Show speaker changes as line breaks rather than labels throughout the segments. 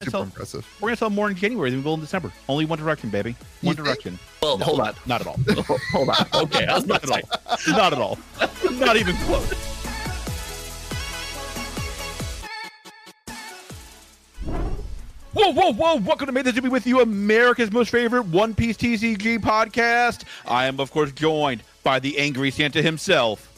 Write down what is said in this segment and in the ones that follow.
That's
Super
all.
impressive.
We're gonna sell more in January than we will in December. Only one direction, baby.
You
One
think?
direction.
Well,
No,
hold on.
Not at all.
Hold on. Okay, I was
Not
about to
at
say.
all. Not at all. Not even close. Whoa, whoa, whoa! Welcome to May This Day Be With You, America's most favorite One Piece TCG podcast. I am, of course, joined by the angry Santa himself,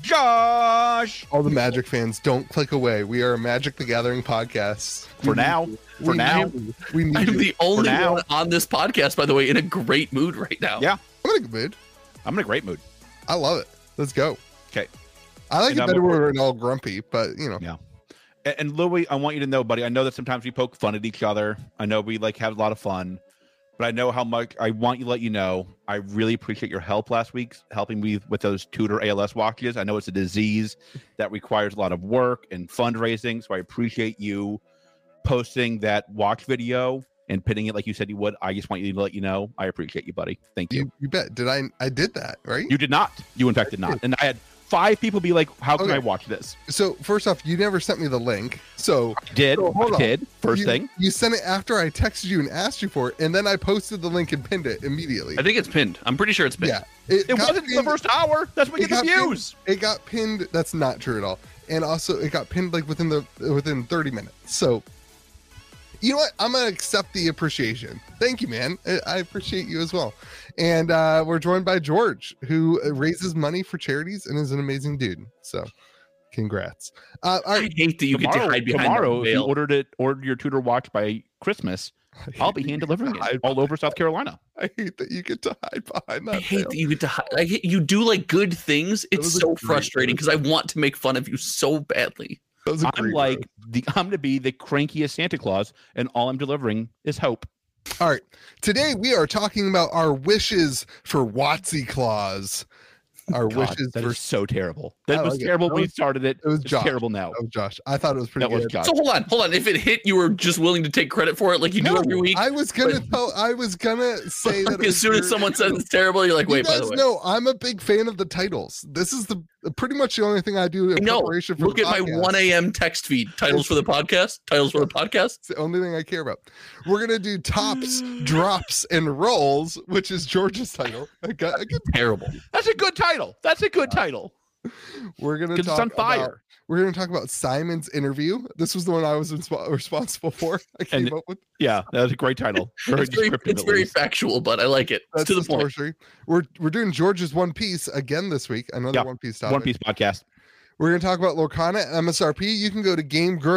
Josh.
All the Magic fans, don't click away. We are a Magic the Gathering podcast.
For
We
now.
need you.
For
We
now.
need you. we need
I'm
you.
the only
now.
one on this podcast, by the way, in a great mood right now.
Yeah.
I'm in a good mood.
I'm in a great mood.
I love it. Let's go.
Okay.
I like
And
it
I'm
better
a-
when we're all grumpy, but you know,
Yeah. And, and Louis, I want you to know, buddy, I know that sometimes we poke fun at each other. I know we like have a lot of fun, but I know how much I want you to let you know. I really appreciate your help last week, helping me with those Tudor ALS watches. I know it's a disease that requires a lot of work and fundraising. So I appreciate you posting that watch video and pinning it like you said you would. I just want you to let you know. I appreciate you, buddy. Thank you.
you, you bet. Did I? I did that, right?
You did not. You, in fact, did not. And I had five people be like, How can
Okay.
I watch this?
so first off, you never sent me the link. So
Did,
So hold on.
did, first
you,
thing.
you sent it after I texted you and asked you for it, and then I posted the link and pinned it immediately.
I think it's pinned. I'm pretty sure it's pinned.
yeah,
It
got
wasn't the
pinned-
first hour. That's what
it
gets the
got pinned-
views.
It got pinned. That's not true at all. And also, it got pinned like within the within 30 minutes. So, you know what? I'm gonna accept the appreciation. Thank you, man. I- I appreciate you as well. And uh, we're joined by George, who raises money for charities and is an amazing dude. So, congrats. Uh, all
I
right.
hate that you get to hide behind
tomorrow
the
if you
veil.
ordered it, ordered your Tudor watch by Christmas, I'll be hand delivering it
hide
all over South Carolina.
I hate that you get to hide behind that.
I hate
veil.
that you get to hide. I hate, you do like good things. It's
was a
so
great
frustrating because I want to make fun of you so badly.
That was a
I'm
great
like
roast.
the I'm gonna be the crankiest Santa Claus, and all I'm delivering is hope.
All right. Today we are talking about our wishes for Watsy Claws. Our
God,
wishes
that
for
is so terrible. That
I
was
like it.
terrible
That
when we
was-
started it.
it was
it's
Josh.
terrible now.
Oh, Josh, I thought it was pretty
That was
good.
Josh.
So hold on, hold on. If it hit, you were just willing to take credit for it, like you do
No,
every week.
I was gonna tell. I was gonna say that. it
as
was
soon as
your-
someone says it's terrible, you're like,
you
wait. By
guys
the way,
know I'm a big fan of the titles. This is the pretty much the only thing I do in
I know.
preparation for.
look
the
at my
podcast.
1 a.m. text feed. Titles for the podcast. Titles for the podcast.
It's the only thing I care about. We're gonna do tops, drops, and rolls, which is George's title. I got- I got-
Terrible.
That's a good title. That's a good title.
We're gonna
Because
Uh, talk
it's on
About,
fire.
we're going to talk about Simon's interview. This was the one I was inspo- responsible for. I came
And
up with
Yeah, that was a great title. Very
It's very,
descriptive,
it's
at
very
least.
factual, but I like it. It's
that's
to the
just
point.
torture. We're we're doing George's One Piece again this week. Another
Yeah,
One Piece topic.
One Piece podcast.
We're going to talk about Lorcana and MSRP. You can go to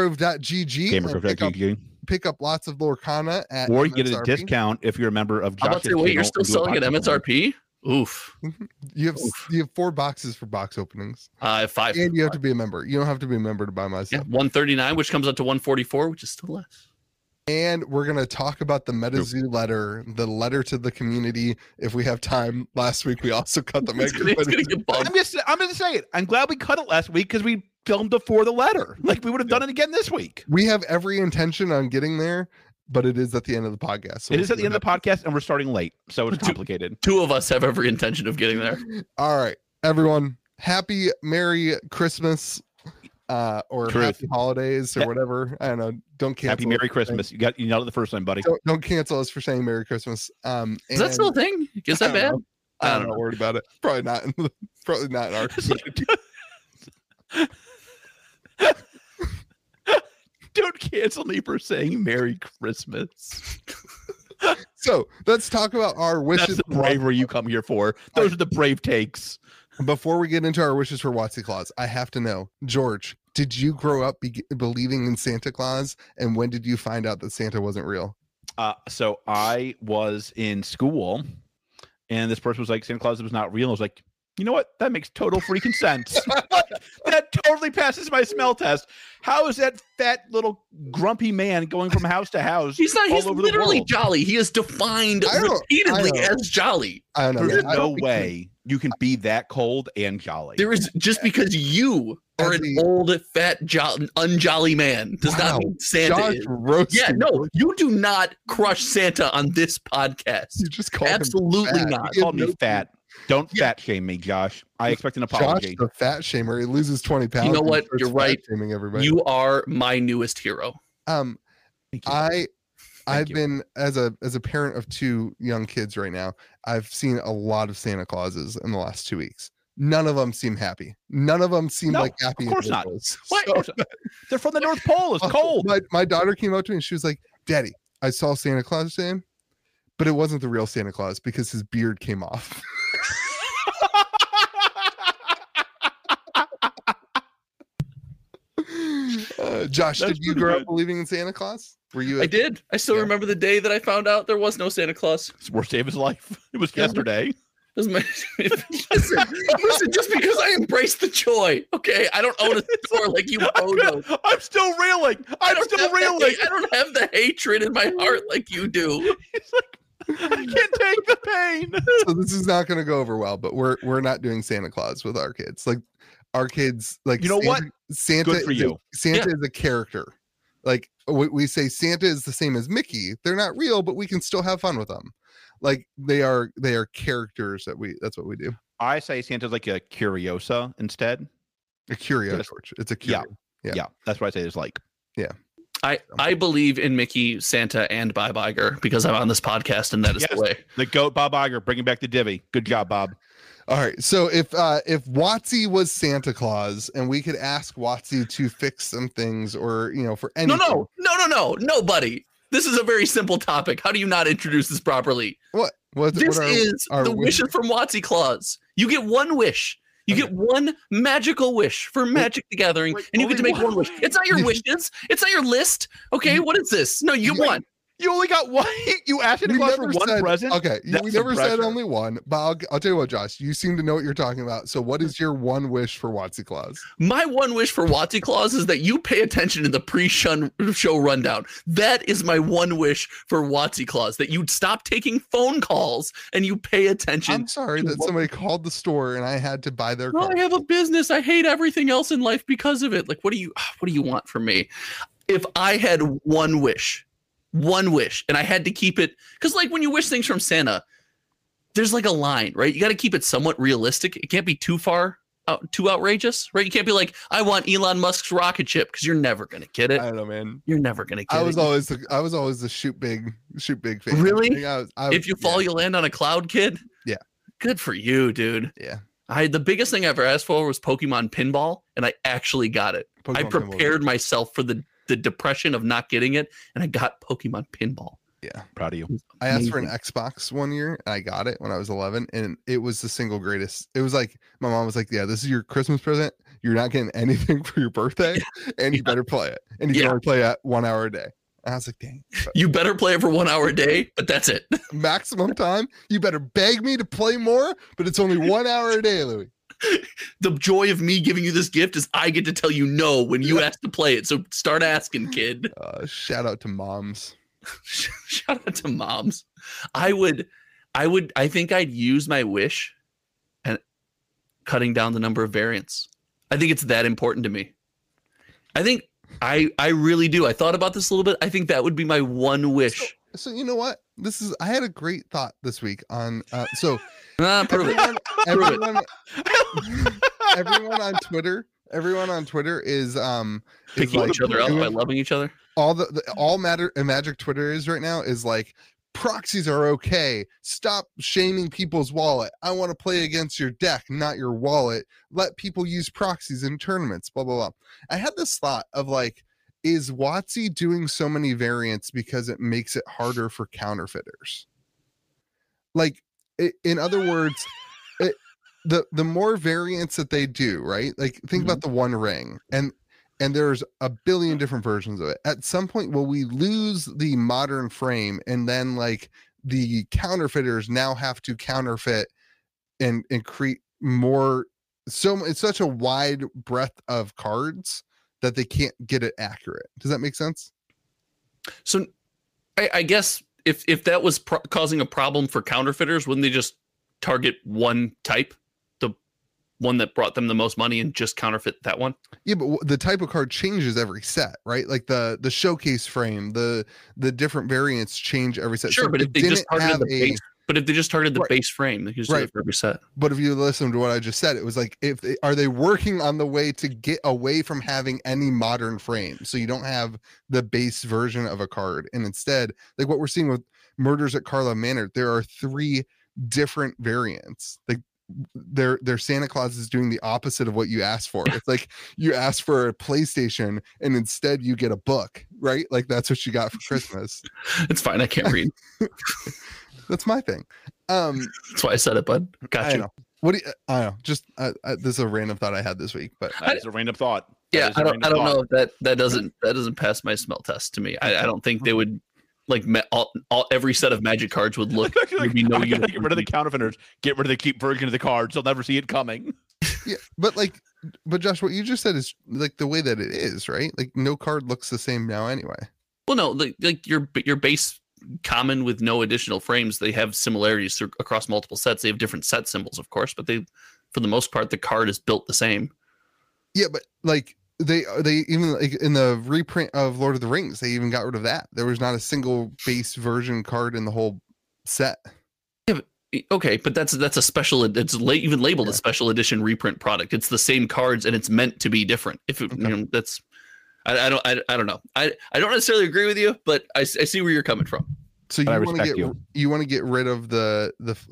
GameGrove.gg
Gamer
and pick up,
Perfect.
pick up lots of Lorcana at
Or you get a
MSRP.
discount if you're a member of Josh's
I'm about to say, wait, you're
channel and
still
do a
selling at
podcast.
MSRP? Oof.
You have s-
Oof.
you have four boxes for box openings,
Uh, five.
and you have to be a member. You don't have to be a member to buy my
Yeah,
stuff.
139, which comes up to 144, which is still less.
And we're going to talk about the MetaZoo letter, the letter to the community. If we have time, last week we also cut the
It's gonna, it's gonna get
I'm
bumped.
just I'm just saying. I'm glad we cut it last week because we filmed before the letter. Like we would have done it again this week.
we have every intention on getting there, but it is at the end of the podcast. So
it is at the end of the podcast, and we're starting late, so it's
Dude.
complicated.
Two of us have every intention of getting there.
All right, everyone, happy Merry Christmas, uh, or
Truth.
happy holidays, or
Ha-
whatever. I don't know. Don't cancel.
Happy
us
Merry
for saying-
Christmas. You got you nailed it the first time, buddy.
Don't, don't cancel us for saying Merry Christmas. Um,
Is that
and
still a thing? Is that
I
bad?
don't
I
I'm
don't
not
know.
worried about it. Probably not. In the, probably not in our.
It's like- Don't cancel me for saying Merry Christmas.
So let's talk about our
That's
wishes
the bravery you come here for. Those are the brave takes.
before we get into our wishes for Watsy Claus. I have to know, George, did you grow up be- believing in Santa Claus, and when did you find out that Santa wasn't real?
Uh, so I was in school, and this person was like, Santa Claus was not real. I was like, you know what? That makes total freaking sense. Like, that totally passes my smell test. How is that fat little grumpy man going from house to house?
He's not.
all
He's
over the
literally
world?
jolly. He is defined
I don't-
repeatedly
I don't-
as jolly.
I don't know.
There's
man. I
no
don't think-
way you can be that cold and jolly.
There is just because you are
As
an
the-
old, fat, jo- unjolly man does
Wow.
not mean Santa.
Josh
is.
roasted.
Yeah, no, you do not crush Santa on this podcast.
You just called
Absolutely
fat.
not.
You
called Uh, me
no-
fat. Don't
Yeah.
fat shame me, Josh. I expect an
him Josh,
apology.
the fat shamer. He loses twenty pounds.
know
and
what?
starts
You're
fat
right.
Shaming everybody.
You are my newest hero.
um,
Thank you.
I I've
you.
been as a as a parent of two young kids right now. I've seen a lot of Santa Clauses in the last two weeks. None of them seem happy. None of them seem
No,
like happy.
of course not.
individuals.
What?
So-
They're from the North Pole. It's
Also,
cold.
My, my daughter came up to me and she was like, "Daddy, I saw Santa Claus today, but it wasn't the real Santa Claus because his beard came off." Uh, Josh,
That's
did you
pretty
grow
good.
up believing in Santa Claus? Were you?
I
a-
did. I still
Yeah.
remember the day that I found out there was no Santa Claus.
It's the worst day of his life. It was
Yeah.
yesterday.
It was my- listen, listen, just because I embrace the joy, okay? I don't own a store like you own those.
I'm still reeling.
I
I'm
Oh, don't
still
have that
reeling.
hate- I don't have the hatred in my heart like you do.
It's like, I can't take the pain.
So this is not going to go over well, but we're we're not doing Santa Claus with our kids. Like our kids, like
You know
Santa,
what?
Santa
Good for
is
you.
A, Santa is a character. Like we, we say, Santa is the same as Mickey. They're not real, but we can still have fun with them. Like they are, they are characters that we. That's what we do.
I say Santa's like a curiosa instead.
A curio,
Yes.
George. It's a
Yeah.
curio. Yeah.
that's what I say. Is like
I, I believe in Mickey, Santa, and Bob Iger because I'm on this podcast and that is
Yes.
the way.
the goat Bob Iger bringing back the divvy. Good job, Bob.
All right. So if uh if Watsy was Santa Claus and we could ask Watsy to fix some things or you know for
No,
anything.
no, no, no, no, nobody. This is a very simple topic. How do you not introduce this properly?
What? What?
This
what are-
is
our
the
wish-
wishes from Watsy Claus. You get one wish. You get one magical wish for Magic the Gathering,
wait,
and you get to
only
make one
one?
wish. It's not your
You-
wishes. It's not your list. Okay, what is this? No, you
Wait,
get one.
You only got one. You asked Santa
We
Claus for
never
one
said-
present.
Okay, you- we
That's
never said
impressive.
only one, but I'll, I'll tell you what, Josh, you seem to know what you're talking about. So, what is your one wish for Watsy Claus?
My one wish for Watsy Claus is that you pay attention to the pre-show rundown. That is my one wish for Watsy Claus. That you'd stop taking phone calls and you pay attention
I'm sorry
to
that
what-
somebody called the store and I had to buy their
Well,
car.
I have a business. I hate everything else in life because of it. Like, what do you what do you want from me? If I had one wish, one wish, and I had to keep it, because like when you wish things from Santa, there's like a line, right? You got to keep it somewhat realistic. It can't be too far out, too outrageous, right? You can't be like, I want Elon Musk's rocket ship, because you're never gonna get
I
it.
don't know, man.
You're never gonna get
I was
it.
always the I was always the shoot big shoot big fan.
Really?
Like, I was, I,
if you fall, you land on a cloud, kid.
Yeah.
Good for you, dude.
Yeah.
I the biggest thing I ever asked for was Pokemon pinball, and I actually got it. I
Pokemon Pinball.
prepared myself for the the depression of not getting it, and I got Pokemon Pinball.
Yeah,
Proud of you.
I asked for an Xbox one year and I got it when I was 11, and it was the single greatest. It was like my mom was like, "Yeah, this is your Christmas present. You're not getting anything for your birthday, and you
Yeah.
better play it. And you
Yeah.
can only play it one hour a day." And I was like, "Dang."
You better play it for one hour a day, but that's it.
maximum time. You better beg me to play more, but it's only one hour a day, Louis.
The joy of me giving you this gift is I get to tell you no when you ask to play it. So start asking, kid.
Uh, shout out to moms.
Shout out to moms. I would, I would, I think I'd use my wish, and cutting down the number of variants. I think it's that important to me. I think I I really do. I thought about this a little bit. I think that would be my one wish.
So you know what? This is I had a great thought this week on uh, so
Ah, prove it.
everyone,
Prove it.
everyone, everyone on Twitter, everyone on Twitter is um is
picking
like
each other up by
doing-
loving each other.
all the, the all matter uh, magic Twitter is right now is like proxies are okay. Stop shaming people's wallet. I want to play against your deck, not your wallet. Let people use proxies in tournaments. Blah blah blah. I had this thought of like is Watsy doing so many variants because it makes it harder for counterfeiters? Like, i- in other words, it, the the more variants that they do, right? Like, think about the One Ring, and and there's a billion different versions of it. At some point, will we lose the modern frame, and then like the counterfeiters now have to counterfeit and and create more? So it's such a wide breadth of cards that they can't get it accurate. Does that make sense?
So, I, I guess if if that was pro- causing a problem for counterfeiters, wouldn't they just target one type, the one that brought them the most money, and just counterfeit that one?
Yeah, but w- the type of card changes every set, right? Like the the showcase frame, the the different variants change every set.
Sure,
So
but if they just targeted
have
the
a-
base, but if they just targeted the
Right.
base frame, they could just do
Right.
it for every set.
but if you listen to what I just said, it was like if they, are they working on the way to get away from having any modern frame, so you don't have the base version of a card, and instead, like what we're seeing with murders at Carla Manor, there are three different variants. Like their their Santa Claus is doing the opposite of what you asked for. It's like you asked for a PlayStation, and instead you get a book, right? Like that's what you got for Christmas.
It's fine. I can't read.
That's my thing. Um,
That's why I said it, bud.
I
Gotcha.
know. What do you, I don't know? Just uh, uh, this is a random thought I had this week, but
That is a random thought. That
yeah
is a
i don't
random
i don't
thought.
know if that that doesn't that doesn't pass my smell test to me i, I don't think they would like ma- all, all every set of magic cards would look
Like,
there'd be no
I gotta get rid of
uniformity.
the counterfeiters. Get rid of the cheap version of the cards. They'll never see it coming.
yeah, but like, but Josh, what you just said is like the way that it is, right? Like, no card looks the same now anyway.
well no like, like your your base common with no additional frames they have similarities through, across multiple sets they have different set symbols of course but they for the most part the card is built the same
Yeah, but like they uh, they even like in the reprint of Lord of the Rings, they even got rid of that. There was not a single base version card in the whole set.
okay but that's that's a special ed- it's la- even labeled a special edition reprint product it's the same cards and it's meant to be different if it, you know, that's I, I don't I, I don't know I, I don't necessarily agree with you but I, s- I see where you're coming from
So you
I
want to
respect
get
you.
you, want to get rid of the the f-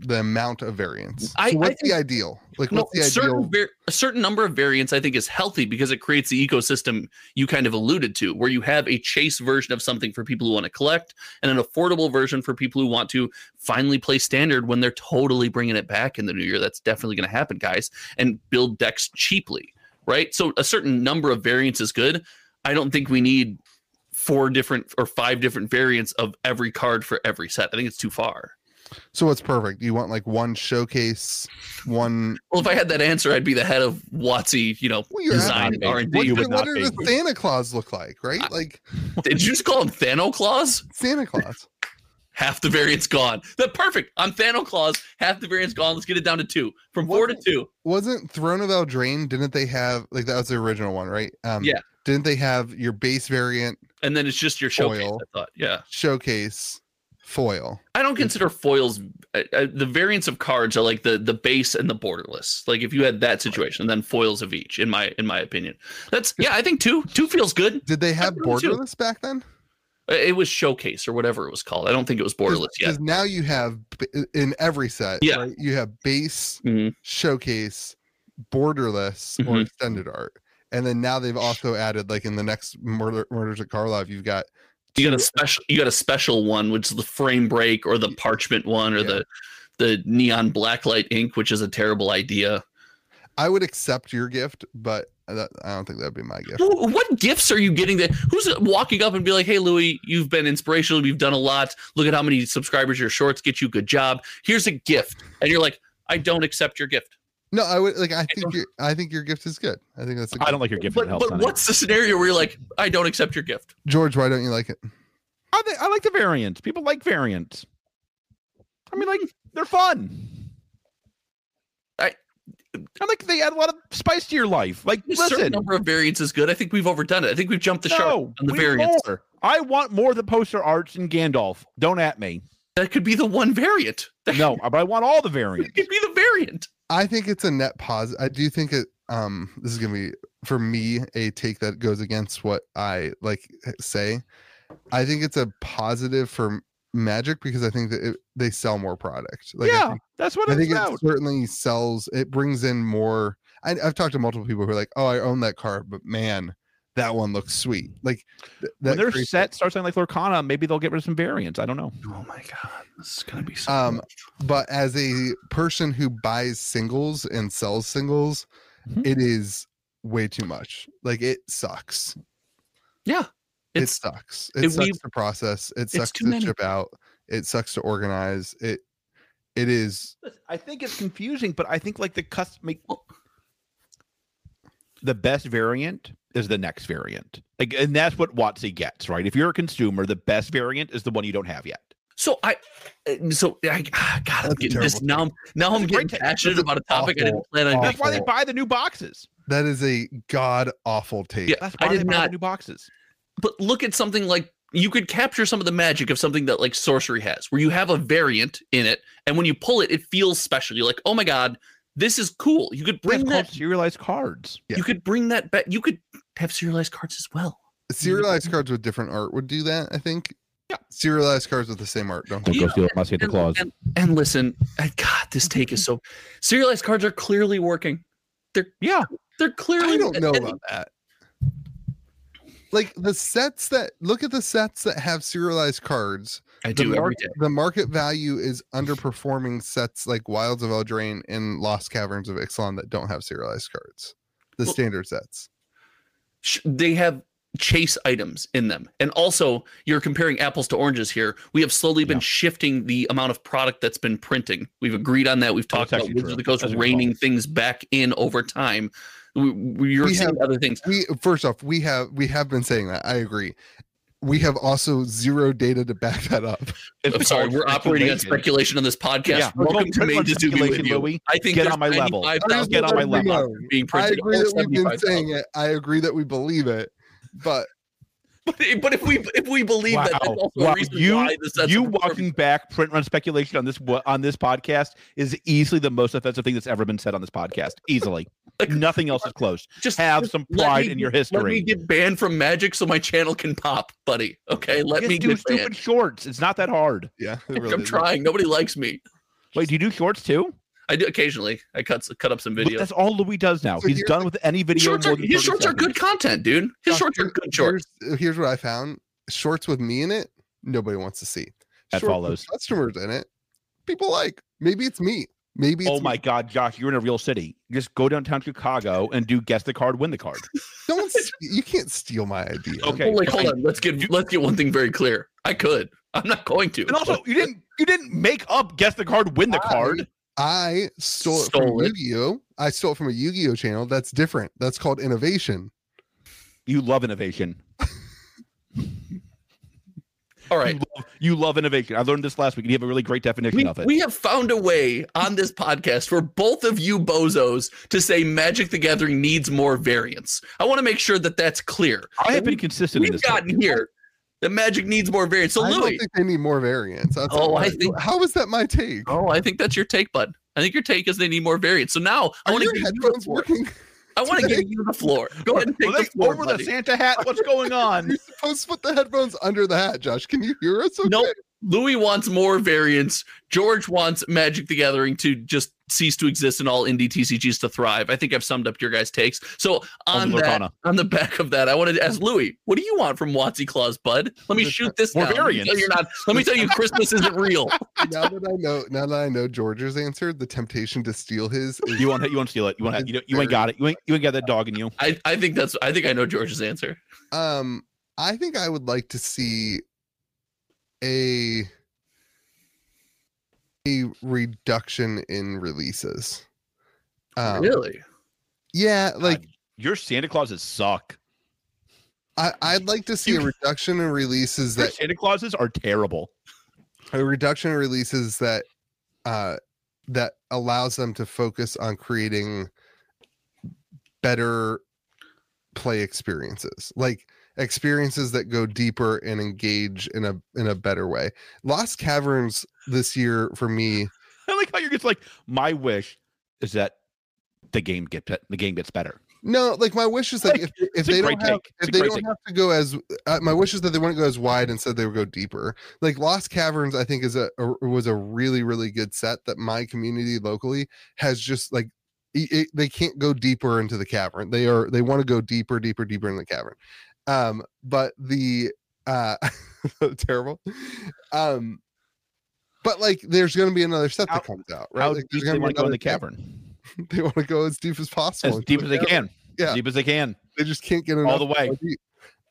the amount of variants.
I-
So
I
what's the
think-
ideal? Like,
No,
what's the
certain
ideal?
var- a certain number of variants I think is healthy because it creates the ecosystem you kind of alluded to, where you have a chase version of something for people who want to collect and an affordable version for people who want to finally play standard when they're totally bringing it back in the new year. That's definitely going to happen, guys, and build decks cheaply, right? So a certain number of variants is good. I don't think we need four different or five different variants of every card for every set. I think it's too far.
So what's perfect? You want like one showcase, one
Well, if I had that answer, I'd be the head of Watsy, you know,
Well, you're
design
absolutely-
R and
What
D.
you
What,
would not
what does
be.
Santa Claus look like, right? Like
Did you just call him Thano Claus?
Santa Claus.
Half the variant's gone. The perfect. I'm Thano Claus. Half the variant's gone. Let's get it down to two. From four to two.
Wasn't Throne of Eldraine? Didn't they have like that was the original one, right? Um,
Yeah.
Didn't they have your base variant,
And then it's just your showcase.
Foil.
I thought. Yeah.
showcase, foil?
I don't consider foils. Uh, uh, the variants of cards are like the the base and the borderless. Like if you had that situation, then foils of each. In my in my opinion, that's yeah. I think two two feels good.
Did they have
really too.
borderless back then?
Uh, It was showcase or whatever it was called. I don't think it was borderless yet.
Because now you have b- in every set,
Yeah.
right, you have base,
Mhm.
showcase, borderless, or
Mhm.
extended art. And then now they've also added, like in the next murder, murders at Karlov, you've got
You got a special. You got a special one, which is the frame break or the parchment one or the the neon blacklight ink, which is a terrible idea.
I would accept your gift, but uh, that, I don't think that'd be my gift.
Who- What gifts are you getting? That who's walking up and be like, "Hey, Louis, you've been inspirational. You've done a lot. Look at how many subscribers your shorts get you. Good job. Here's a gift." And you're like, "I don't accept your gift."
No, I would like. I think your I think your gift is good. I think that's. A good
I don't like your gift.
But, but what's the scenario where you're like, "I don't accept your gift"?
George. Why don't you like it?
I, thi- I like the variants. People like variants. I mean, like
Mm-hmm.
they're fun.
I-
I like they add a lot of spice to your life. Like,
A certain
listen,
number of variants is good. I think we've overdone it. I think we've jumped the shark
no,
on the
we
variants.
more. I want more of the poster arts and Gandalf. Don't at me.
That could be the one variant. That
No, but I want all the variants.
could be the variant.
I think it's a net positive. I do think it. Um, this is gonna be for me a take that goes against what I like say. I think it's a positive for Magic because I think that it, they sell more product. Like, I
yeah,
think-
that's what
I
it's
think,
about.
it certainly sells. It brings in more. I, I've talked to multiple people who are like, "Oh, I own that card, but man." that one looks sweet. Like th-
when
that
their
creature-
set starts sounding like Lorcana, maybe they'll get rid of some variants. I don't know.
Oh my god, this is gonna be so.
Um,
much.
but as a person who buys singles and sells singles,
Mm-hmm.
Mhm.
it is way too much. Like it sucks.
yeah,
it
it's
sucks. It
it-
sucks
we-
to process. It sucks
too
to
many.
ship out. It sucks to organize. It it is
I think it's confusing, but I think like the custom
Well-
the best variant is the next variant. Like and that's what Watsy gets, right? If you're a consumer, the best variant is the one you don't have yet.
so I. uh, So I ah, God, I'm
That's a
getting this
terrible
now. I'm, now I'm
That's a
getting
great take.
passionate
That's
about a topic I didn't
awful,
plan on.
That's why they
Awful.
buy the new boxes.
that is a god awful take.
Yeah,
That's
I
why they
did
buy
not-
the new boxes.
but look at something like you could capture some of the magic of something that like sorcery has where you have a variant in it and when you pull it it feels special you're like oh my god this is cool you could
That's
bring
called
that
serialized cards.
yeah.
you could bring that back you could have serialized cards as well
Serialized cards with different art would do that, I think.
Yeah.
Serialized cards with the same art don't.
Don't go Yeah, steal
it unless you
and, and, and listen I- god this take is so serialized cards are clearly working
Yeah.
they're clearly
I don't know
and-
about that. Like the sets that look at the sets that have serialized cards.
i
The,
do every
market,
day
the market value is underperforming sets like Wilds of Eldraine and Lost Caverns of Ixalan that don't have serialized cards. The
Well-
standard sets.
sh- they have chase items in them and also you're comparing apples to oranges here we have slowly been
Yeah.
shifting the amount of product that's been printing we've agreed on that we've talked
That's
about
actually
Wizards of the
true.
coast
That's a good
reining
point.
things back in over time we, we- you're
We
seeing
have-
other things
We first off, we have we have been saying that. I agree. We have also zero data to back that up.
i'm sorry we're operating on speculation on this podcast
Yeah, we're
welcome
going
to
pretty
Made
much
to Do Me With
speculation,
You.
Louis.
i think
Get
there's
on my level.
95,000
Get on my
Let me
level.
know.
being
I
printed
agree
or
that we've been
75,000.
saying it. I agree that we believe it, but
but, but if we if we believe that that's
Wow.
also
Wow.
a reason
You,
why this that's
you
a-
walking back print run speculation on this wo- on this podcast is easily the most offensive thing that's ever been said on this podcast. Easily,
Like-
nothing else is close.
just
Have
just
some
let
pride
me
in your
get- Let me
history.
get banned from Magic so my channel can pop, buddy. Okay, let
Just
me
do
get
stupid
banned.
shorts. It's not that hard.
yeah, it really
I'm
is.
trying. Nobody likes me.
Wait, do you do shorts too?
I do occasionally. I cut s- cut up some videos.
That's all Louis does now.
So
He's
here's
done with any video.
Shorts
more
are,
than 30
his shorts are good
seconds.
content, dude. His
Josh,
shorts are
here-
good shorts.
Here's, here's what I found: shorts with me in it, nobody wants to see.
That
with
follows.
customers in it, people like. Maybe it's me. Maybe it's
Oh my
Me.
God, Josh, you're in a real city. Just go downtown Chicago and do guess the card, win the card.
Don't s- you can't steal my idea.
Okay.
Well, like, hold
fine.
on. Let's get let's get one thing very clear. I could. I'm not going to.
And also, you didn't you didn't make up guess the card, win the
I-
card.
I stole it
Stole
from
it.
Yu-Gi-Oh. I stole it from a Yu-Gi-Oh channel. That's different. That's called innovation.
You love innovation.
all right.
You love, you love innovation. I learned this last week, and you have a really great definition
We,
of it.
we have found a way on this podcast for both of you bozos to say Magic the Gathering needs more variants. I want to make sure that that's clear.
I have
And we-
been consistent in
We've
this.
gotten here. The Magic needs more variants. So
I don't
Louis.
think they need more variants. That's
Oh,
all
I
I
think-
How is that my take?
Oh, I think that's your take, bud. I think your take is they need more variants. So now I
Are
want to
your
give you the
headphones
floor.
working?
I want to
today?
give you the floor. Go ahead and take
Are they
the floor,
over
buddy.
the Santa hat? What's going on?
You're supposed to put the headphones under the hat, Josh. Can you hear us? Okay.
Nope. Louis wants more variants. George wants Magic the Gathering to just cease to exist and all indie TCGs to thrive. I think I've summed up your guys' takes. So on
On
that,
Lorcana.
on the back of that, I wanted to ask Louis, what do you want from Watsy Claws, bud? Let me shoot this
More
down. Let me tell
variants.
you you're not. Let me tell you, Christmas isn't real.
now that I know, now that I know George's answer, the temptation to steal his is
You want you want to steal it? You want you, don't- you ain't got it? You ain't you ain't got that dog in you?
I, I think that's. I think I know George's answer.
um i think i would like to see a a reduction in releases um
really?
yeah like
Your Santa Clauses suck.
I, i'd like to see a reduction in releases
Your
that
Santa Clauses are terrible.
a reduction in releases that uh that allows them to focus on creating better play experiences like experiences that go deeper and engage in a in a better way lost caverns this year for me
I like how you're just like my wish is that the game get be- the game gets better.
no like my wish is like if, if
a
they
great
don't have,
take.
if
It's a
they
great
don't
take.
have to go as uh, my wish is that they wouldn't go as wide instead they would go deeper like lost caverns i think is a, a was a really really good set that my community locally has just like it- it- they can't go deeper into the cavern. They are they want to go deeper, deeper, deeper in the cavern. Um, but the uh terrible. Um, but like there's going to be another set that
How-
comes out, right?
How
Like,
deep
there's
do
gonna
they
be
want to go in
another
the
set.
cavern?
They want to go as deep as possible.
As
into
deep
the
as they
cavern.
can.
Yeah.
As deep as they can.
They just can't get
All
enough
the
to
way.
go deep.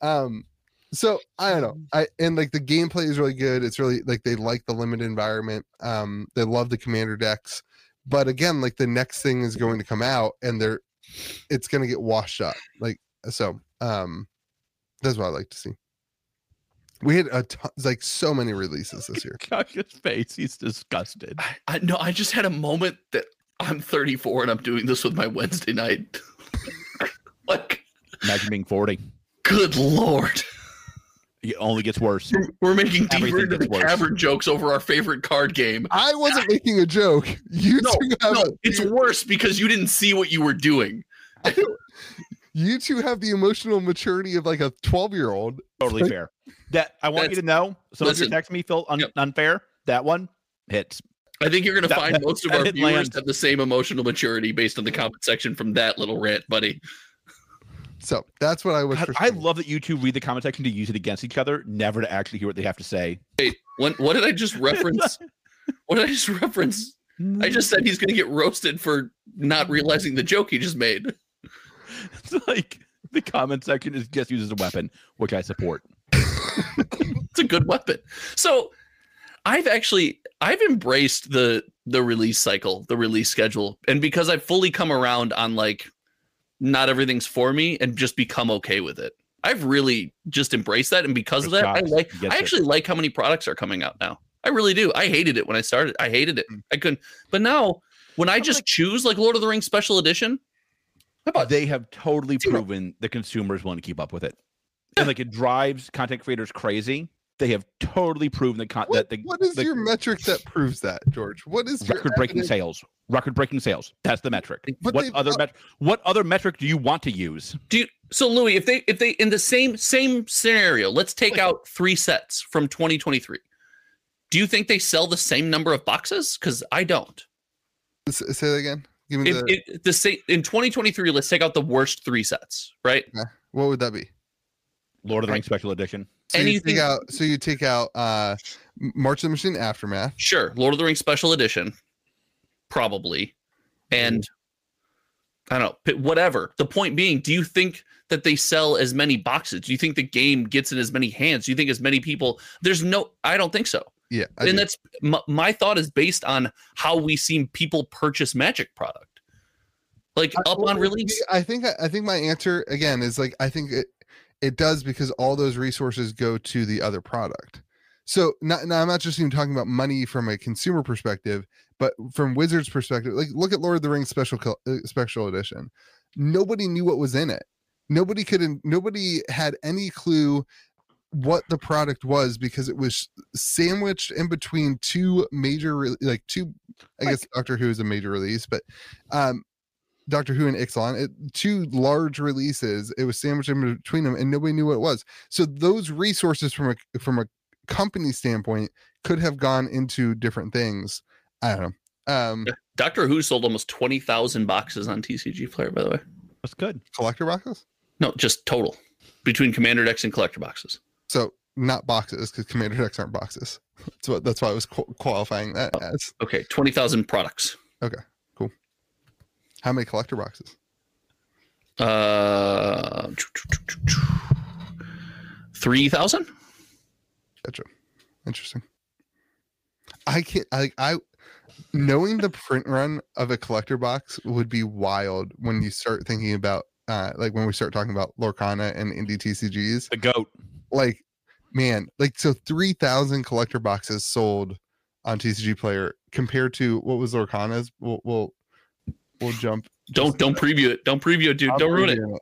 Um, so I don't know. I and like the gameplay is really good. It's really like they like the limited environment. Um, they love the commander decks, but again, like the next thing is going to come out, and they're it's going to get washed up. Like so, um, that's what I like to see. We had a ton, like so many releases this year.
Kaka's face. He's disgusted.
I, I no, I just had a moment that I'm 34 and I'm doing this with my Wednesday night. like,
Imagine being 40.
good lord,
It only gets worse.
we're, we're making deeper
Everything
into the
gets worse.
cavern jokes over our favorite card game.
I wasn't making a joke. You
No,
two have
No,
a-
it's
you-
worse because you didn't see what you were doing.
you two have the emotional maturity of like a twelve year old.
Totally fair. That I want you to know. So if you
listen.
text me, Phil, un-
Yep.
unfair, that one hits.
I think you're going to
That-
find
that-
most of
that
our
didn't
viewers
land.
have the same emotional maturity based on the comment section from that little rant, buddy.
So that's what I wish.
God,
for
I
Steam.
love that you two read the comment section to use it against each other, never to actually hear what they have to say.
When, what did I just reference? what did I just reference? I just said he's going to get roasted for not realizing the joke he just made.
it's like the comment section is just used as a weapon, which I support.
it's a good weapon. So I've actually I've embraced the the release cycle, the release schedule, and because I've fully come around on like not everything's for me and just become okay with it. I've really just embraced that, and because of
Chris
that, I
Cox
like
gets
I
it.
actually like how many products are coming out now. I really do. I hated it when I started. I hated it.
Mm.
I couldn't. But now, when I just choose like Lord of the Rings Special Edition, I bought
They have totally
Zero.
proven that consumers want to keep up with it, and like it drives content creators crazy. They have totally proven that, con-
What,
that the,
what is
the
your metric that proves that, George? What is your
record-breaking
evidence-
sales. Record-breaking sales. That's the metric.
But
what
they've
other
got-
met- What other metric do you want to use?
Do you, so, Louis. If they if they in the same same scenario, let's take out three sets from 2023. Do you think they sell the same number of boxes? Because I don't.
S- Say that again. Give me
If,
the,
if the same in 2023, let's take out the worst three sets, right?
what would that be?
Lord of the Rings Special Edition.
So you take
Anything-
out. So you take out uh, M- March of the Machine Aftermath.
Sure, Lord of the Rings Special Edition, probably, and
Mm-hmm.
I don't know, pi- whatever. The point being, do you think that they sell as many boxes? Do you think the game gets in as many hands? Do you think as many people? There's no, I don't think so.
Yeah, I
and
do.
that's my, my thought is based on how we seen people purchase magic product like
I-
up
Uh, well,
on
see,
release
I think I think my answer again is like I think it it does because all those resources go to the other product. So not, now I'm not just even talking about money from a consumer perspective, but from Wizards' perspective. Like look at Lord of the Rings special col- uh, special edition. Nobody knew what was in it. Nobody could. Nobody had any clue what the product was because it was sandwiched in between two major re- like two i guess doctor who is a major release but um doctor who and ixalan it, two large releases it was sandwiched in between them and nobody knew what it was so those resources from a from a company standpoint could have gone into different things i don't know um
doctor who sold almost 20000 boxes on tcg player by the way
That's good.
collector boxes
no just total between commander decks and collector boxes
so not boxes because commander decks aren't boxes that's what that's why i was qu- qualifying that
Oh.
as
okay 20000 products
how many collector boxes
uh 3000
Interesting. I can't like I knowing the print run of a collector box would be wild when you start thinking about uh like when we start talking about Lorcana and indie TCGs.
The goat.
Like man, like so 3000 collector boxes sold on TCG player compared to what was Lorcana's we'll we'll, we'll jump
don't don't preview it don't preview it dude
I'll
don't ruin it
preview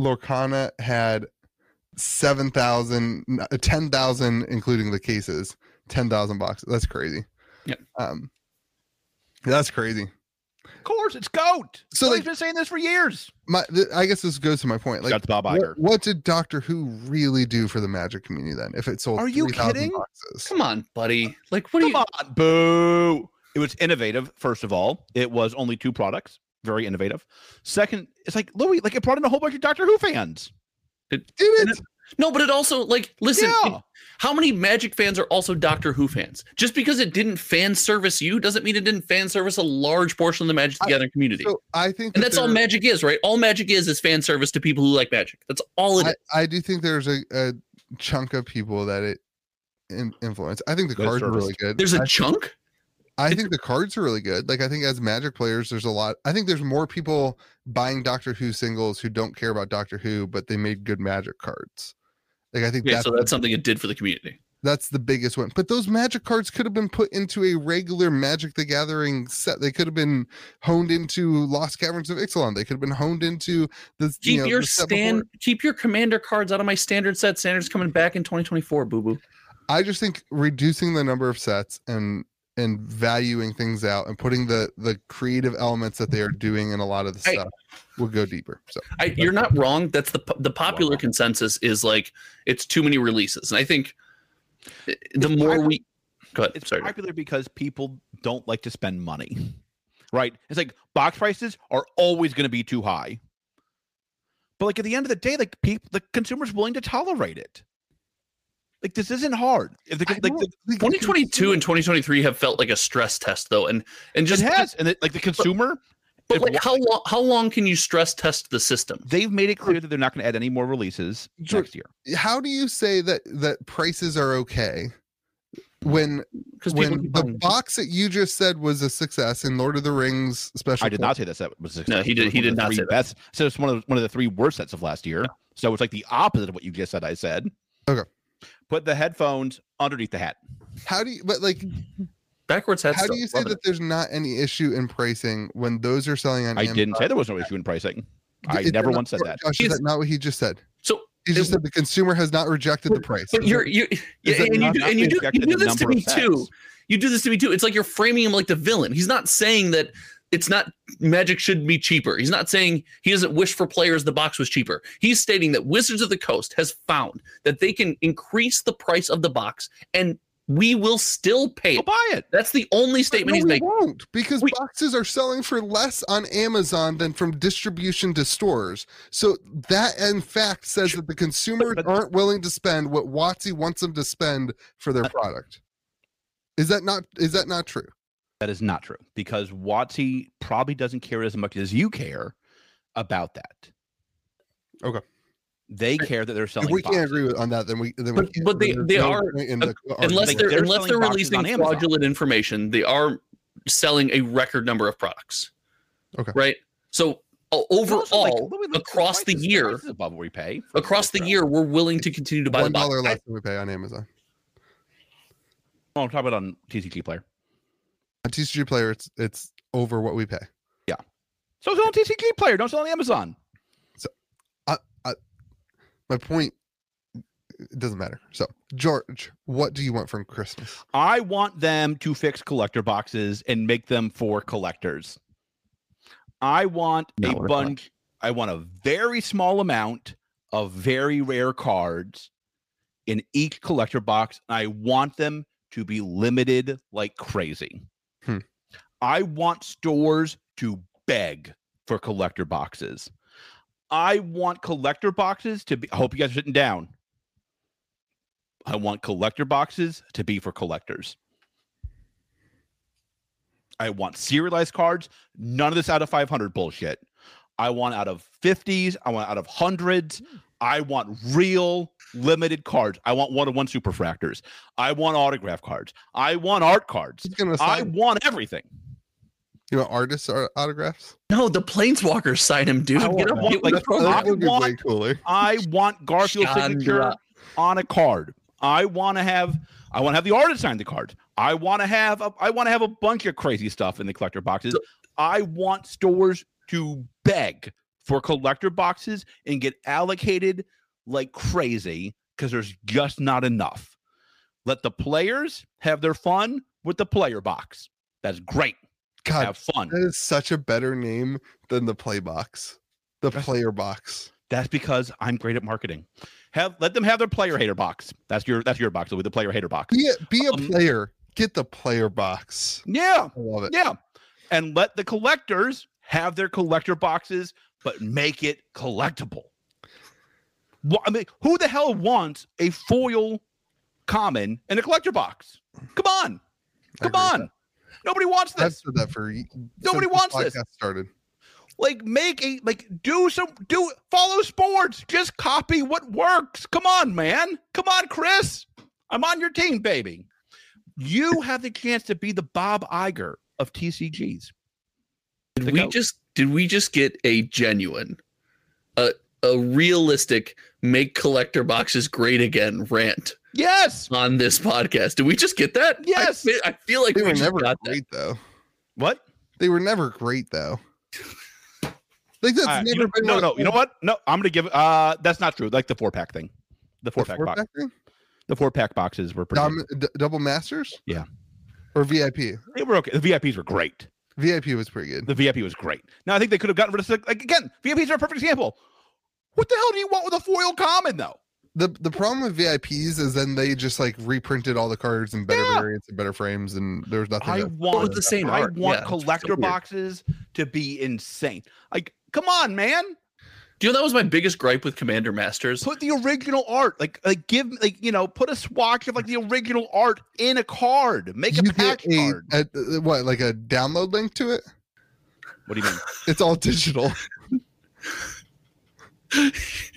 Lorcana had 7,000, n- 10,000, including the cases, 10,000 boxes. That's crazy.
Yep.
Um, that's crazy.
Of course, it's goat.
So,
So
like-
they've been saying this for years.
My, th- I guess this goes to my point. Like,
That's Bob
what,
Iger.
what did Doctor Who really do for the magic community then? If it sold,
Are you
3,000
kidding?
Boxes?
come on buddy like what do
Come
you
on, boo. It was innovative, first of all. It was only two products, very innovative. Second, it's like Louis, like it brought in a whole bunch of Doctor Who fans.
Did
And
it?
it- No, but it also like listen.
Yeah.
it- how many Magic fans are also Doctor Who fans? Just because it didn't fan service you doesn't mean it didn't fan service a large portion of the Magic the
I-
Gathering community.
So I think
and
that
that's all
there-
Magic is, right? All Magic is is fan service to people who like Magic. That's all it is.
I, I do think there's a, a chunk of people that it in, influenced. I think the
Those
cards are really
serviced.
good.
There's a
I-
chunk.
I think the cards are really good. Like I think as Magic players, there's a lot. I think there's more people buying Doctor Who singles who don't care about Doctor Who, but they made good Magic cards. Like I think
Okay,
that's,
so that's something it did for the community.
that's the biggest one. But those Magic cards could have been put into a regular Magic the Gathering set. They could have been honed into Lost Caverns of Ixalan. They could have been honed into the
Keep
you know,
your
the set
stand.
before.
Keep your commander cards out of my standard set. Standards coming back in 2024. Boo boo.
I just think reducing the number of sets and and valuing things out and putting the the creative elements that they are doing in a lot of the
I-
stuff will go deeper. So
I, you're not wrong. That's the po- the popular consensus is like it's too many releases, and I think uh, the more
popular-
we. Go ahead.
It's
Sorry.
popular because people don't like to spend money. Right? It's like box prices are always going to be too high. But like at the end of the day, like people, the consumer's willing to tolerate it. Like this isn't hard. If the,
I
like the,
don't think you can
2022 and 2023 have felt like a stress test though and and
it
just
has, and it, like the consumer,
but
it
like
wa-
how long how long can you stress test the system
they've made it clear that they're not going to add any more releases
Sure.
next year.
how do you say that that prices are okay when
because people
when
keep
the
buying-
box that you just said was a success in Lord of the Rings special?
I did not say that set was a
No,
success.
he
It
did-
was
he
one of
did
the
not
three
say that.
best. So it's one of the- one of the three worst sets of last year. So it's like the opposite of what you just said. I said.
Okay.
Put the headphones underneath the hat.
How do you? But like,
backwards head
how do
stuff,
you say
love
that
it.
there's not any issue in pricing when those are selling on?
I
Amazon?
didn't say
uh,
there was no issue in pricing. I
Is that
never
not
once said
what-
that.
Josh, is
He's-
that not what he just said?
so
He
It-
just said the consumer has not rejected the price.
but you're you yeah,
that
and you
not-
do,
not
and you do, you
rejected
do
the
this to
number
me
of sets?
too you do this to me too it's like you're framing him like the villain he's not saying that it's not magic should be cheaper he's not saying he doesn't wish for players the box was cheaper he's stating that wizards of the coast has found that they can increase the price of the box and we will still pay
I'll
it.
buy it.
that's the only
But
statement
no,
he's
we
making
won't because
We-
boxes are selling for less on Amazon than from distribution to stores. So that, in fact, says that the consumers
but-
aren't willing to spend what Watsy wants them to spend for
Uh,
their product. Is that not? Is that not true?
That is not true because Watsy probably doesn't care as much as you care about that.
Okay.
They care that they're
If
selling.
we can't
boxes.
agree with, on that, then we then we
But-
can't,
but
then
they-
there's
they
no
are-
point in the
unless
argument.
they're,
they're
unless
selling
they're
boxes
releasing
on Amazon.
fraudulent information, they are selling a record number of products.
Okay.
Right. So o-
And also, like,
overall,
Louis, look,
across the
price is-
year,
price is above what we pay for
across the
Metro.
year, we're willing to continue to buy the
one
box.
dollar
I-
less than we pay on Amazon
Oh, I'm talking about on TCG player.
on TCG Player. It's it's over what we pay.
So it's on TCG player. Don't sell on Amazon.
My point. It doesn't matter. So George, what do you want from Christmas?
I want them to fix collector boxes and make them for collectors. I want
No,
a
we're not.
bunch. I want a very small amount of very rare cards in each collector box. And I want them to be limited like crazy.
Hmm.
I want stores to beg for collector boxes. I want collector boxes to be. I hope you guys are sitting down. I want collector boxes to be for collectors. I want serialized cards. None of this out of 500 bullshit. I want out of 50s. I want out of hundreds. I want real limited cards. I want one of one superfractors. I want autograph cards. I want art cards.
He's gonna
I
sign-
want everything.
You know, artists are autographs.
no, the planeswalkers sign him, dude.
I
Get up,
want-
get
like,
with the program.
I
That would be way
want-
cooler.
I want Garfield's signature
Chandra.
on a card. I want to have I want to have the artist sign the cards. I want to have a, I want to have a bunch of crazy stuff in the collector boxes. I want stores to beg for collector boxes and get allocated like crazy because there's just not enough. Let the players have their fun with the player box. That's great.
God,
Have fun.
that is such a better name than the play box, the player box.
That's because I'm great at marketing. Have let them have their player hater box. That's your that's your box. Louis, The player hater box.
Be a, be a
Um,
player. Get the player box.
Yeah.
I love it.
Yeah. And let the collectors have their collector boxes, but make it collectible. Wha- I mean, who the hell wants a foil common in a collector box? Come on.
I
Come
agree with
on. Nobody wants
that. I've
this.
said that for y-
Nobody
since
wants this.
podcast Started.
Like, make a, like, do some, do, follow sports. Just copy what works. Come on, man. Come on, Chris. I'm on your team, baby. You have the chance to be the Bob Iger of TCGs.
Did
the
we
goat.
just did we just get a genuine, a a realistic make collector boxes great again rant
Yes.
on this podcast? Did we just get that? I
Yes.
fe- I, feel like
They
we
were
just
never
got that.
great though.
What?
They were never great though. Like that's
Uh, you
never
know-
been
no,
one of
no. You know what? No, I'm gonna give. Uh, that's not true. Like the four pack thing, the
the
four pack box,
four-pack thing?
the four pack boxes were pretty.
Dom- d- double masters?
Yeah.
Or VIP.
they were okay. The VIPs were great.
VIP was pretty good.
The VIP was great. Now I think they could have gotten rid of six- like again. VIPs are a perfect example. What the hell do you want with a foil common though?
The the problem with VIPs is then they just like reprinted all the cards in better
Yeah.
variants and better frames and there was nothing.
I
that-
want
the same
I
art.
want
Yeah, it's so
collector
weird.
boxes to be insane. Like, come on, man.
Do you know that was my biggest gripe with Commander Masters?
Put the original art. Like, like give like you know, put a swatch of like the original art in a card. Make a
you
patch
get a,
card.
a- what like a download link to it?
What do you mean?
It's all digital.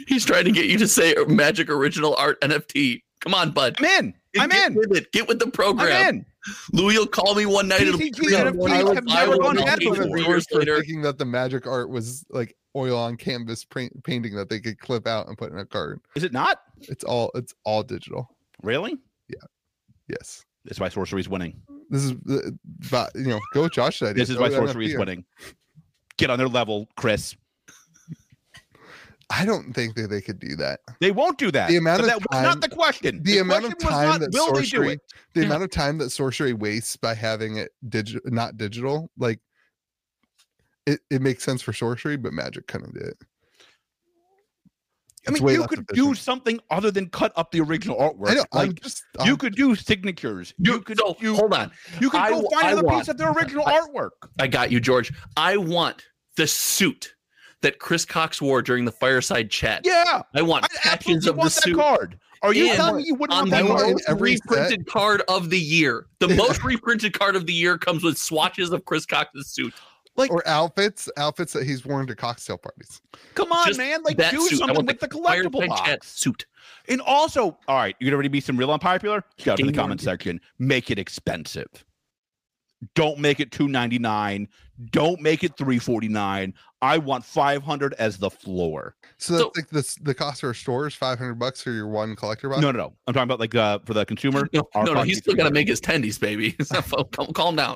He's trying to get you to say Magic Original Art NFT. Come on, bud.
I'm in. I'm
get
in.
With it. Get with the program.
I'm in.
Louis will call me one night.
TCG
be like,
NFTs
"Well, I
have
will- I
never
will
gone
not
bad
be
for
here."
them.
Reviewers
Years
were
later,
thinking that the magic art was like oil on canvas paint, painting that they could clip out and put in a card.
Is it not?
It's all it's all digital.
Really?
Yes.
This is why sorcery's winning.
This is the- but you know, go Josh idea.
This is why
Go
sorcery is
NFT.
winning. Get on their level, Chris.
I don't think that they could do that.
They won't do that.
The amount
but
of
that was
time-
not the question.
The, amount of
question was
time
not,
that
will they do
sorcery
it?
the
Yeah.
amount of time that sorcery wastes by having it digital not digital, like it, it makes sense for sorcery, but magic couldn't do it. It's
I mean,
way
you
less
could do
efficient.
something other than cut up the original artwork.
I know. I'm
like
just um,
you
I'm-
could do signatures. You,
You,
could
so,
you,
hold on.
you could
I
go
w-
find
I
another
want-
piece of their original
I-
artwork.
I got you, George. I want the suit that Chris Cox wore during the fireside chat.
Yeah.
I
I
want patches
absolutely
of the
want that
suit.
card. Are you
And
telling me you wouldn't
On
want
the
that
I want
card?
in
most
every set.
reprinted card of the year, the most reprinted card of the year comes with swatches of Chris Cox's suit.
Like,
or outfits, outfits that he's worn to cocktail parties.
come on,
Just
man. Like,
that
do
suit. I
something
want
with the collectible
Fireside
box.
chat suit.
And also, all right, you're gonna be some real unpopular. Shout out in the
Ding
comment
dong.
section. Make it expensive. Don't make it 299. Don't make it 349. I want 500 as the floor.
So that's
So-
like this the cost for a store is five hundred bucks for your one collector box.
No, no, no. I'm talking about like uh, for the consumer.
No,
our
no, no,
pocket
he's still got to
consumer.
make his tendies, baby. It's not- calm, calm down.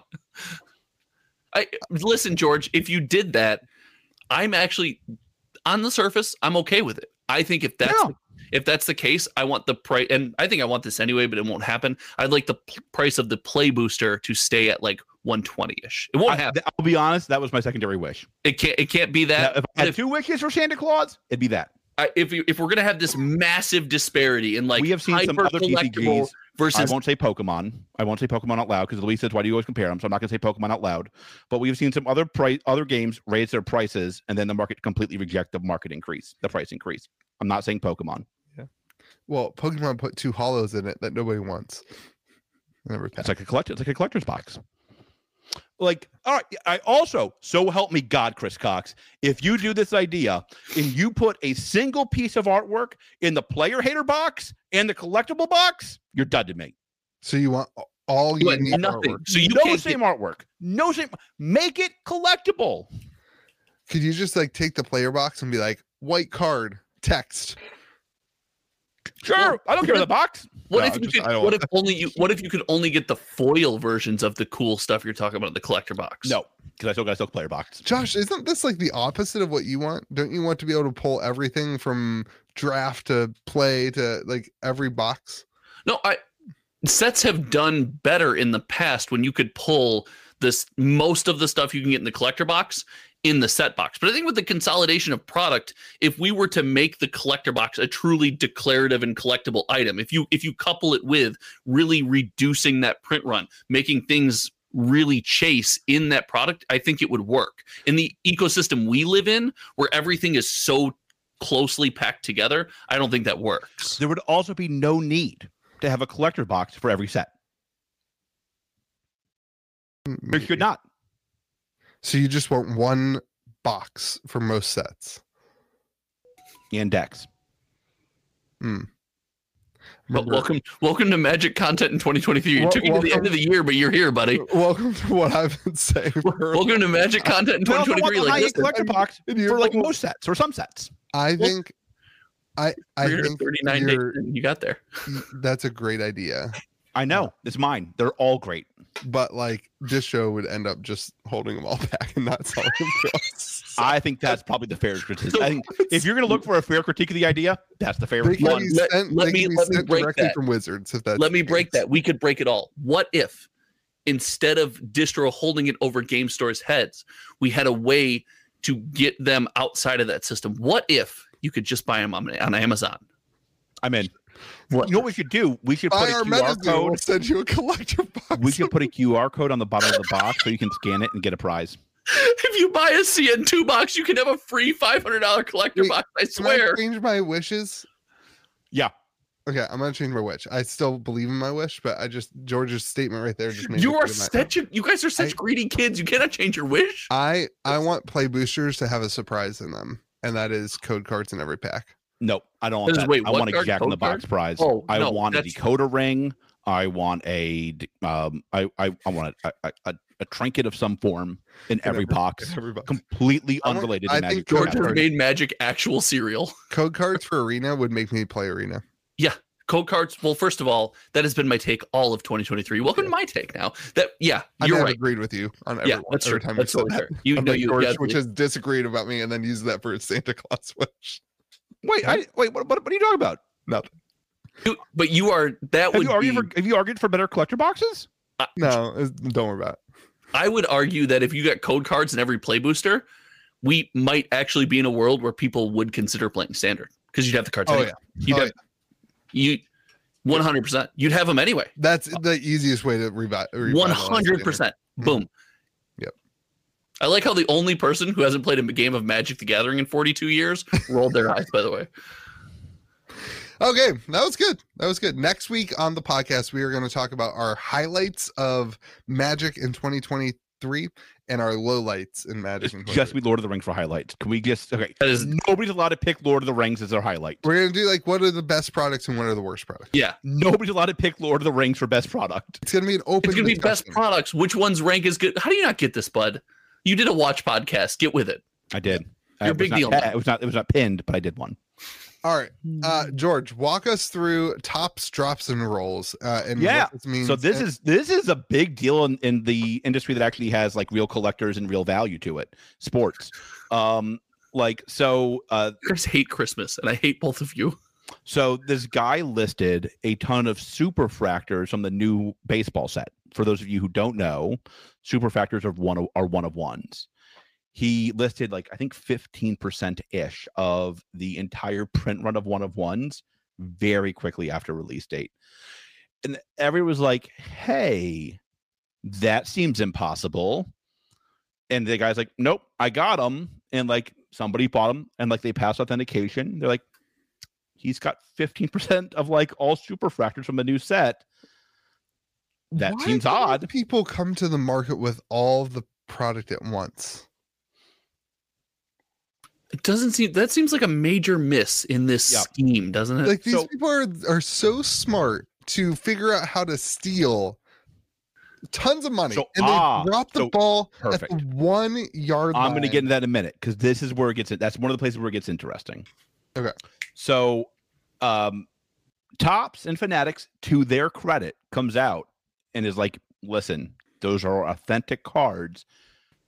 I listen, George. If you did that, I'm actually on the surface. I'm okay with it. I think if that's
Yeah.
the- if that's the case, I want the price, and I think I want this anyway, but it won't happen. I'd like the p- price of the play booster to stay at like 120 ish. It won't
I,
happen.
will be honest. That was my secondary wish.
It can't. It can't be that.
Now, if I
but
had
if,
two wishes for Santa Claus, it'd be that.
I, if, you, if we're gonna have this massive disparity in like
we have seen some other
hyper-collectible
TCGs. I
versus
won't say Pokemon. I won't say Pokemon out loud because Louise says, "Why do you always compare them?" So I'm not going to say Pokemon out loud. But we've seen some other price, other games raise their prices, and then the market completely reject the market increase, the price increase. I'm not saying Pokemon.
Well, Pokemon put two hollows in it that nobody wants. Never
It's like a collector. It's like a collector's box. Like, all right. I also, so help me God, Chris Cox, if you do this idea and you put a single piece of artwork in the player hater box and the collectible box, you're done to me.
So you want all
you
you
had
need
nothing.
artwork.
So you
no
can't
same
get-
artwork. No same. Make it collectible.
Could you just like take the player box and be like white card text?
Sure,
Well,
I don't care the box.
What
No,
if
I'm
you
just- I
could,
don't
what
want
if only you what if you could only get the foil versions of the cool stuff you're talking about in the collector box?
No, because I still got a silk player box.
Josh, isn't this like the opposite of what you want? Don't you want to be able to pull everything from draft to play to like every box?
No, I sets have done better in the past when you could pull this most of the stuff you can get in the collector box in the set box. But I think with the consolidation of product, if we were to make the collector box a truly declarative and collectible item, if you if you couple it with really reducing that print run, making things really chase in that product, I think it would work. In the ecosystem we live in, where everything is so closely packed together, I don't think that works.
There would also be no need to have a collector box for every set. There should not.
So you just want one box for most sets.
And decks.
Mm. Mm-hmm.
But welcome, welcome to Magic Content in 2023. You
Wel-
took it to the end of the year, but you're here, buddy.
Welcome to what I've been saying. for-
Welcome to Magic Content in
We also want
2023.
the
Like,
high-end
listen,
collector box
And you-
for like most sets or some sets.
I think, I I think
339 days
you're-
in, you got there.
that's a great idea.
I know it's mine. They're all great.
but like this show would end up just holding them all back and not selling them to us.
I think that's probably the fairest critique. I think if you're going to look for a fair critique of the idea, that's the fair
They can
one.
be
let-
sent,
let
they
me-
can be
let me
sent
break
directly
that.
from wizards. If that's
Let
the
me break
case.
that. We could break it all. What if instead of distro holding it over game stores' heads, we had a way to get them outside of that system? What if you could just buy them on, on Amazon?
I'm in.
What?
You know what we should do? We should put
Buy
a
our
QR
medicine. We'll
code.
send you a collector box.
We should put a QR code on the bottom of the box so you can scan it and get a prize.
If you buy a CN2 box, you can have a free $500 collector
Wait,
box. I
Can I
swear.
change my wishes?
Yeah.
Okay, I'm gonna change my wish. I still believe in my wish, but I just George's statement right there just made
You
me
are
think of my-
such a, you guys are such
I-
greedy kids. You cannot change your wish.
I I want play boosters to have a surprise in them, and that is code cards in every pack.
No, I don't want
Just
that.
wait,
I
what
want a
card?
Jack in the
Code
Box
card?
prize.
Oh,
I
no,
want a
that's-
decoder ring. I want a d- um. I I, I want a, a, a a trinket of some form in every box,
Everybody.
completely
I want-
unrelated
I
to
think
Magic. the
George
Georgia
Gathering.
Sorry.
made magic actual cereal.
Code cards for arena would make me play arena.
Code cards. Well, first of all, that has been my take all of 2023. Welcome to my take now. That yeah,
I
you're
mean, I've
right.
agreed with you on every,
yeah, that's true.
every time
that's
you said
totally
that.
fair. You
of
know,
like
you
George,
yeah,
which has disagreed about me and then used that for a Santa Claus wish.
Wait, I, wait. What, what, what are you talking about?
you- but you are that
Have
would
you argued
be,
for have you argued for better collector boxes?
No, it's- don't worry about it.
I would argue that if you got code cards in every play booster, we might actually be in a world where people would consider playing standard because you'd have the cards.
Oh,
anyway. You'd
Oh,
have, you 100. percent You'd have them anyway.
That's the easiest way to revive.
One hundred percent.
Mhm.
Boom.
Yep.
I like how the only person who hasn't played a game of Magic the Gathering in 42 years rolled their eyes, by the way.
Okay, that was good. That was good. Next week on the podcast, we are going to talk about our highlights of Magic in 2023 and our lowlights in Magic.
It's
In
just
2023.
be Lord of the Rings for highlights. Can we just okay?
That is,
Nobody's allowed to pick Lord of the Rings as their highlight.
We're going to do like what are the best products and what are the worst products.
yeah.
Nobody's allowed to pick Lord of the Rings for best product.
It's going to be an open.
It's going to be best
discussion.
products. Which one's rank is good? How do you not get this, bud? You did a watch podcast. Get with it.
I did.
You're
Uh,
a big
it was
deal,
Not,
man.
it was not. It was not pinned, but I did one.
All right, uh, George, walk us through tops, drops, and rolls. Uh, and
Yeah,
what this means
So this
and-
is this is a big deal in, in the industry that actually has like real collectors and real value to it. Sports, um, like so. Uh,
You guys hate Christmas, and I hate both of you.
so this guy listed a ton of super fractors from the new baseball set. For those of you who don't know, super fractors are one of, are one of ones. He listed like I think fifteen percent ish of the entire print run of one of ones very quickly after release date. And everyone was like, hey, that seems impossible. And the guy's like, nope, I got him. And like somebody bought him and like they passed authentication. They're like, he's got 15% of like all super fractors from the new set. That
Why
seems
don't
odd.
People come to the market with all the product at once.
It doesn't seem that seems like a major miss in this
Yeah.
scheme, doesn't it?
Like these
so-
people are are so smart to figure out how to steal tons of money
So,
and they
ah,
drop the
so-
ball at
perfect.
the one yard line.
I'm going to get into that in a minute because this is where it gets. That's one of the places where it gets interesting.
Okay.
So, um, Tops and Fanatics, to their credit, comes out and is like, "Listen, those are authentic cards.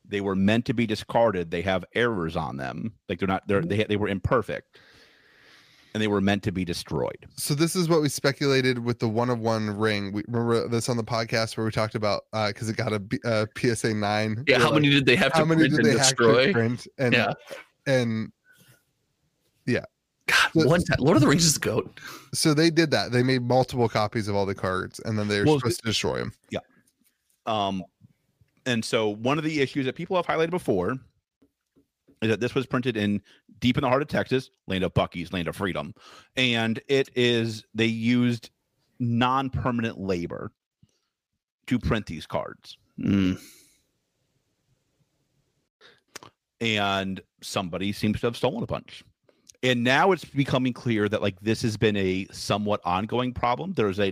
They were meant to be discarded. They have errors on them. Like they're not. They're, they they were imperfect." and they were meant to be destroyed.
so this is what we speculated with the one of one ring. We remember this on the podcast where we talked about because it got a, B- a PSA nine.
Yeah,
We're
how
like,
many did they have to
how many
print
did
and
they
destroy?
have to print? And
Yeah.
and
God,
So-
Ah, one time, Lord of the Rings is the goat.
so they did that. They made multiple copies of all the cards, and then they were
Well,
supposed to destroy them.
Um, and so one of the issues that people have highlighted before is that this was printed in deep in the heart of Texas, land of Bucky's, land of freedom, and it is they used non-permanent labor to print these cards,
Mm.
and somebody seems to have stolen a bunch. And now it's becoming clear that like this has been a somewhat ongoing problem. There's a,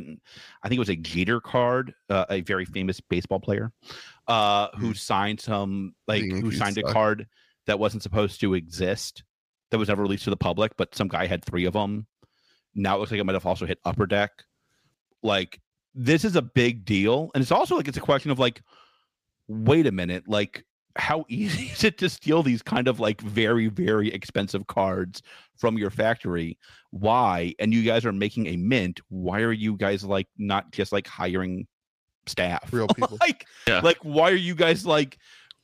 I think it was a Jeter card, uh, a very famous baseball player, uh, who signed some like who
Yankees
signed a
suck.
card that wasn't supposed to exist, that was never released to the public. But some guy had three of them. Now it looks like it might have also hit Upper Deck. Like this is a big deal, and it's also like it's a question of like, wait a minute, like how easy is it to steal these kind of like very very expensive cards from your factory why and you guys are making a mint why are you guys like not just like hiring staff
Real people.
like
Yeah.
like why are you guys like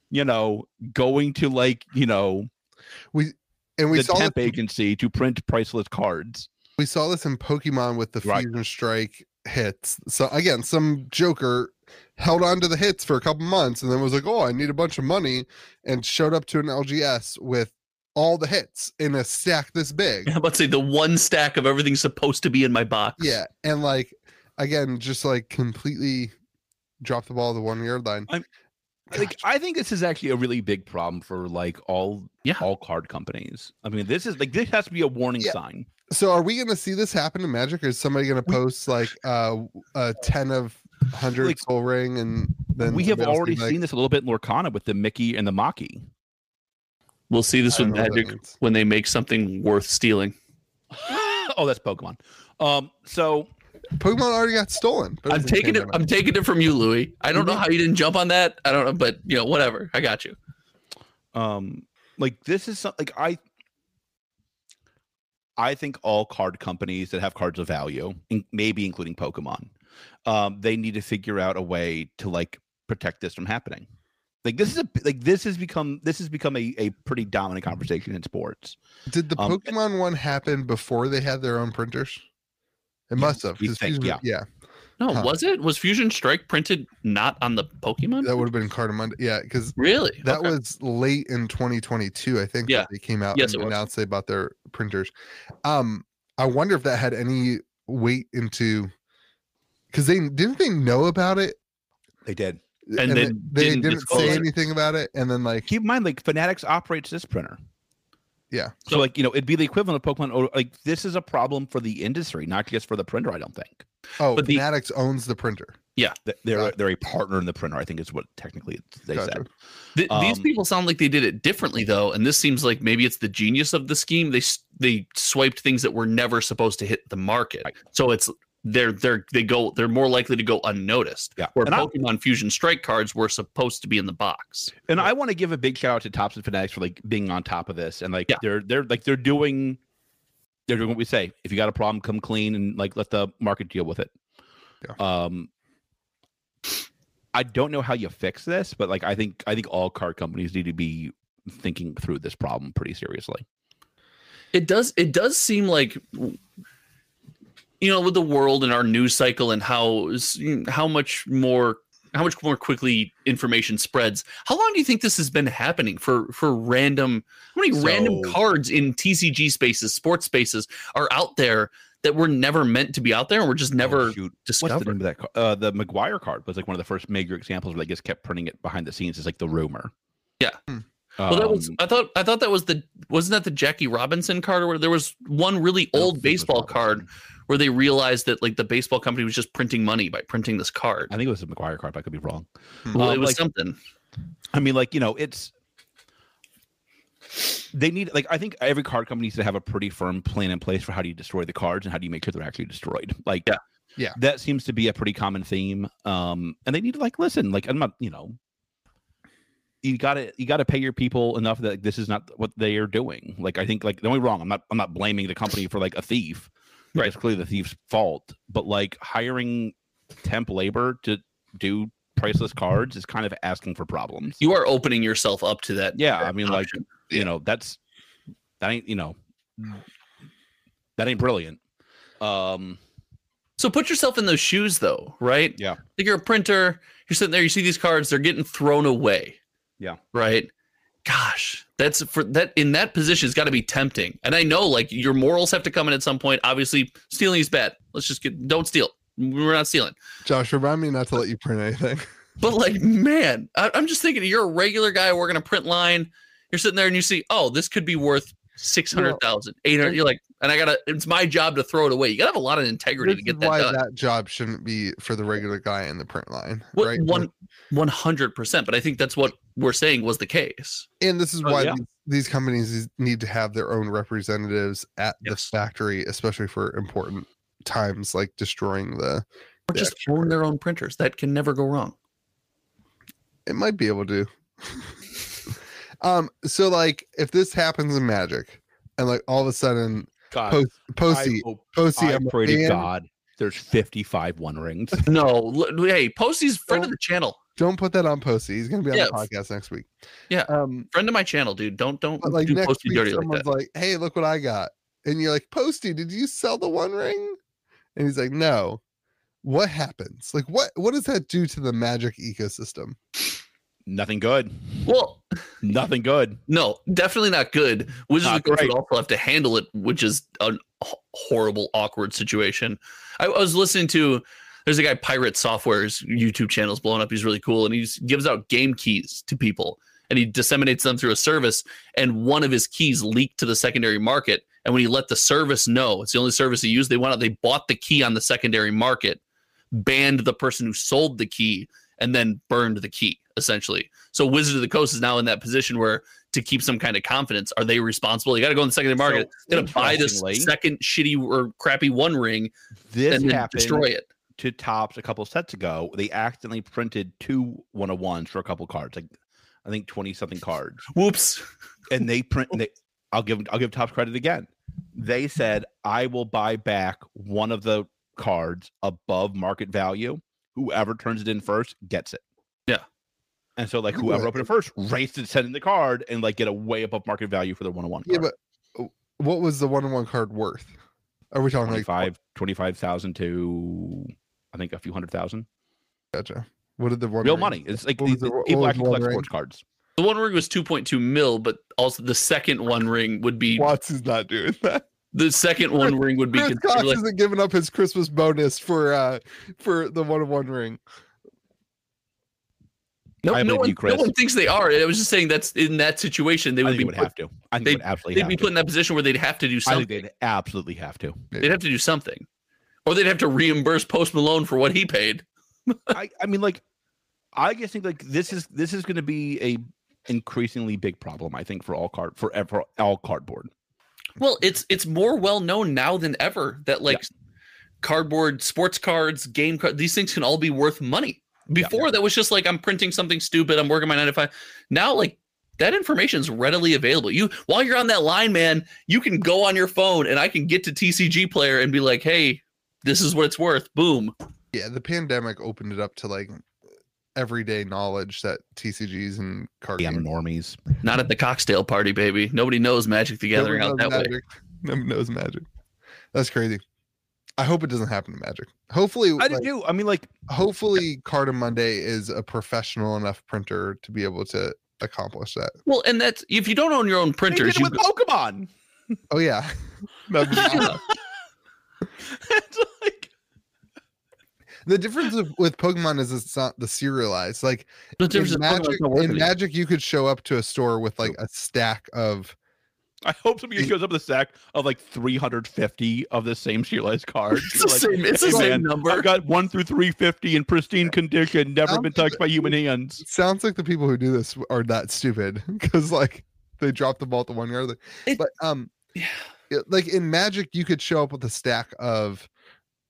you know going to like you know
And we
the
saw
temp
this,
agency to print priceless cards
we saw this in Pokemon with the
Right.
Fusion Strike hits. So again, some Joker held on to the hits for a couple months, and then was like, "Oh, I need a bunch of money," and showed up to an LGS with all the hits in a stack this big.
I'm about to say the one stack of everything supposed to be in my box.
Yeah, and like again, just like completely drop the ball to the one yard line.
like i think this is actually a really big problem for like all
Yeah.
all card companies i mean this is like this has to be a warning
Yeah.
sign
So, are we going to see this happen in Magic? Or is somebody going to post like uh, a ten of hundred
Like,
soul ring, and then
we have
somebody else
already
be like,
seen this a little bit in lorcana with the mickey and the maki
We'll see this
I
with
don't know what that
Magic
means.
when they make something worth stealing.
oh, that's Pokemon. Um, so
Pokemon already got stolen? But
I'm
doesn't
taking
care
it.
about
I'm taking it from you, Louis. I don't know
Mhm.
how you didn't jump on that. I don't know, but you know, whatever. I got you.
um like this is some, like I I think all card companies that have cards of value, in, maybe including Pokemon, um, they need to figure out a way to like protect this from happening. Like this is a like this has become this has become a, a pretty dominant conversation in sports.
Did the
um,
Pokemon one happen before they had their own printers? It must have.
we
'cause
think,
Fusion-
yeah.
yeah,
No,
Huh.
was it? Was Fusion Strike printed not on the Pokemon?
that would have been Card of Monday. Yeah, because
really?
that
Okay.
was late in 2022 i think that
Yeah.
they came out
Yes,
and
it was.
announced they bought their printers um i wonder if that had any weight into because they didn't they know about it
They did.
And they
they
didn't
didn't,
disclose
say
it.
anything about it and then like
Keep in mind, like Fanatics operates this printer.
Yeah.
So, like you know, it'd be the equivalent of Pokemon. Or, like this is a problem for the industry, not just for the printer. I don't think.
oh
but the-
fanatics owns the printer
Th- They're
Gotcha.
they're a partner in the printer. I think is what technically it's- they
Gotcha.
said.
Th- these
Um,
people sound like they did it differently though, and this seems like maybe it's the genius of the scheme. They s- they swiped things that were never supposed to hit the market,
Right.
so it's they're they're they go they're more likely to go unnoticed.
Yeah.
Where
And I-
Pokemon Fusion Strike cards were supposed to be in the box.
And I want to give a big shout out to Tops and Fanatics for like being on top of this and like
Yeah.
they're they're like they're doing they're doing what we say. If you got a problem, come clean and like let the market deal with it.
Yeah.
Um I don't know how you fix this, but like I think I think all car companies need to be thinking through this problem pretty seriously.
It does it does seem like you know with the world and our news cycle and how s- how much more how much more quickly information spreads. How long do you think this has been happening for for random how many random
So-
cards in TCG spaces, sports spaces are out there that were never meant to be out there and were just never
Oh, shoot. What's the
discovered?
name of that card? Uh, the McGuire card was like one of the first major examples where they just kept printing it behind the scenes. It's like the rumor.
Yeah.
Hmm.
Well, that was
Um,
I thought I thought that was the wasn't that the Jackie Robinson card or where there was one really
I don't
old
think it was
baseball card
Robinson.
where they realized that like the baseball company was just printing money by printing this card.
I think it was a McGuire card, but I could be wrong.
Well,
Um,
it was
like-
something.
I mean, like, you know, it's they need like I think every card company needs to have a pretty firm plan in place for how do you destroy the cards and how do you make sure they're actually destroyed. Like
Yeah.
Yeah.
That seems to be a pretty common theme. Um and they need to like listen, like I'm not, you know, you gotta you gotta pay your people enough that this is not what they are doing. Like I think like don't get me wrong, I'm not I'm not blaming the company for like a thief. Right. It's clearly the thief's fault. But like hiring temp labor to do priceless cards is kind of asking for problems.
You are opening yourself up to that.
Yeah, I mean, like,
option.
you know that's that ain't you know
Mm.
that ain't brilliant um
So put yourself in those shoes, though, right?
Yeah.
Like you're a printer, you're sitting there, you see these cards, they're getting thrown away.
Yeah.
Right. Gosh, that's for that in that position has got to be tempting. And I know like your morals have to come in at some point. Obviously, stealing is bad. Let's just get don't steal. We're not stealing.
Josh, remind me not to let you print anything.
But like, man, I, I'm just thinking you're a regular guy working a print line. You're sitting there and you see, oh, this could be worth 600,000, 800. You're like, and I gotta, it's my job to throw it away. You gotta have a lot of integrity
This
to
is
get that
why
done.
that job shouldn't be for the regular guy in the print line,
What,
right?
One, one hundred percent. But I think that's what we're saying was the case.
and this is
Oh,
why
yeah.
these, these companies is- need to have their own representatives at the
Yes.
factory, especially for important times like destroying the.
Or
Yeah,
just own their own printers. That can never go wrong.
It might be able to. um. So like, if this happens in Magic, and like all of a sudden,
god
Post, Posey,
I, hope-
Posey,
I
I'm a
pray to
fan.
god there's 55 one rings
No, l- hey, Posty's friend of the channel,
Don't put that on Posey. He's gonna be on
Yeah.
the podcast next week.
Yeah.
Um.
friend of my channel, dude. Don't don't
But like
do
next
Posty
week,
dirty like
someone's
that.
like, "Hey, look what I got," and you're like, "Posty, did you sell the One Ring?" And he's like, "No." What happens? Like, what what does that do to the Magic ecosystem?
nothing good
well,
nothing good
no, definitely not good. Wizards
Not
of the Coast
great.
would also have to handle it, which is a h- horrible, awkward situation. I, I was listening to. There's a guy, Pirate Software's YouTube channel's blowing up. He's really cool, and he s- gives out game keys to people, and he disseminates them through a service. And one of his keys leaked to the secondary market. And when he let the service know, it's the only service he used. They went out, they bought the key on the secondary market, banned the person who sold the key, and then burned the key essentially. So Wizard of the Coast is now in that position where to keep some kind of confidence, are they responsible? You got to go in the secondary market,
So,
gonna buy this
interestingly-
second shitty or crappy one ring,
this
and then
happened
destroy it.
to tops a couple sets ago they accidentally printed two 101s for a couple cards like i think 20 something cards
Whoops.
and they print and they I'll give I'll give Topps credit again. They said I will buy back one of the cards above market value. Whoever turns it in first gets it.
Yeah.
And so like
Yeah,
whoever
but-
opened it first raced to send in the card and like get a way above market value for their one on one.
Yeah, but w- what was the one on one card worth? Are we talking like
25 25,000 to I think a few hundred thousand.
Gotcha. What did the one
Real
ring-
money. It's like
What
the,
was the-
the
what
people
was
actually
one
collect
ring?
sports cards.
The one ring was 2.2 mil, but also the second one ring would be
Watts is not doing that.
the second one ring would be
Chris Cox
considered like,
isn't giving up his Christmas bonus for uh for the one on one ring.
no,
I
no,
believe
one,
you, Chris.
no one thinks they are. I was just saying that's in that situation they
I think
would be
they would
put-
have to. I think
they'd-
they would absolutely
they'd
have
be
to.
put in that position where they'd have to do
I think
something.
they'd absolutely have to.
They'd have to do something, or they'd have to reimburse Post Malone for what he paid.
I, I mean, like, I just think like this is this is going to be a increasingly big problem. I think for all card for ev- for all cardboard.
Well, it's it's more well known now than ever that like cardboard, sports cards, game cards, these things can all be worth money. Before that was just like I'm printing something stupid, I'm working my nine to five. Now like that information is readily available. You while you're on that line, man, you can go on your phone and I can get to TCG player and be like, hey, this is what it's worth. Boom.
Yeah, the pandemic opened it up to like everyday knowledge that TCGs and card
Damn
games.
normies.
Not at the cocktail party, baby. Nobody knows Magic the Gathering out
Nobody
that
knows
way.
magic. Nobody knows magic. That's crazy. I hope it doesn't happen to magic. Hopefully,
I
like,
do. I mean, like,
hopefully, Carter Monday is a professional enough printer to be able to accomplish that.
Well, and that's if you don't own your own
they did
printers,
it
you
with Pokemon.
Oh yeah, That's-
Yeah.
it's like
the difference of, with Pokemon is it's not the serialized. Like
the
in
difference is Pokemon's
magic,
not worth
in
anything.
magic, you could show up to a store with like a stack of
I hope somebody shows up with a stack of like 350 of the same serialized cards.
It's the
Like,
same. It's the
"Hey,
same
man,
number.
I've got one through 350 in pristine condition, never been touched by human hands.
sounds like the people who do this are that stupid because like they drop the ball at the one yard. line.
It-
but um,
Yeah.
it- like in Magic, you could show up with a stack of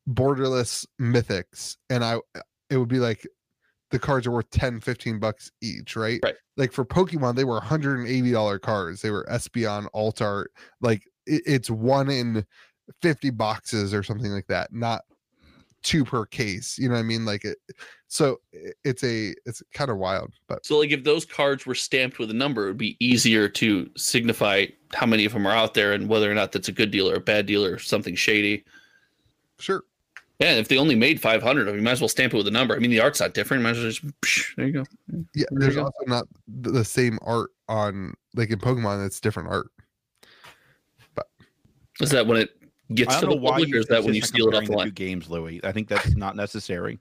borderless mythics, and I it would be like the cards are worth 10 15 bucks each right
Right.
like for pokemon they were 180 dollar cards they were espeon alt art like it, it's one in 50 boxes or something like that not two per case you know what i mean like it so i- it's a it's kind of wild but
So, like, if those cards were stamped with a number, it would be easier to signify how many of them are out there and whether or not that's a good deal or a bad deal or something shady.
sure
Yeah, if they only made 500 of them, you might as well stamp it with a number. I mean, the art's not different. Might as well just, psh, there you go.
yeah
There you
there's
go.
also not th- the same art on like in pokemon it's different art
Is that when it gets
I
to
don't know
the
why
public,
you
or is that when you
insist on
steal it off
comparing
the
the
line?
two games, Louis. I think that's not necessary.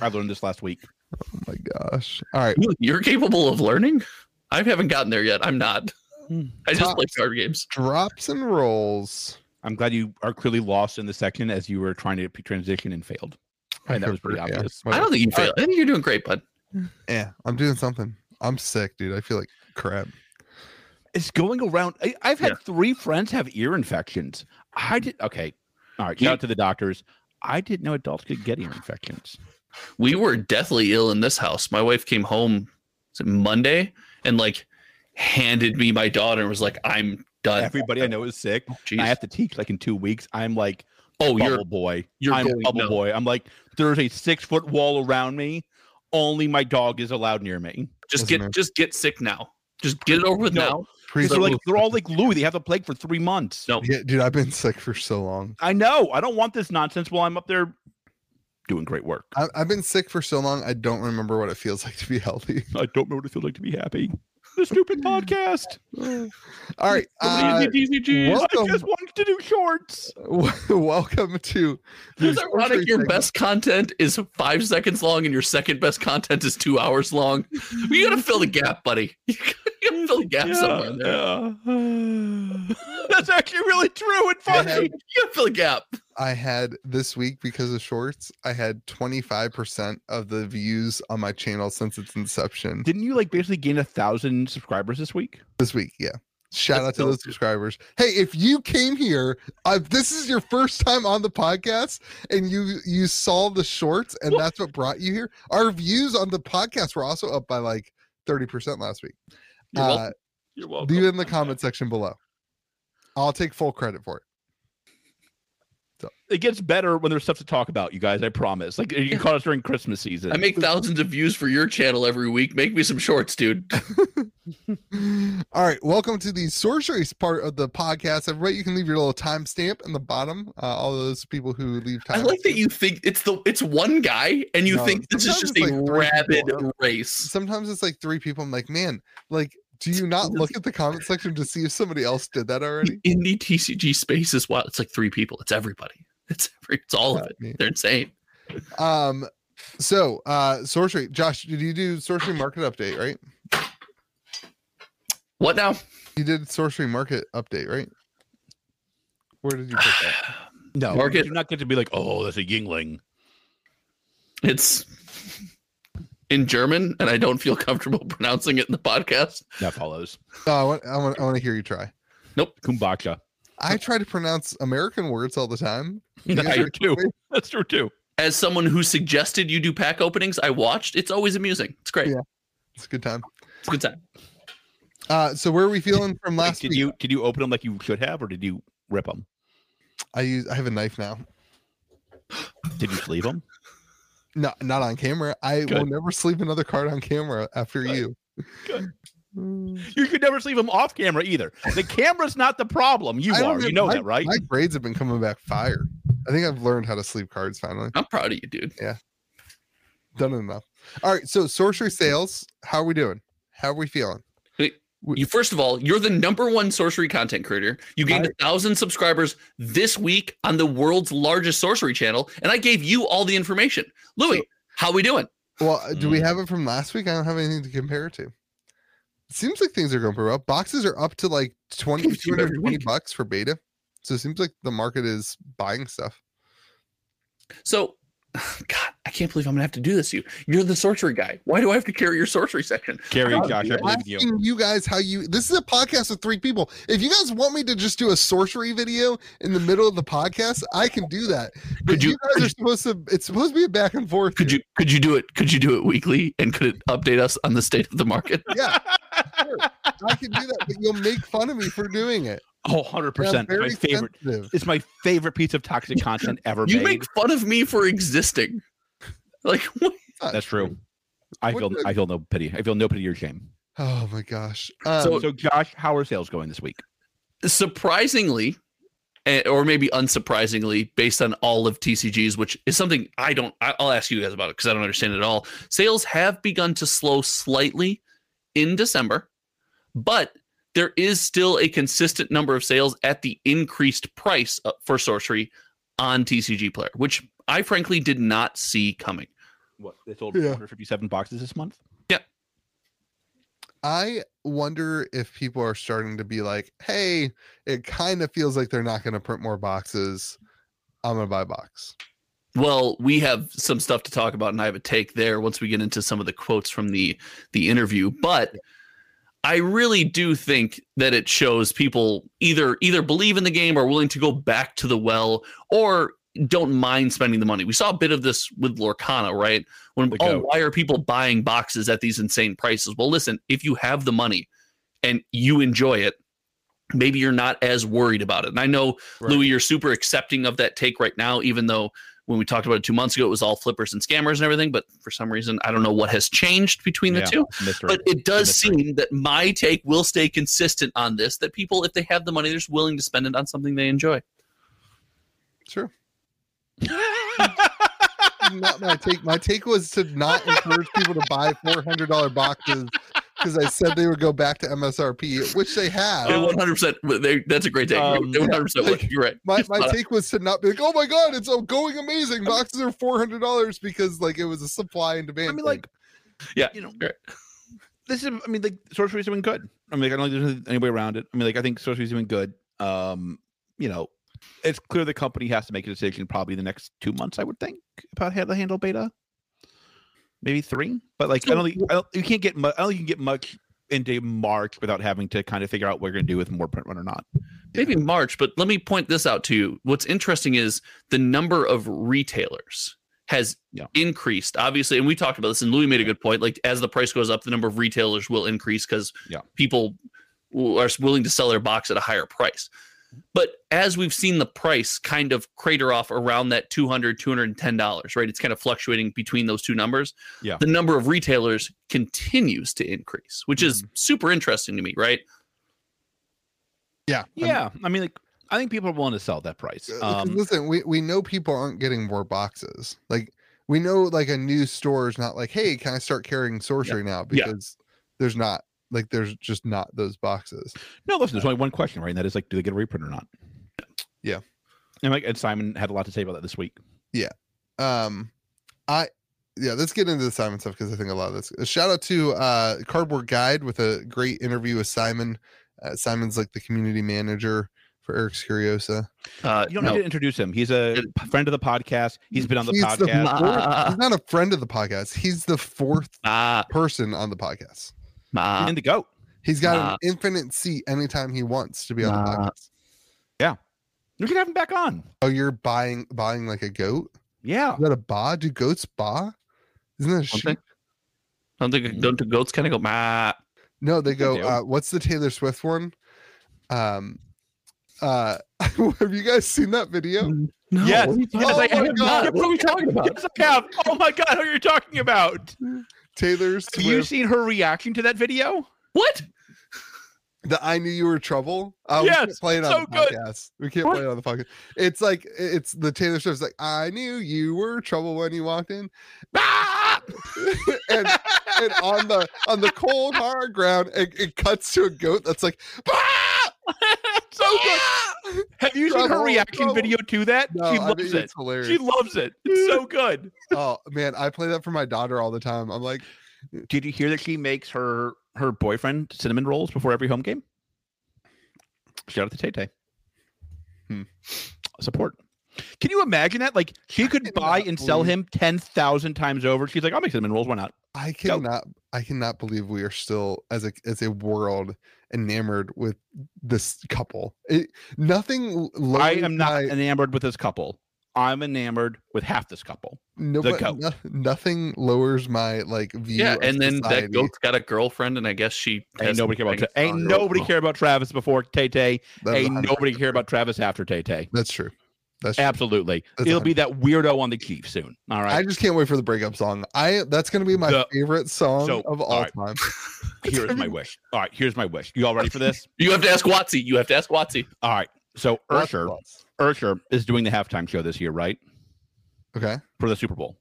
I learned this last week.
oh my gosh all right
You- You're capable of learning? I haven't gotten there yet. I'm not. I just play
Tops.
card games.
drops and rolls
I'm glad you are clearly lost in the section as you were trying to p- transition and failed. And that was pretty
Yeah,
obvious.
I
whatever.
don't think you fail. I think you're doing great, bud.
Yeah, Eh, I'm doing something. I'm sick, dude. I feel like crap.
It's going around. I, I've had
Yeah.
three friends have ear infections. I did. Okay. All right.
You-
Shout out to the doctors. I didn't know adults could get ear infections.
we were deathly ill in this house. My wife came home was it Monday and like handed me my daughter and was like, "I'm done."
Everybody I know is sick.
Jeez.
I have to teach like in two weeks. I'm like
oh,
bubble
you're
boy.
you're
I'm
going
bubble
numb.
boy. I'm like there's a six foot wall around me. Only my dog is allowed near me.
just
Doesn't
get
matter.
just get sick now. Just get it over with
No.
now.
Pre-
Because they're like
Oof.
they're all like Louis. They have the plague for three months.
No.
yeah, dude, I've been sick for so long.
I know. I don't want this nonsense while I'm up there doing great work.
I, I've been sick for so long. I don't remember what it feels like to be healthy.
I don't know what it feels like to be happy. The stupid podcast.
Mm.
All right, uh,
Somebody did DCGs. I
welcome.
just wanted to do shorts.
welcome to. the
It's ironic.
grocery
Your
segment.
best content is five seconds long, and your second best content is two hours long. You gotta fill the gap, buddy. You gotta fill the gap somewhere. in There.
yeah. That's actually really true and
I
funny.
You gotta fill the gap.
Uh,
I had this week because of shorts. I had 25 percent of the views on my channel since its inception.
Didn't you like basically gain a thousand subscribers this week?
this week. Yeah. Shout
That's
out to
dope,
those subscribers. Hey, if you came here, uh, if this is your first time on the podcast, and you you saw the shorts, and that's what brought you here. Our views on the podcast were also up by like thirty percent last week.
You're
Uh,
welcome. Oh, You're welcome.
leave it in the comment section below. I'll take full credit for it.
It gets better when there's stuff to talk about, you guys. I promise. Like you caught us during Christmas season.
I make thousands of views for your channel every week. Make me some shorts, dude.
All right, welcome to the sorceries part of the podcast. Everybody, you can leave your little timestamp in the bottom. Uh, all those people who leave time.
I like that you think it's the it's one guy and you
No,
think this is
sometimes
just
it's
a
like three
rabid
people,
race.
sometimes it's like three people. I'm like, man, like, do you not look at the comment section to see if somebody else did that
The
already?
indie TCG space is wild. It's like three people. It's everybody. It's every, it's all of
Not
it.
me.
They're insane.
Um, so uh, sorcery, Josh, did you do sorcery market update? Right,
What now?
you did sorcery market update, right? Where did you put that?
no
Market-
You do not get to be like, oh, that's a Yingling.
It's in German, and I don't feel comfortable pronouncing it in the podcast.
That follows.
No, Oh, I want, I want, I want to hear you try.
Kumbacha.
I try to pronounce American words all the time. You guys
That's
are
true too.
quick.
That's true too.
As someone who suggested you do pack openings, I watched. It's always amusing. It's great.
Yeah. It's a good time.
It's a good time.
Uh, so where are we feeling from
Like,
last
did
week?
you did you open them like you should have, or did you rip them?
I use, I have a knife now.
Did you sleeve them?
No, not on camera. I will
Good.
never sleep another card on camera after
Good.
you.
Good.
Mm.
You could never sleeve them off camera either. The camera's not the problem. You
I don't
are. You
have-
know
my-
that, right?
My grades have been coming back fire. I think I've learned how to sleep cards finally.
I'm proud of you, dude.
Done enough. All right. So sorcery sales. How are we doing? How are we feeling?
You first of all, you're the number one sorcery content creator. You gained a thousand subscribers this week on the world's largest sorcery channel, and I gave you all the information. Louis, how we doing?
Well, uh, do we
Mm.
have it from last week? I don't have anything to compare it to. It seems like things are going pretty well. Boxes are up to like 20,
Gives you every
220
week.
bucks for beta. So it seems like the market is buying stuff.
So God, I can't believe I'm gonna have to do this. To you, you're the sorcery guy. Why do I have to carry your sorcery section?
Carrie,
Oh,
Josh, I
yeah.
believe in you.
asking you guys how you this is a podcast with three people if you guys want me to just do a sorcery video in the middle of the podcast i can do that but
Could you-
you, guys are supposed to it's supposed to be a back and forth
Could
here.
you could you do it? Could you do it weekly? And could it update us on the state of the market?
yeah sure. i can do that but you'll make fun of me for doing it
Oh, 100%.
And I'm
It's my favorite.
sensitive.
It's my favorite piece of toxic content ever
You
made.
make fun of me for existing. Like what?
That's true. I
What
feel
the-
I feel no pity. I feel no pity or shame.
oh my gosh um,
So-
So Josh, how are sales going this week?
surprisingly eh, or maybe unsurprisingly based on all of tcgs which is something i don't I- i'll ask you guys about it because i don't understand it at all sales have begun to slow slightly in december but there is still a consistent number of sales at the increased price uh, for sorcery on tcg player which i frankly did not see coming
What they sold
Yeah.
157 boxes this month?
I wonder if people are starting to be like, hey, it kind of feels like they're not going to print more boxes. I'm going to buy a box.
Well, we have some stuff to talk about, and I have a take there once we get into some of the quotes from the the interview. But I really do think that it shows people either either believe in the game or willing to go back to the well or don't mind spending the money. We saw a bit of this with Lorcana, right? When
The
oh,
goat.
why are people buying boxes at these insane prices? Well, listen, if you have the money and you enjoy it, maybe you're not as worried about it. And I know Louis, you're super accepting of that take right now, even though when we talked about it two months ago, it was all flippers and scammers and everything. But for some reason, I don't know what has changed between the
Yeah,
two.
mystery.
But it does
Mystery.
seem that my take will stay consistent on this that people, if they have the money, they're just willing to spend it on something they enjoy.
Sure. not my take. My take was to not encourage people to buy $400 boxes because I said they would go back to MSRP, which they have.
They 100%. They, that's a great take.
Um,
They 100% would.
like,
You're right.
my, my
Uh,
take was to not be like, oh my God, it's going amazing. Boxes are $400 because like it was a supply and demand.
I mean,
thing.
like
Yeah.
you know,
you're right.
this is I mean like sorcery's doing good. I mean like I don't think there's any way around it. I mean like I think sorcery's doing good. Um, you know, it's clear the company has to make a decision probably in the next two months, I would think, about how to handle beta. Maybe three. But like I don't think I don't, you can't get mu- I don't think you can get much into March without having to kind of figure out what you're gonna do with more print run or not.
maybe March, but let me point this out to you. What's interesting is the number of retailers has
Yeah.
increased, obviously. And we talked about this, and Louis made a good point. Like, as the price goes up, the number of retailers will increase because
Yeah.
people w- are willing to sell their box at a higher price. But as we've seen the price kind of crater off around that 200 $210, right? It's kind of fluctuating between those two numbers.
Yeah.
The number of retailers continues to increase, which is
Mm-hmm.
super interesting to me, right?
yeah. I'm-
Yeah. I mean like I think people are willing to sell at that price.
Uh, 'cause
Um
listen, we, we know people aren't getting more boxes. Like we know like a new store is not like, hey, can I start carrying sorcery now?
Yeah.
Because there's not like there's just not those boxes.
No, listen, there's only one question, right? And that is like, do they get a reprint or not?
Yeah.
And like, and Simon had a lot to say about that this week.
Um I yeah, let's get into the Simon stuff because I think a lot of this. A shout out to uh Cardboard Guide with a great interview with Simon. Uh, Simon's like the community manager for Eric's Curiosa.
Uh,
You don't
no.
need to introduce him. He's a
It-
p- friend of the podcast. He's been on the
He's the
podcast.
ma-
fourth- he's not a friend of the podcast. He's the fourth
Ah,
person on the podcast.
ah.
and the goat.
He's got
Nah.
an infinite seat anytime he wants to be on the
Nah.
podcast.
We can have him back on.
Oh, you're buying buying like a goat?
Yeah.
Is that a ba? Do goats ba? Isn't that a
Don't they?
sheep?
Don't
Mm-hmm.
the don't the goats kind of go ma?
No, they
They
go.
do.
Uh, what's the Taylor Swift one? Um, uh, have you guys seen that video? Oh
No,
Yes.
what are you talking
Yes,
about?
I
I
have
have
not.
not. What are we talking about?
Yes, I have. Oh my god, who are you talking about?
Taylor
Have you
Swift,
seen her reaction to that video?
What?
the "I knew you were trouble." Uh, we
Yes,
can't play it on
so
the
good.
podcast. We can't
What?
play it on the podcast. It's like it's the Taylor Swift's like, "I knew you were trouble when you walked in,"
Ah!
and and on the on the cold hard ground, it, it cuts to a goat that's like, "Bah!"
so good. Have you seen her
Trouble,
reaction
trouble.
video to that?
No,
she
I
loves
think
it.
it's hilarious.
She loves it. It's so good.
oh man, I play that for my daughter all the time. I'm like,
Did you hear that she makes her her boyfriend cinnamon rolls before every home game? Shout out to Tay Tay.
Hmm.
Support. Can you imagine that? Like she could
cannot
buy and sell
believe-
him ten thousand times over. She's like, I'll make some enrolls. Why not?
I cannot I cannot believe we are still as a as a world enamored with this couple. It, nothing l-
I
lowers
am not
my-
enamored with this couple. I'm enamored with half this couple.
no,
the
but
goat.
no- nothing lowers my like view.
Yeah,
of
and then
society.
that goat's got a girlfriend, and I guess she
Ain't
has
nobody care about
things
Tra- ain't
on her
nobody
own.
care about Travis before Tay Tay.
That's
Ain't
100
nobody care about Travis after Tay Tay.
That's true. That's true.
Absolutely,
That's
it'll be that weirdo on the Chiefs soon. All right,
I just can't wait for the breakup song. I that's gonna be my
The-
favorite song
so,
of all
alright.
time.
here's my wish. All right, here's my wish. You all ready for this?
You have to ask Watsy. You have to ask Watsy.
All right. So
Lots
Ursher,
of thoughts.
Ursher is doing the halftime show this year, right?
Okay.
For the Super Bowl.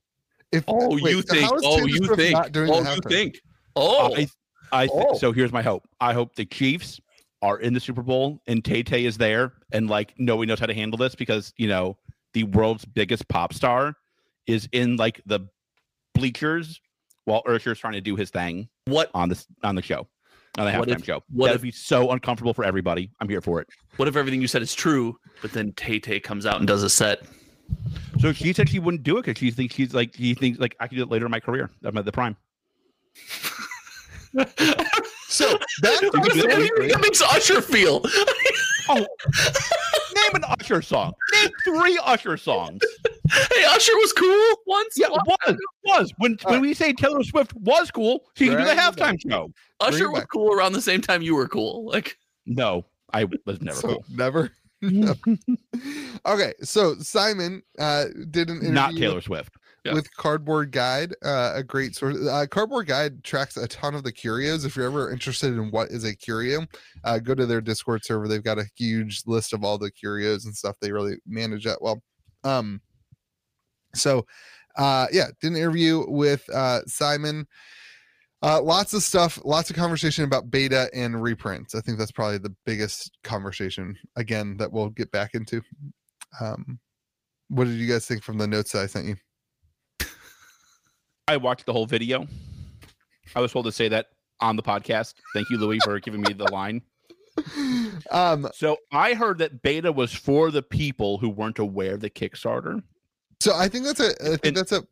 If
Oh,
wait,
you
so
think?
how is
Oh,
Taylor
you
Swift
think?
not doing the
Oh, you
halftime?
think? Oh,
I, I thi-
Oh.
so here's my hope. I hope the Chiefs are in the Super Bowl and Tay Tay is there and like nobody knows how to handle this because you know the world's biggest pop star is in like the bleachers while Ursher's trying to do his thing
what?
on this on the show on the
What
halftime
if-
show.
what
That'd
if-
be so uncomfortable for everybody. I'm here for it.
What if everything you said is true, but then Tay Tay comes out and does a set?
So she said she wouldn't do it because she thinks she's like she thinks like I can do it later in my career. I'm at the prime.
So that's
How does
what I'm
that-
saying.
that makes Usher feel.
Name an Usher song. Name three Usher songs.
hey, Usher was cool once.
Yeah,
Wa-
was was when
All
when we say Taylor Swift was cool, she can do the
Right.
halftime show.
Usher
Bring it
was
back.
cool around the same time you were cool. Like
No, I was never
So,
cool.
never. never. okay, so Simon uh, did an interview
Not Taylor Swift.
Yeah.
with Cardboard Guide, uh, a great source. Uh, Cardboard Guide tracks a ton of the curios. If you're ever interested in what is a curio, uh, go to their Discord server. They've got a huge list of all the curios and stuff. They really manage that well. Um, so, uh, yeah, did an interview with uh, Simon. Uh, lots of stuff, lots of conversation about beta and reprints. I think that's probably the biggest conversation again that we'll get back into. Um, what did you guys think from the notes that I sent you?
I watched the whole video. I was told to say that on the podcast. Thank you, Louis, for giving me the line.
um
So I heard that beta was for the people who weren't aware of the Kickstarter.
so i think that's a i think
And-
that's a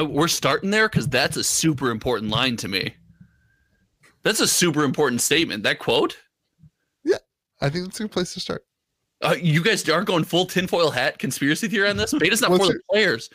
Uh, we're starting there because that's a super important line to me. That's a super important statement. That quote.
i think that's a good place to start
Uh, you guys aren't going full tinfoil hat conspiracy theory on this. Beta's not for
What's
the players.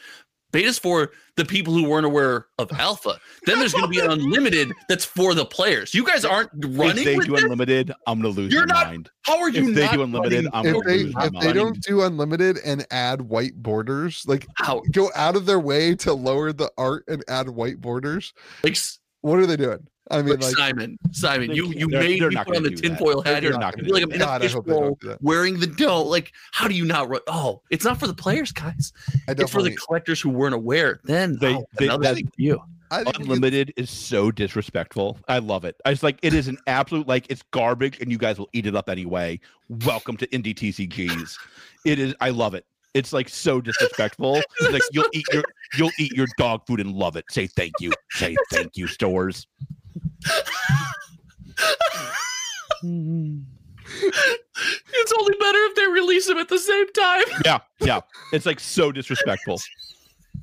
Beta's for the people who weren't aware of alpha. Then there's going to be an unlimited that's for the players. You guys aren't
if
running.
they
with
do
this?
unlimited, I'm gonna lose
You're
my
not-
mind.
How are you
If they
not?
do unlimited, I'm
if
gonna
they
lose my
if
mind.
they don't do unlimited and add white borders like
how?
go out of their way to lower the art and add white borders
Like, s-
what are they doing i mean
like
like
Simon, Simon,
They
you
can't-
you
they're-
made
they're
me
not
put on the
gonna do that.
tinfoil hat
They're
here.
not
I
gonna
feel like
do
I'm in
that.
a
God, I hope they
fishbowl
don't do that.
wearing the dough. Like, how do you not? Run? Oh, it's not for the players, guys.
i
It's for the
definitely
collectors who weren't aware. Then
They-
oh,
they-
another
that-
thing for you.
I think it's-
Unlimited is so disrespectful. I love it. I just like it is an absolute like it's garbage and you guys will eat it up anyway. Welcome to NDTCGs. It is I love it. It's like so disrespectful. It's like you'll eat your you'll eat your dog food and love it. Say thank you. Say thank you, stores.
It's only better if they release them at the same time.
Yeah, yeah. It's like so disrespectful.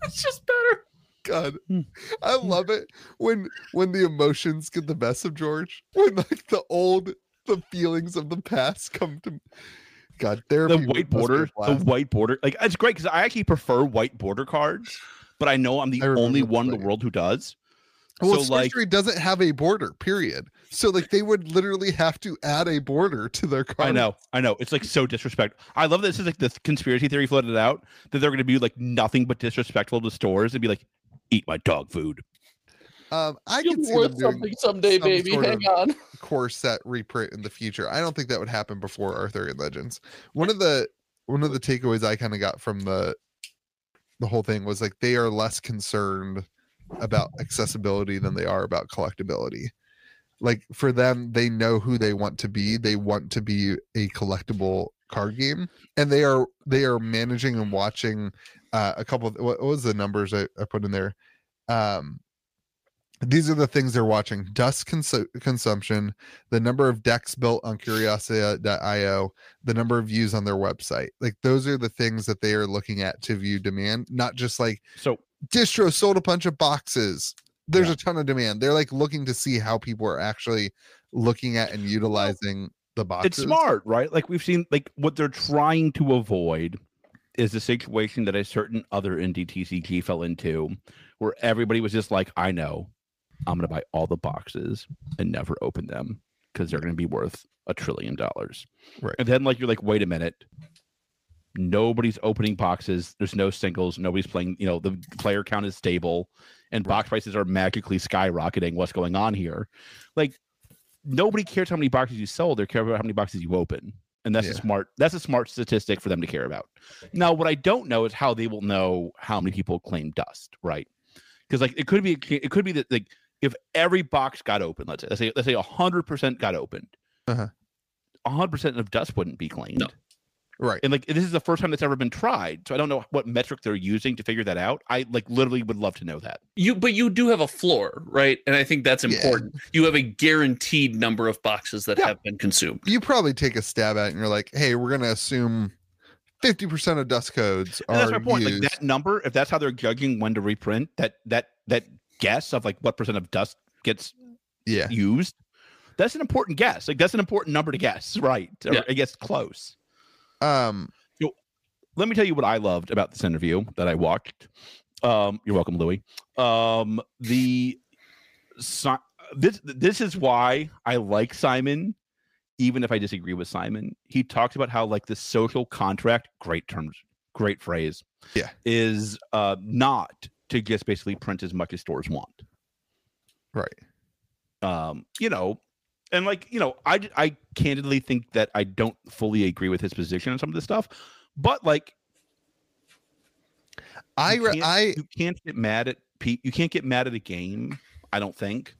It's just better.
God,
hmm.
I love it when when the emotions get the best of George. When like the old the feelings of the past come to God, therapy.
The
would- must
white
be a
border, the
blast.
white border. Like it's great because I actually prefer white border cards, but I know I'm the
I remember
only
this
one in the
lady.
world who does.
Well,
so like
sorcery doesn't have a border, period. So like they would literally have to add a border to their card.
I know, I know. It's like so disrespectful. I love that this is like this conspiracy theory floated out that they're going to be like nothing but disrespectful to stores and be like, eat my dog food.
Um, I can see them doing
someday,
some baby. sort Hang
on.
core set reprint in the future. I don't think that would happen before Arthurian Legends. One of the one of the takeaways I kind of got from the the whole thing was like they are less concerned about accessibility than they are about collectability. Like for them, they know who they want to be. They want to be a collectible card game, and they are they are managing and watching uh, a couple. Of, what, what was the numbers I, I put in there? Um, these are the things they're watching dust consu- consumption the number of decks built on curiosity.io the number of views on their website like those are the things that they are looking at to view demand not just like
So
distro sold a bunch of boxes there's
Yeah.
a ton of demand they're like looking to see how people are actually looking at and utilizing the boxes
it's smart, right? Like we've seen, like what they're trying to avoid is the situation that a certain other indie TCG fell into, where everybody was just like, "I know, I'm going to buy all the boxes and never open them because they're going to be worth a trillion dollars."
Right.
And then like you're like, "Wait a minute." Nobody's opening boxes. There's no singles. Nobody's playing. You know, the player count is stable and box prices are magically skyrocketing. What's going on here? Like, nobody cares how many boxes you sold; they care about how many boxes you open, and that's a
Yeah.
smart that's a smart statistic for them to care about. Now, what I don't know is how they will know how many people claim dust, right? Because like it could be it could be that like if every box got open, let's say let's say let's say hundred percent got opened,
Uh-huh.
hundred percent of dust wouldn't be claimed
right
and like this is the first time that's ever been tried so i don't know what metric they're using to figure that out i like literally would love to know that
You but you do have a floor, right? And I think that's
Yeah.
important. You have a guaranteed number of boxes that
Yeah.
have been consumed.
you probably take a stab at it and you're like hey we're gonna assume 50% of dust codes
and
are
that's my point
used.
like that number if that's how they're judging when to reprint that that that guess of like what percent of dust gets
yeah
used that's an important guess like that's an important number to guess right or
Yeah.
i guess close
um
let me tell you what i loved about this interview that i watched um you're welcome louis um the si- this this is why i like simon even if i disagree with simon he talks about how like the social contract great terms great phrase
Yeah.
is uh not to just basically print as much as stores want
right
um you know and like you know i i candidly think that i don't fully agree with his position on some of this stuff but like
i
you
re-
can't-
i
you can't get mad at Pete. You can't get mad at a game. I don't think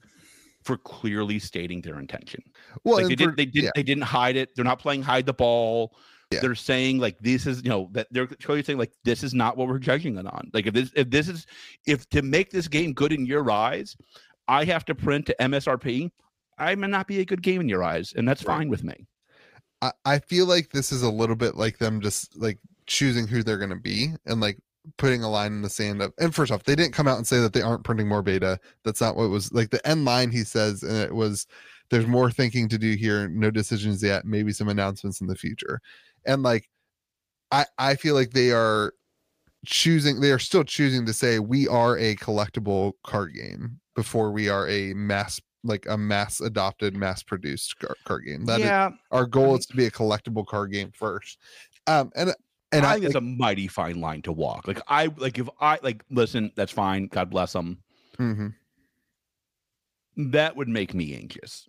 for clearly stating their intention.
well
like
and
they
for-
didn't. They didn't.
yeah.
They didn't hide it. They're not playing hide the ball.
Yeah.
They're saying like this is you know that they're clearly saying like this is not what we're judging it on. Like if this if this is if to make this game good in your eyes, I have to print to MSRP. I may not be a good game in your eyes, and that's
Right.
fine with me.
I, I feel like this is a little bit like them just like choosing who they're going to be and like putting a line in the sand of and first off they didn't come out and say that they aren't printing more beta that's not what was like the end line he says and it was there's more thinking to do here no decisions yet maybe some announcements in the future and like i i feel like they are choosing they are still choosing to say we are a collectible card game before we are a mass like a mass adopted mass produced card, card game That is
yeah,
our
Mm-hmm.
goal is to be a collectible card game first um and and
I
i,
think it's a mighty fine line to walk. Like I like if I like listen, that's fine. God bless them.
mhm,
that would make me anxious.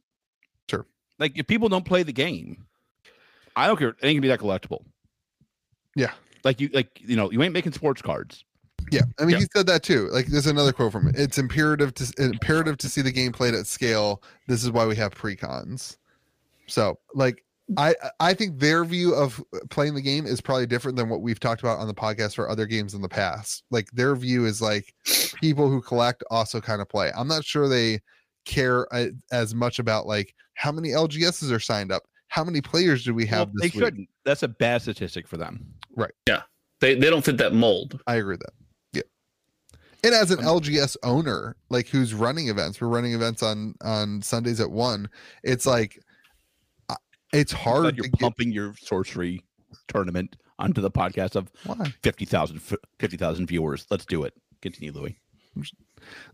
Sure.
Like if people don't play the game, I don't care. It ain't gonna be that collectible.
Yeah.
Like you like you know, you ain't making sports cards.
yeah i mean
Yeah.
he said that too like there's another quote from it it's imperative to imperative to see the game played at scale this is why we have precons so like i i think their view of playing the game is probably different than what we've talked about on the podcast for other games in the past like their view is like people who collect also kind of play i'm not sure they care uh, as much about like how many lgs's are signed up how many players do we
Well,
have
they
this week
shouldn't. That's a bad statistic for them.
They they don't fit that mold.
I agree with that. Yeah. And as an
Um,
LGS owner, like who's running events, we're running events on on Sundays at one. It's like I- it's
Glad
hard
you're
to get
pumping your sorcery tournament onto the podcast of
why.
50,000 f- 50,000 viewers. Let's do it. Continue, Louis.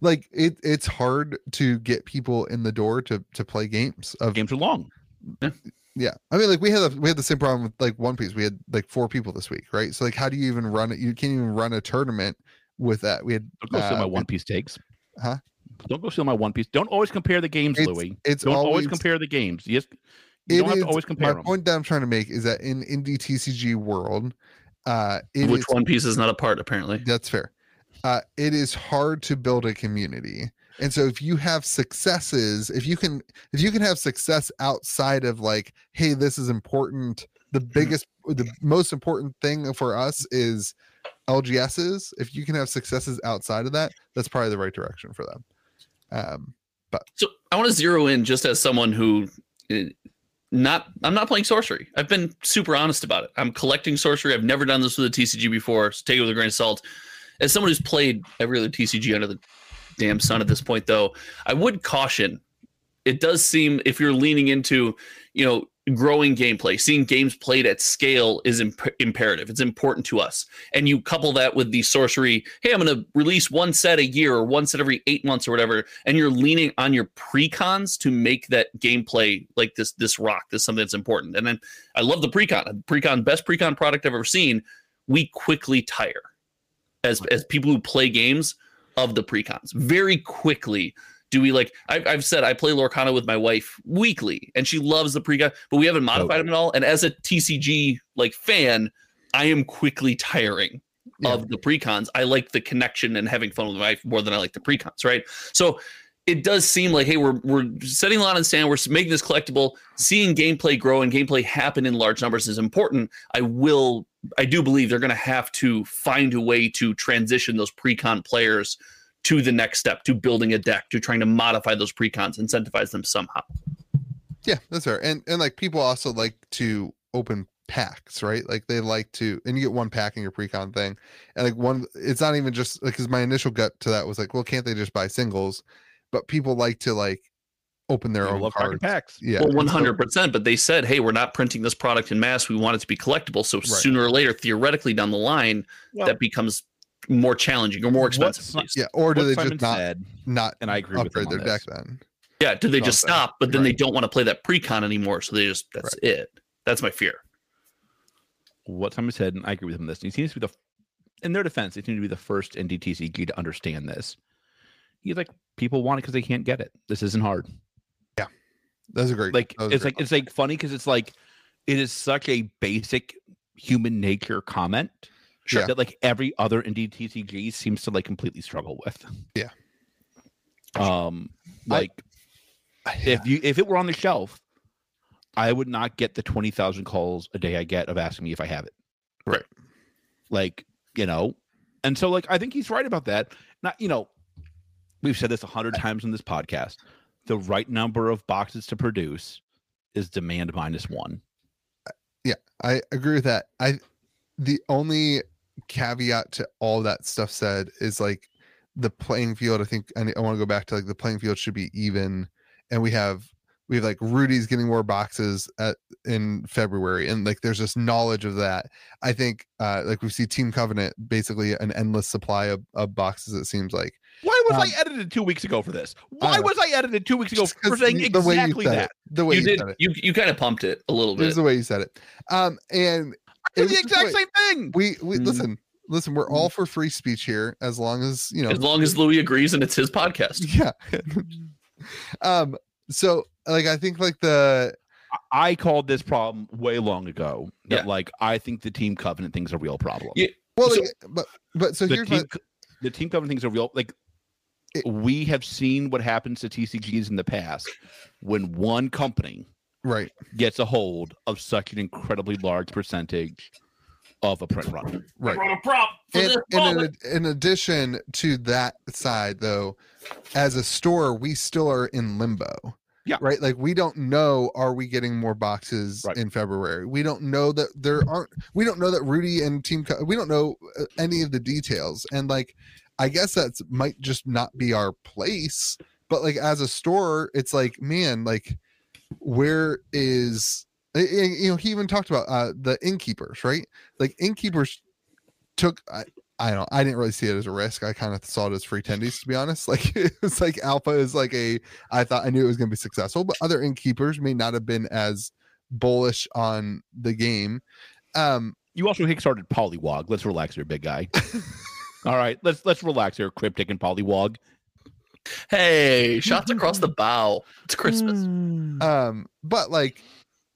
Like it it's hard to get people in the door to to play games of
Games are long.
yeah. I mean like we had a, we had the same problem with like One Piece. We had like four people this week, right? So like how do you even run it? You can't even run a tournament with that. We had
Don't go steal
uh,
my one piece takes.
Huh?
Don't go steal my one piece. Don't always compare the games,
It's-
Louis.
it's
Don't always,
always-
compare the games. Yes. You
It
don't have
is-
to always compare
my
them.
point that I'm trying to make is that in indie TCG world, uh it
which
is-
One Piece is not a part, apparently.
That's fair. Uh, it is hard to build a community, and so if you have successes, if you can, if you can have success outside of like, hey, this is important. The
Mm-hmm.
biggest, the most important thing for us is LGSs. If you can have successes outside of that, that's probably the right direction for them. Um,
So I want to zero in just as someone who eh, not I'm not playing sorcery. I've been super honest about it. I'm collecting sorcery. I've never done this with a TCG before, so take it with a grain of salt. As someone who's played every other TCG under the damn sun at this point, though, I would caution. It does seem if you're leaning into, you know, growing gameplay, seeing games played at scale is imp- imperative. It's important to us. And you couple that with the sorcery, hey, I'm going to release one set a year or one set every 8 months or whatever, and you're leaning on your precons to make that gameplay like this this rock, this something that's important. And then I love the precon. uh, Precon best precon product I've ever seen. We quickly tire as as people who play games of the precons. Very quickly do we like I've, I've said I play Lorcana with my wife weekly and she loves the precon, but we haven't modified them at all. And as a TCG like fan, I am quickly tiring
Yeah.
of the precons. I like the connection and having fun with my wife more than I like the precons, right? So it does seem like hey, we're we're setting a lot on sand. We're making this collectible. Seeing gameplay grow and gameplay happen in large numbers is important. I will. I do believe they're going to have to find a way to transition those precon players to the next step, to building a deck, to trying to modify those precons, incentivize them somehow.
yeah, that's fair. And and like people also like to open packs, right? Like they like to, and you get one pack in your precon thing, and like one, it's not even just like because my initial gut to that was like, well, can't they just buy singles? But people like to like open their
I
own
love
cards.
cards. packs.
Yeah,
well,
and so-
one hundred percent. But they said, "Hey, we're not printing this product in mass. We want it to be collectible." So sooner or later, theoretically down the line,
Well,
that becomes more challenging or more expensive.
What
at least.
Yeah, or do
what
they
Simon
just not
said,
not
and I agree with him
upgrade
on
their
this.
deck then?
Yeah, do they just
Something.
stop? But then they
Right.
don't want to play that precon anymore, so they just that's it. That's my fear.
what Simon said, and I agree with him on this. He seems to be the, in their defense, they seem to be the first NDTCG to understand this. He's like, people want it because they can't get it. This isn't hard.
That's a great.
Like
that was a
it's
great
like it's like funny because it's like it is such a basic human nature comment
Sure.
that like every other NDTCG seems to like completely struggle with.
Yeah.
Um,
I-
like
one. Yeah.
if you if it were on the shelf, I would not get the twenty thousand calls a day I get of asking me if I have it.
Right.
Like you know, and so like I think he's right about that. Not you know, we've said this a hundred times on this podcast. The right number of boxes to produce is demand minus one.
I agree with that. I the only caveat to all that stuff said is like the playing field. I think I, I want to go back to like the playing field should be even, and we have we have like Rudy's getting more boxes at in February, and like there's this knowledge of that. I think uh like we see Team Covenant basically an endless supply of, of boxes. It seems like
Why was
Um,
I edited two weeks ago for this? Why
uh,
was I edited two weeks ago
Just 'cause
for saying
you- the way you
exactly
said it.
that?
The way
you
you,
did.
said it.
You you kind of pumped it a little
This is
bit.
the way you said it. Um and
I
it
did the
was the
exact
way-
same thing.
we we
Mm.
listen listen we're all for free speech here as long as you know
Mm-hmm. As long as Louis agrees and it's his podcast.
yeah um so like i think like the
I called this problem way long ago. That
Yeah.
like I think the team covenant thing's a real problem.
Yeah,
well
So-
like, but but so
the
here's
team,
my
co- the team covenant thing's a real like.
It-
we have seen what happens to TCGs in the past when one company
right
gets a hold of such an incredibly large percentage of a print run.
right
a prop
and, and in, ad- in addition to that side though as a store we still are in limbo
Yeah.
right like we don't know are we getting more boxes
Right.
in february we don't know that there aren't we don't know that rudy and team Co- we don't know uh, any of the details and like i guess that's might just not be our place but like as a store it's like man like where is eh, eh, you know he even talked about uh the innkeepers right like innkeepers took I, I don't I didn't really see it as a risk. I kind of saw it as free tendies to be honest. Like it was like Alpha is like a I thought I knew it was going to be successful, but other innkeepers may not have been as bullish on the game. Um
You also kickstarted Polywog. Let's relax here, big guy. All right, let's let's relax here, cryptic and Polywog.
Hey, shots across the bow. It's Christmas.
Hmm.
um but like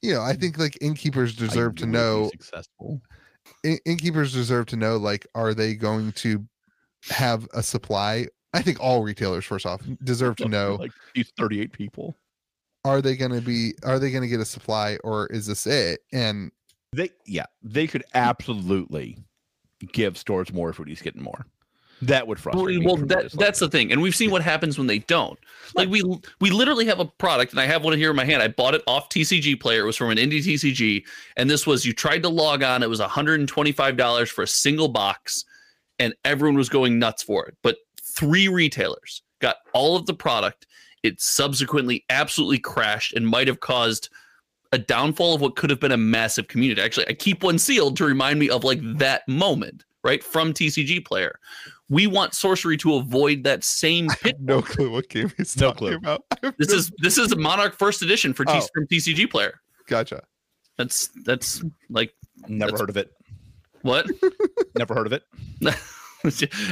you know, I think like innkeepers
I
deserve to
knew it would be
know
successful.
in- innkeepers deserve to know like are they going to have a supply? I think all retailers first off deserve to know
like these thirty-eight people.
are they going to be are they going to get a supply or is this it? And
They yeah, they could absolutely give stores more if Rudy's getting more. That would frustrate me.
well that,
tremendously.
that's the thing and we've seen what happens when they don't like we we literally have a product and i have one here in my hand i bought it off tcg player it was from an indie tcg and this was you tried to log on it was $125 for a single box and everyone was going nuts for it but three retailers got all of the product it subsequently absolutely crashed and might have caused a downfall of what could have been a massive community actually i keep one sealed to remind me of like that moment right from tcg player we want sorcery to avoid that same pit.
No clue what game he's
No
talking
clue.
about.
This is this is a Monarch First Edition for T-
Oh.
from TCG player.
Gotcha.
That's that's like
never
that's-
heard of it.
what?
Never heard of it.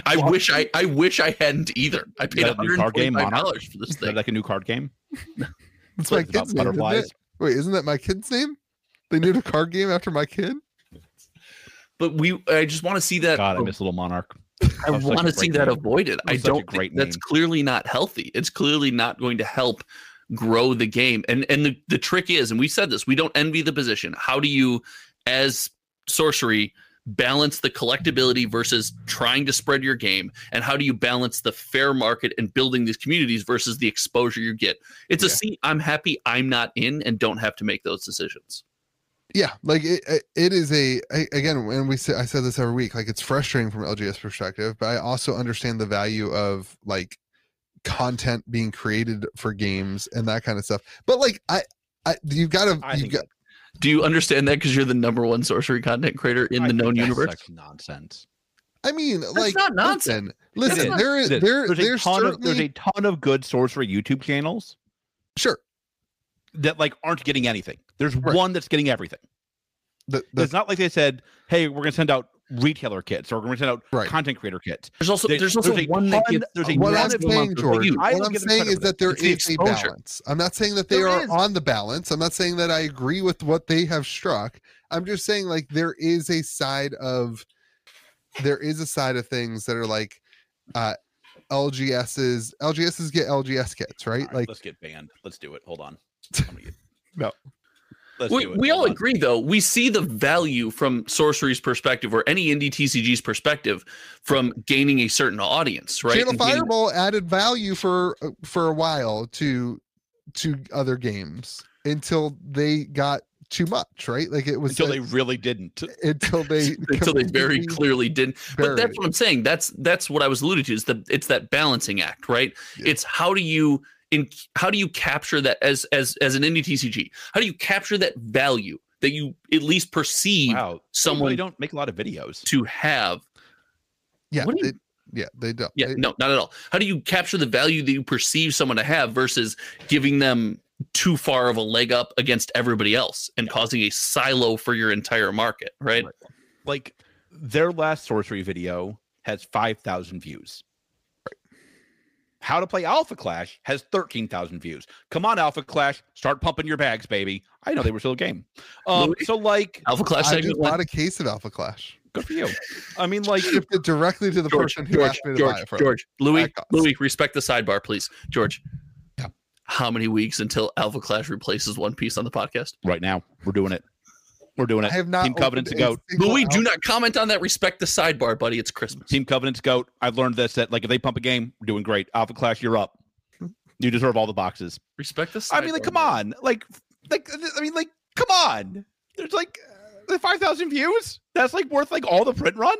I wish I I wish I hadn't either. I paid
Is that a new
one
card
hundred
game,
twenty-five
Monarch?
dollars for this
Is that
thing.
like a new card game
That's my
Like,
kid's
about
name. Isn't
butterflies.
it? Wait, isn't that my kid's name? They named a card game after my kid.
But we I just want to see that.
God, I miss Little Monarch.
I
was such
want
a
to see
great
that
name.
avoided.
That
I
was such a
don't
great
think that's
name.
clearly not healthy. It's clearly not going to help grow the game. And and the, the trick is, and we said this, we don't envy the position. How do you, as sorcery, balance the collectability versus trying to spread your game? And how do you balance the fair market and building these communities versus the exposure you get? It's a
Yeah.
seat I'm happy I'm not in and don't have to make those decisions.
yeah like it, it- it is a I- again and we say, i said this every week like it's frustrating from lgs perspective but i also understand the value of like content being created for games and that kind of stuff but like i i you've got
I
to you've
think
got
Do you understand that? Because you're the number one sorcery content creator in
I
the
think
known
that's
universe.
such nonsense.
i mean like
not nonsense.
listen listen
not-
there is
There's,
there
a
there's
ton of, there's
certainly
a ton of good sorcery YouTube channels
sure
that like aren't getting anything. There's
Right.
one that's getting everything.
the, the-
It's not like they said, "Hey, we're going to send out retailer kits or we're going to send out
Right.
content creator kits."
There's also
There-
there's also
there's a
one that
ton-
gets
there's a
what i'm
massive amount
saying
of
george
views.
I
what
don't
i'm
give them
saying
credit
is
for that.
that there
It's the
is a
exposure.
balance i'm not saying that they
There
are
is.
on the balance i'm not saying that i agree with what they have struck i'm just saying like there is a side of there is a side of things that are like uh lgs's lgs's get lgs kits
All
right
right,
like
let's get banned. Let's do it. Hold on. I'm gonna get-
No.
Let's
we,
do it.
we
Hold
all
on.
agree though we see the value from sorcery's perspective or any indie tcg's perspective from gaining a certain audience right
channel
And gaining-
fireball added value for uh, for a while to to other games until they got too much right like it was
Until
a-
they really didn't.
until they
until they very
completely
clearly didn't but
buried
that's what i'm saying that's that's what i was alluding to is the it's that balancing act right
Yeah.
it's how do you in how do you capture that as as as an indie tcg how do you capture that value that you at least perceive
Wow. they
someone-
really don't make a lot of videos.
to have
Yeah,
What do you-
they, yeah, they don't.
Yeah,
They-
no, not at all. How do you capture the value that you perceive someone to have versus giving them too far of a leg up against everybody else and causing a silo for your entire market, right?
Like their last sorcery video has 5,000 views. How to play Alpha Clash has 13,000 views. Come on, Alpha Clash, start pumping your bags, baby. I know they were still a game. Um,
Louis-
so, like,
Alpha Clash
I
segment
just
one.
bought a case of Alpha Clash.
good for you. I mean, like,
Shifted directly to the
George,
person who
George,
asked me to buy
George,
it from.
George, Louis,
Back off.
Louis, respect the sidebar, please. George,
Yeah.
how many weeks until Alpha Clash replaces One Piece on the podcast?
right now, we're doing it. We're doing
I
it.
have not.
Team Covenant's a
opened
goat.
single
Louis, do
Alpha-
not comment on that. Respect the sidebar, buddy. It's Christmas.
Team Covenant's GOAT. I've learned this that, like, if they pump a game, we're doing great. Alpha Clash, you're up. You deserve all the boxes.
Respect the sidebar.
I mean, like, come on, like, like, th- I mean, like, come on. There's like uh, five thousand views. That's like worth like all the print run.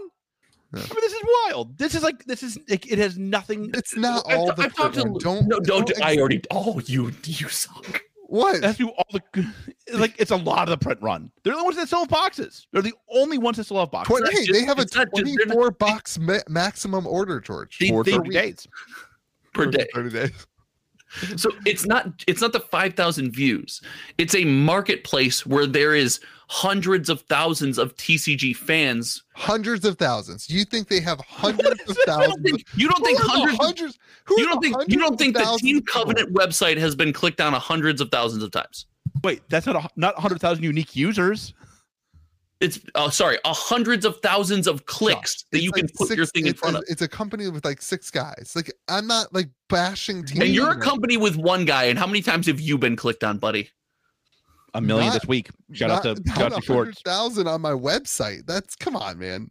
Yeah.
I mean, this is wild. This is like, this is like, it has nothing.
It's not
I've-
all the.
I've talked to
person.
Lou-
don't
No, don't. do-
ex-
I already. Oh, you, you suck.
what?
It has to do all the it's like. It's a lot of the print run. They're the ones that still have boxes. They're the only ones that still have boxes.
Twen-
not
hey,
just-
they have a
it's not just- they're not-
twenty-four box ma- maximum order, George.
They-
for
they-
thirty days.
per
For
day.
30 days.
So it's not it's not the 5,000 views. It's a marketplace where there is hundreds of thousands of TCG fans.
Hundreds of thousands. You think they have hundreds of
You don't
thousands?
think you don't think
Who are the
hundreds of-
hundreds- who
you
are
don't
the
think you
hundreds
don't
of
think the
thousands
Team
of people?
Covenant website has been clicked on hundreds of thousands of times.
Wait, that's not a, not hundred thousand unique users.
It's oh sorry, a hundreds of thousands of clicks that
It's
you can
like
put your
six-
thing in
it's
front
a,
of.
It's a company with like six guys. Like I'm not like bashing team.
And you're a
Covenant.
company with one guy, and how many times have you been clicked on, buddy?
A million
Not-
this week. Shout out to
not
shout out to Schwartz.
100,000 on my website. That's come on, man.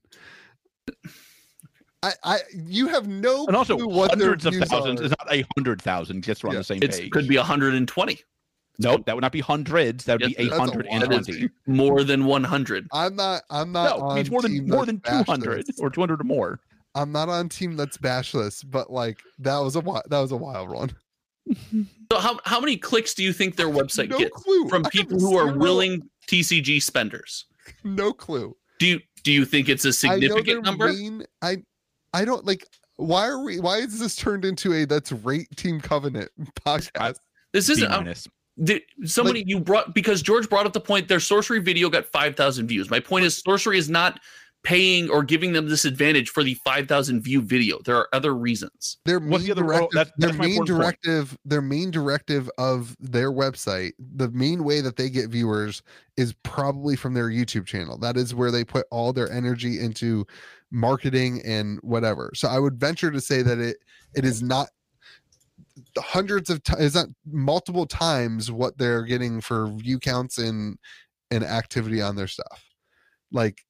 I, I, you have no
And also,
clue what their
hundreds of
views
thousands
are.
is not a hundred thousand. Just we're on
Yeah.
the same
It
page.
could be 120,
Nope, that would not be hundreds. That would
Yes,
be eight
that's
a
hundred and
lot.
twenty.
more than 100.
I'm not. I'm not.
No, it means
on
more
team let's
than more than two
bash
hundred
this.
or two hundred or more.
I'm not on team. Let's bash this. But like that was a wi- that was a wild one.
So how how many clicks do you think their website
no
gets
clue
from
I have
people who are
zero-
willing TCG spenders?
No clue.
Do you do you think it's a
I know
significant
their
number?
main- I, I don't like. Why are we? Why is this turned into a let's rate Team Covenant podcast?
This isn't
B
I'm-
minus.
the, somebody you brought because George brought up the point their sorcery video got 5,000 views. My point is sorcery is not paying or giving them this advantage for the 5,000 view video. There are other reasons.
Their
What's
main
the other- oh,
directive,
that's-
their
that's my
main
important point.
directive, their main directive of their website, the main way that they get viewers is probably from their YouTube channel. That is where they put all their energy into marketing and whatever. So I would venture to say that it it is not hundreds of times, it's not multiple times what they're getting for view counts and and activity on their stuff. Like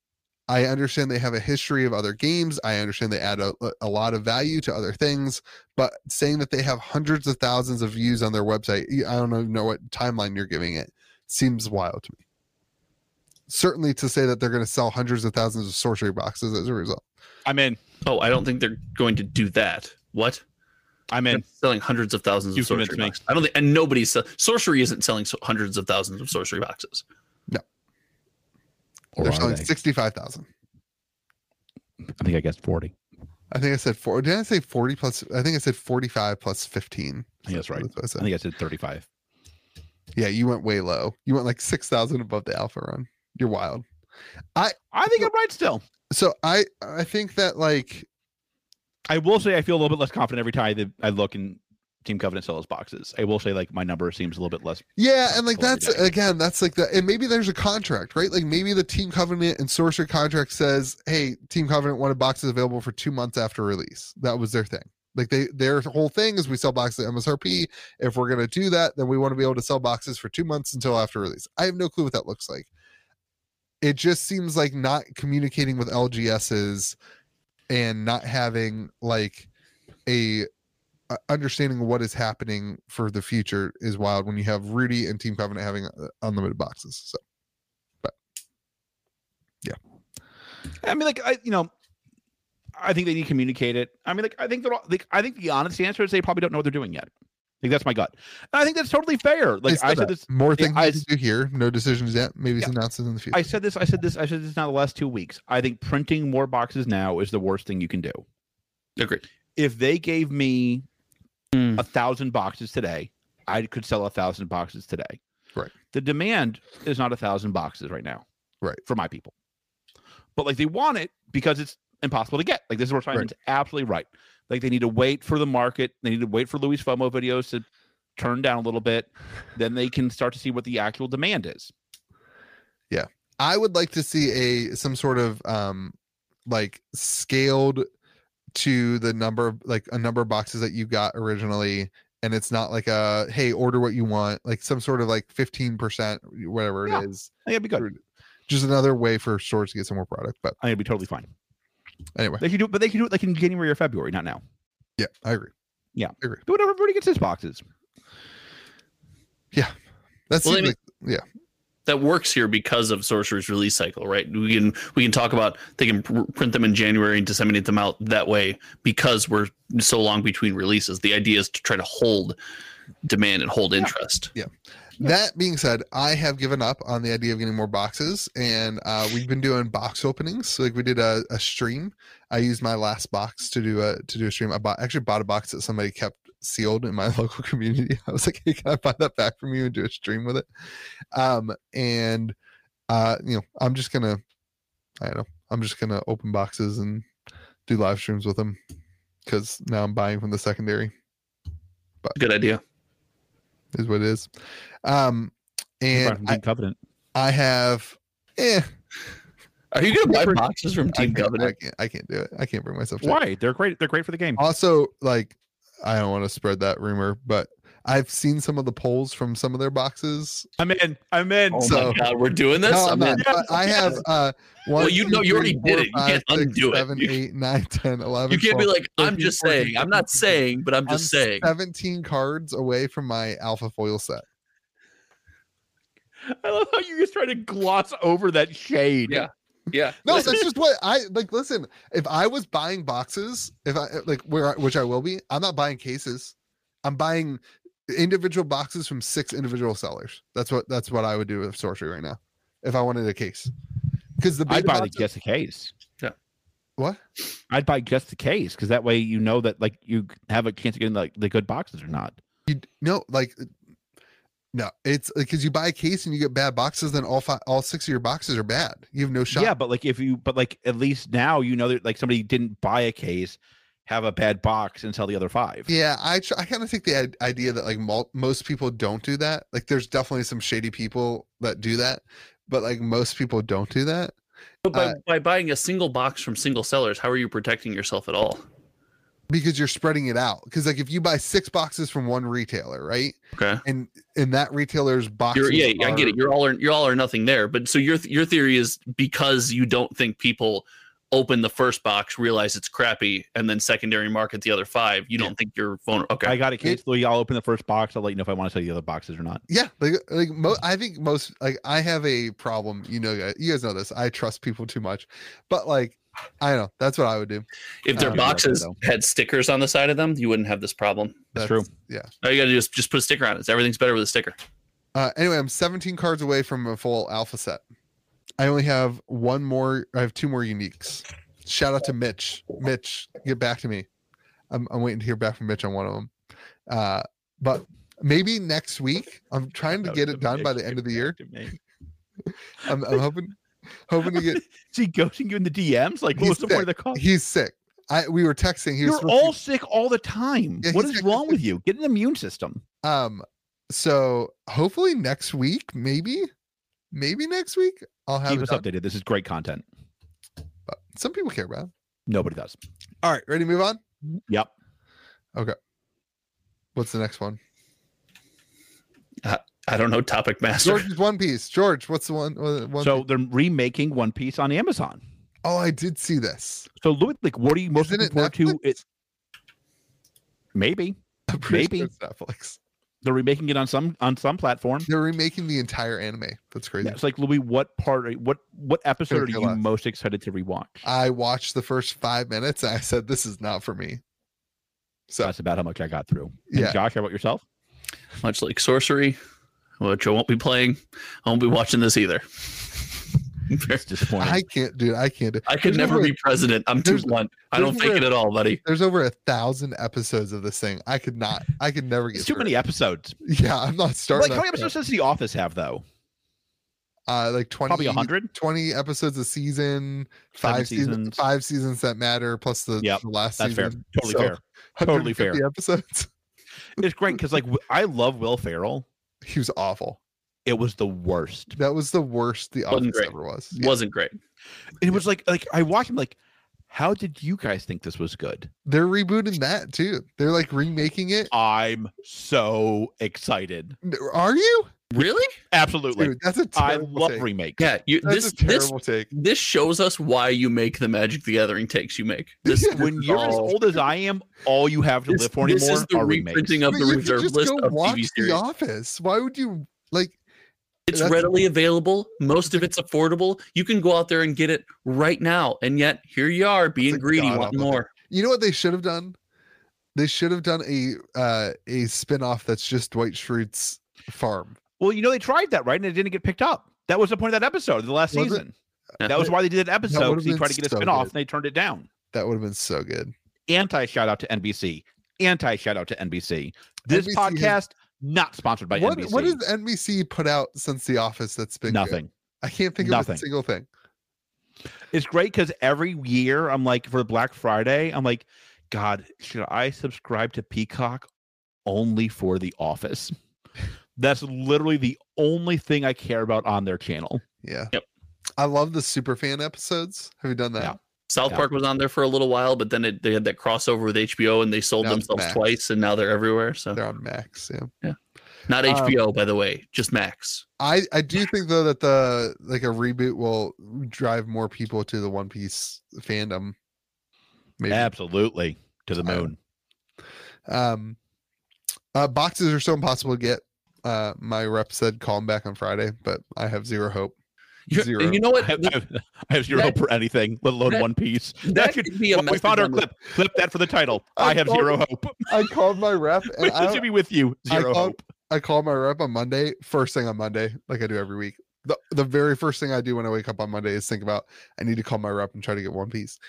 I understand they have a history of other games. I understand they add a, a lot of value to other things, but saying that they have hundreds of thousands of views on their website, y- I don't even know what timeline you're giving it. Seems wild to me. Certainly to say that they're going to sell hundreds of thousands of sorcery boxes as a result.
I'm in.
Oh, I don't think they're going to do that. What?
I'm in.
They're selling hundreds of thousands
You
of sorcery
convinced me.
boxes. I don't think, and nobody's sell- sorcery isn't selling so- hundreds of thousands of sorcery boxes.
Or
they're
are
selling
they?
65,000.
I think I guessed forty.
I think I said four. Did I say 40 plus? I think I said 45 plus 15.
I think that's right.
That's what I
I
said.
think I said thirty-five.
Yeah, you went way low. You went like 6,000 above the alpha run. You're wild.
I think I'm right still.
So I I think that like
I will say I feel a little bit less confident every time that I look in Team Covenant sells boxes. I will say like my number seems a little bit less.
Yeah, and like
Totally
that's
different.
again, that's like the and maybe there's a contract, right? Like maybe the Team Covenant and Sorcerer contract says, "Hey, Team Covenant wanted boxes available for two months after release." That was their thing. Like they their whole thing is we sell boxes at MSRP. If we're gonna do that, then we want to be able to sell boxes for two months until after release. I have no clue what that looks like. It just seems like not communicating with LGSs and not having like a uh, understanding what is happening for the future is wild when you have Rudy and Team Covenant having uh, unlimited boxes. So,
I mean, like I, you know, I think they need to communicate it. I mean, like I think they're all, like I think the honest answer is they probably don't know what they're doing yet. Like that's my gut. And I think that's totally fair. Like
It's
I
not
said
bad.
this.
more things
I
you can do here. No decisions yet. Maybe some
Yeah.
announcements in the future.
I said this. I said this. I said this now the last two weeks. I think printing more boxes now is the worst thing you can do.
Agreed.
If they gave me
Hmm.
a thousand boxes today, I could sell a thousand boxes today.
Right.
The demand is not a thousand boxes right now.
Right.
For my people. But like they want it because it's impossible to get. Like this is where Simon's absolutely right. Like they need to wait for the market. They need to wait for Luis FOMO videos to turn down a little bit. Then they can start to see what the actual demand is.
I would like to see a some sort of um like scaled to the number of like a number of boxes that you got originally and it's not like a hey order what you want like some sort of like 15% whatever
Yeah.
it is
I think it'd be good.
just another way for stores to get some more product but
I think it'd be totally fine.
anyway
They could do it, but they could do it like in January or February, not now.
yeah i agree
Do whatever everybody gets his boxes.
that's
Well, I
seems
mean-
like
that works here because of sorcerer's release cycle right we can we can talk about they can pr- print them in january and disseminate them out that way because we're so long between releases the idea is to try to hold demand and hold interest
That being said, I have given up on the idea of getting more boxes, and uh, we've been doing box openings. So, like we did a, a stream. I used my last box to do a to do a stream. I bought actually bought a box that somebody kept sealed in my local community. I was like, "Hey, can I buy that back from you and do a stream with it?" Um, and uh, you know, I'm just gonna, I don't know, I'm just gonna open boxes and do live streams with them because now I'm buying from the secondary.
good idea
Is what it is. Um, and I,
Covenant.
I have, eh,
are you gonna buy boxes from
I
team
can't-
covenant
I can't, I can't do it. I can't bring myself to it.
Why? They're great. They're great for the game.
Also, like, I don't want to spread that rumor, but I've seen some of the polls from some of their boxes.
I'm in. I'm in.
Oh
So-
my god, we're doing this.
No,
I
I'm
mean,
not. But I have uh, one.
Well, you
two,
know- you already
three,
did
four,
it. You
five,
can't
six,
undo it.
seven,
You-
eight, nine, 10, 11,
you can't be
12.
like, I'm just
13,
saying. I'm
14,
not saying, but I'm
I'm
just saying.
17 cards away from my alpha foil set.
I love how you just try to gloss over that shade.
Yeah. Yeah.
No, that's just what I like. Listen, if I was buying boxes, if I like where I- which I will be, I'm not buying cases. I'm buying individual boxes from six individual sellers. That's what that's what I would do with sorcery right now, if I wanted a case. Because the
I'd
big
buy the
box,
just the case.
what?
I'd buy just the case because that way you know that like you have a chance of getting like the good boxes or not.
You no, like no, it's because you buy a case and you get bad boxes, then all five, all six of your boxes are bad. You have no shot.
Yeah, but like if you, but like at least now you know that like somebody didn't buy a case, have a bad box, and sell the other five.
Yeah, I tr- I kind of think the i- idea that like mul- most people don't do that. Like, there's definitely some shady people that do that, but like most people don't do that.
But by,
uh,
by buying a single box from single sellers, how are you protecting yourself at all?
because you're spreading it out because like if you buy six boxes from one retailer right
Okay.
and and that retailer's box
You're, yeah, I get it. You're all or, you're all or nothing there. But so your your theory is because you don't think people open the first box, realize it's crappy, and then secondary market the other five. You don't think you're vulnerable. Okay.
I got a case, Louis. I'll open the first box. I'll let you know if I want to sell the other boxes or not.
yeah like like mo- i think most like i have a problem you know guy- you guys know this i trust people too much but like i don't know that's what i would do
if
I don't
their
know about
boxes
that, though.
had stickers on the side of them, you wouldn't have this problem.
That's true.
yeah
All you got to do is just put a sticker on it. Everything's better with a sticker.
uh anyway i'm 17 cards away from a full alpha set i only have one more i have two more uniques shout out to mitch mitch get back to me i'm, I'm waiting to hear back from mitch on one of them uh but maybe next week i'm trying to
That
get
was
it
the
done by the
next
end of the
thing
year
to me.
i'm, I'm hoping hoping to get
Is he ghosting you in the DMs? Like,
He's
what's the point of the call?
he's sick i we were texting he was
You're
supposed to be
all sick all the time.
Yeah,
what
he's
is
got
wrong with you? Get an immune system.
Um, so hopefully next week, maybe, maybe next week, I'll have
Keep
it
us
done,
updated. This is great content.
but some people care about. it.
Nobody does.
All right, ready to move on?
Yep.
What's the next one?
I don't know topic master.
George's One Piece. George, what's the one? uh, one
so
thing-
they're remaking One Piece on Amazon.
oh, I did see this.
So Louis, like, what are you most
Isn't it
looking forward
Netflix?
to? It maybe
I'm pretty sure
Maybe.
it's Netflix.
they're remaking it on some on some platform.
They're remaking the entire anime. That's crazy.
Yeah, it's like Louis, what part? Are, what what episode are
your
you
left.
most excited to rewatch?
I watched the first five minutes. And I said this is not for me. So
That's about how much I got through. And
Yeah.
Josh, how about yourself?
much like sorcery, which I won't be playing. I won't be watching this either.
It's disappointing.
I can't, dude. I can't. do-
I could
There's
never
over-
be president. I'm too
there's-
blunt. I don't
there's
fake
no-
it at all, buddy.
There's over a thousand episodes of this thing. I could not. I could never get
it's too
through it.
many episodes.
Yeah, I'm not starting.
Like, how many
off that.
episodes does The Office have though?
uh like 20
Probably a hundred.
20 episodes a season
Seven
five seasons.
seasons.
five seasons that matter plus the,
Yep,
the last
That's fair.
season.
Totally
So,
fair. Totally fair.
150 episodes
It's great because like w- I love Will Ferrell.
he was awful
It was the worst.
that was the worst the
Wasn't
office
great.
ever was Yeah.
Wasn't great.
It was like like I watched him like, how did you guys think this was good?
they're rebooting that too they're like remaking it
I'm so excited.
N- are you
Really?
Absolutely.
Dude, that's a
I
terrible
love
take.
remakes.
Yeah. You,
that's
this
a
this
terrible take
this shows us why you make the Magic the Gathering takes you make. This
Yeah.
When you're as old as I am, all you have to
this,
live for
this
anymore
is the
are remakes.
reprinting of
But
the
you could
reserve
just
list
go
of
watch
TV
the
series.
office why would you like
It's
That's-
readily available. Most of it's affordable. You can go out there and get it right now. And yet here you are being
It's a
greedy,
god-awful
wanting more.
you know what they should have done they should have done a uh a spin-off that's just dwight schrute's farm
Well, you know, they tried that, right? And it didn't get picked up. That was the point of that episode, the last
Was it?
season.
Yeah.
That was why they did that episode
would've
because they
been
tried to get a
so
spinoff
good.
and they turned it down.
that would have been so good
Anti shout out to NBC. Anti shout out to NBC. This
NBC has-
podcast not sponsored by
what,
NBC.
what has NBC put out since The Office that's been good?
Nothing.
I can't think of
Nothing.
a single thing.
It's great because every year I'm like for Black Friday, I'm like, God, should I subscribe to Peacock only for The Office? That's literally the only thing I care about on their channel.
Yeah.
Yep.
I love the super fan episodes. Have you done that?
Yeah.
South
Yeah.
Park was on there for a little while, but then it, they had that crossover with HBO and they sold
Now it's
themselves
Max.
twice, and now they're everywhere. So
They're on Max. Yeah.
not
Um,
HBO, by the way, just Max.
I I do think though that the like a reboot will drive more people to the One Piece fandom. Maybe.
Absolutely to the
I-
moon.
Um, uh, boxes are so impossible to get. Uh, my rep said call him back on Friday, but I have zero hope.
You're-
zero.
and You know
I
what?
have, I have- I have zero
That-
hope for anything, let alone
that-
One Piece.
that
That should
could be a
well, we
message
found our
on
clip. Clip that for the title.
I
I have
thought-
zero hope.
I called my rep and I,
This should
don't-
be with you.
I
Zero
thought-
hope.
I called my rep on Monday, first thing on Monday, like I do every week. The the very first thing I do when I wake up on Monday is think about I need to call my rep and try to get One Piece.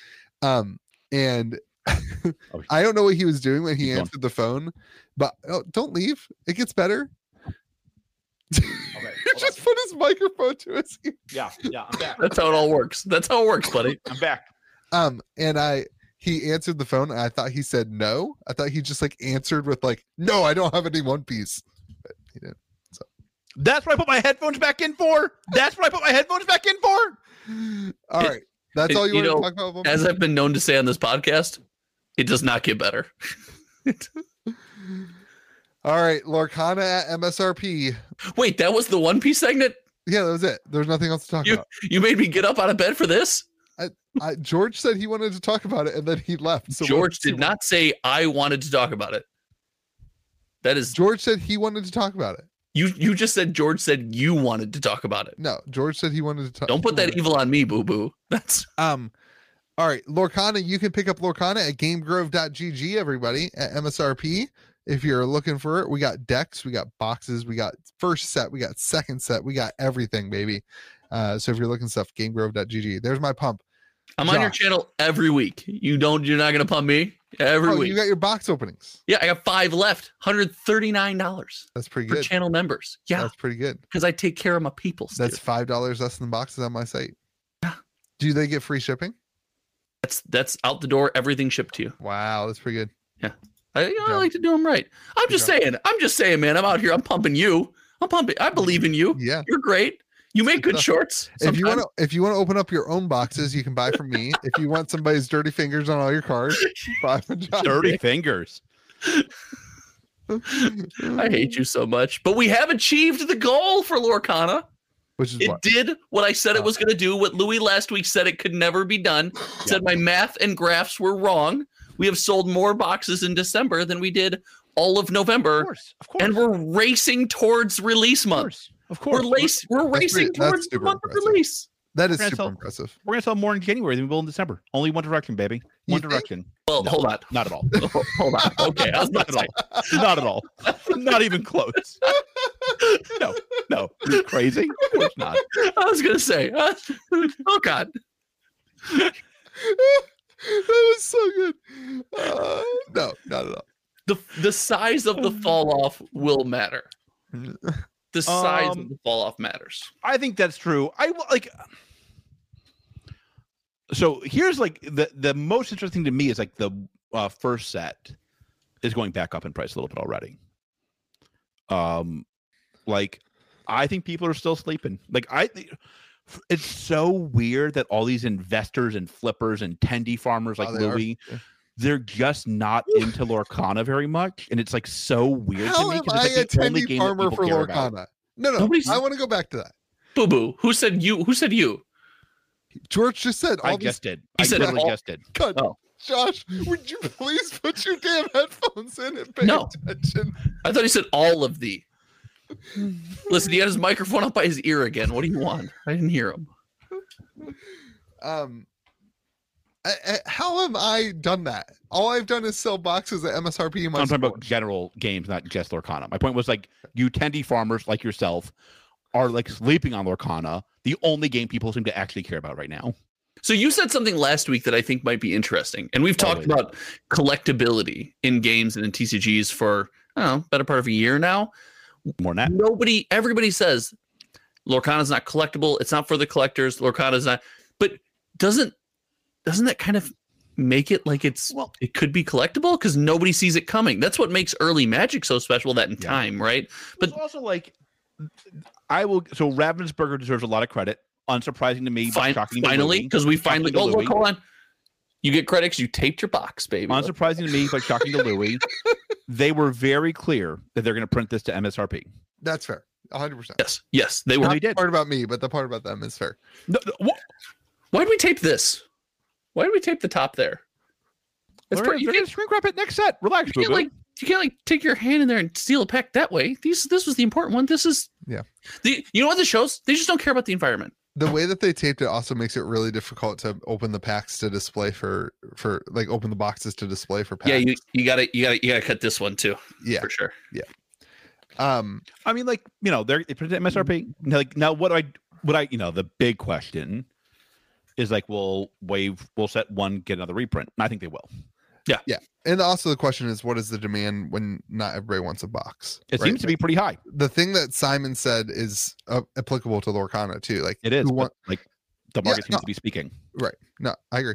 Um, and I don't know what he was doing when he
Keep going.
answered the phone, but oh, don't leave. It gets better. Just put his microphone to his ear.
Yeah, yeah. I'm back.
That's how it all works. That's how it works, buddy.
I'm back.
Um, and I he answered the phone. And I thought he said no. I thought he just like answered with like, no, I don't have any One Piece.
That's what I put my headphones back in for. That's what I put my headphones back in for.
All
It-
right, that's
it-
all you,
you
want
know,
to talk about. One
As I've been known to say on this podcast, it does not get better.
All right, Lorcana at MSRP.
Wait, that was the One Piece segment.
Yeah, that was it. There's nothing else to talk about.
You made me get up out of bed for this.
I, George said he wanted to talk about it, and then he left. So what
George
does he
did
want-
not say I wanted to talk about it. That is
George said he wanted to talk about it.
you. You just said George said you wanted to talk about it.
No, George said he wanted to talk.
Don't put that evil on me, boo boo. That's
Um, all right, Lorcana. You can pick up Lorcana at GameGrove.gg. Everybody at MSRP. If you're looking for it, we got decks, we got boxes, we got first set, we got second set, we got everything, baby. Uh, so if you're looking stuff, GameGrove.gg. There's my pump.
I'm on your
Josh.
channel every week. You don't. You're not gonna pump me every
Oh,
week.
you got your box openings.
yeah, I got five left. Hundred thirty nine dollars
That's pretty
for
good.
channel members. Yeah,
That's pretty good.
because I take care of my people.
That's
That's
five dollars less than boxes on my site.
Yeah.
Do they get free shipping?
that's that's out the door. Everything shipped to you.
Wow, that's pretty good.
I, you know, I
job.
like to do them right. I'm
Good
just
job.
saying. I'm just saying, man. I'm out here. I'm pumping you. I'm pumping. I believe in you.
Yeah.
You're great. You make good
stuff.
shorts.
If you
sometimes.
want to, if you want to open up your own boxes, you can buy from me. if you want somebody's dirty fingers on all your cards, buy from Josh.
Dirty fingers.
I hate you so much. But we have achieved the goal for Lorcana.
Which is
It
what
did what I said
Oh.
it was going to do, what Louis last week said it could never be done. Said my math and graphs were wrong. We have sold more boxes in December than we did all of
Of
November.
course. Of course.
And we're racing towards release
of
month.
course. Of
We're,
course.
lace, we're
That's
racing
re- that's
towards the
super
month of
impressive.
release.
that is
Grand
super
Thel-
impressive.
We're gonna sell more in January than we will in December. Only One Direction, baby.
You
One
think?
Direction.
Well,
No.
Oh, hold on.
Not at all.
Hold on. Okay. I was about
Not at
to say,
all. Not at all. Not even close. No, no. Are you crazy? Of course not.
I was going to say, uh, oh God.
that was so good. Uh, no, not at all.
The, the size of the fall off will matter. The size
Um,
of the fall off matters.
I think that's true. I w- like. So here's like the the most interesting to me is like the uh, first set is going back up in price a little bit already. Um, like I think people are still sleeping. Like I, th- it's so weird that all these investors and flippers and tendy farmers like
Oh, they are.
Louis,
Yeah.
they're just not into Lorcana very much, and it's like so weird
How
to me
am
because
I
it's
a
like the only
tendy
game that
farmer
people
for
care about.
Lorcana? No, no.
Nobody's-
I want to go back to that.
Boo boo. Who said you? Who said you?
George just said all
I
these
just did. I
He said
literally
all-
just did.
God,
Oh.
Josh, would you please put your damn headphones in and pay
No.
attention?
I thought he said all of the. Listen, he had his microphone up by his ear again. What do you want? I didn't hear him.
Um, I, I, how have I done that? All I've done is sell boxes at MSRP. In my
I'm talking
store.
about general games, not just Lorcana. My point was like you tendy farmers like yourself are like sleeping on Lorcana, the only game people seem to actually care about right now.
So you said something last week that I think might be interesting, and we've talked
Always.
about collectability in games and in TCGs for I don't know, better part of a year now.
More than that.
Nobody, everybody says Lorcana's not collectible. It's not for the collectors. Lorcana's not. But doesn't doesn't that kind of make it like it's
Well-
it could be collectible because nobody sees it coming. That's what makes early Magic so special. That in
Yeah.
time, right?
But
But-
it's also like I will so Ravensburger deserves a lot of credit. Unsurprising to me, but
Fin-
shocking to
finally,
Louis.
because we
Shocking
finally.
to
Oh,
Louis.
look, hold on. You get credit 'cause you taped your box, baby.
Unsurprising to me, but shocking to Louis, they were very clear that they're going to print this to MSRP.
That's fair. 100%.
Yes, yes, they were.
Not
they
the
did.
part about me, but the part about them is fair.
No, no, wha-
Why did we tape this? Why did we tape the top there? It's
they're
pretty. You
going to
can't,
shrink wrap it next set. Relax,
you
boo
can't, like you can't like take your hand in there and steal a pack that way. These this was the important one. This is
Yeah.
The you know what this shows? They just don't care about the environment.
The way that they taped it also makes it really difficult to open the packs to display for for like open the boxes to display for packs.
Yeah, you, you gotta you gotta you gotta cut this one too
yeah.
for sure.
Um
I mean, like you know, they're they print it MSRP. Now, Like now, what do I what I you know the big question is like, will wave will set one get another reprint? And I think they will.
and also the question is what is the demand when not everybody wants a box?
It
right?
seems to be pretty high.
the thing that Simon said is uh, applicable to Lorcana too. Like
It is
who
but,
want-
like the
Yeah,
market seems
no.
to be speaking.
right? No, I agree.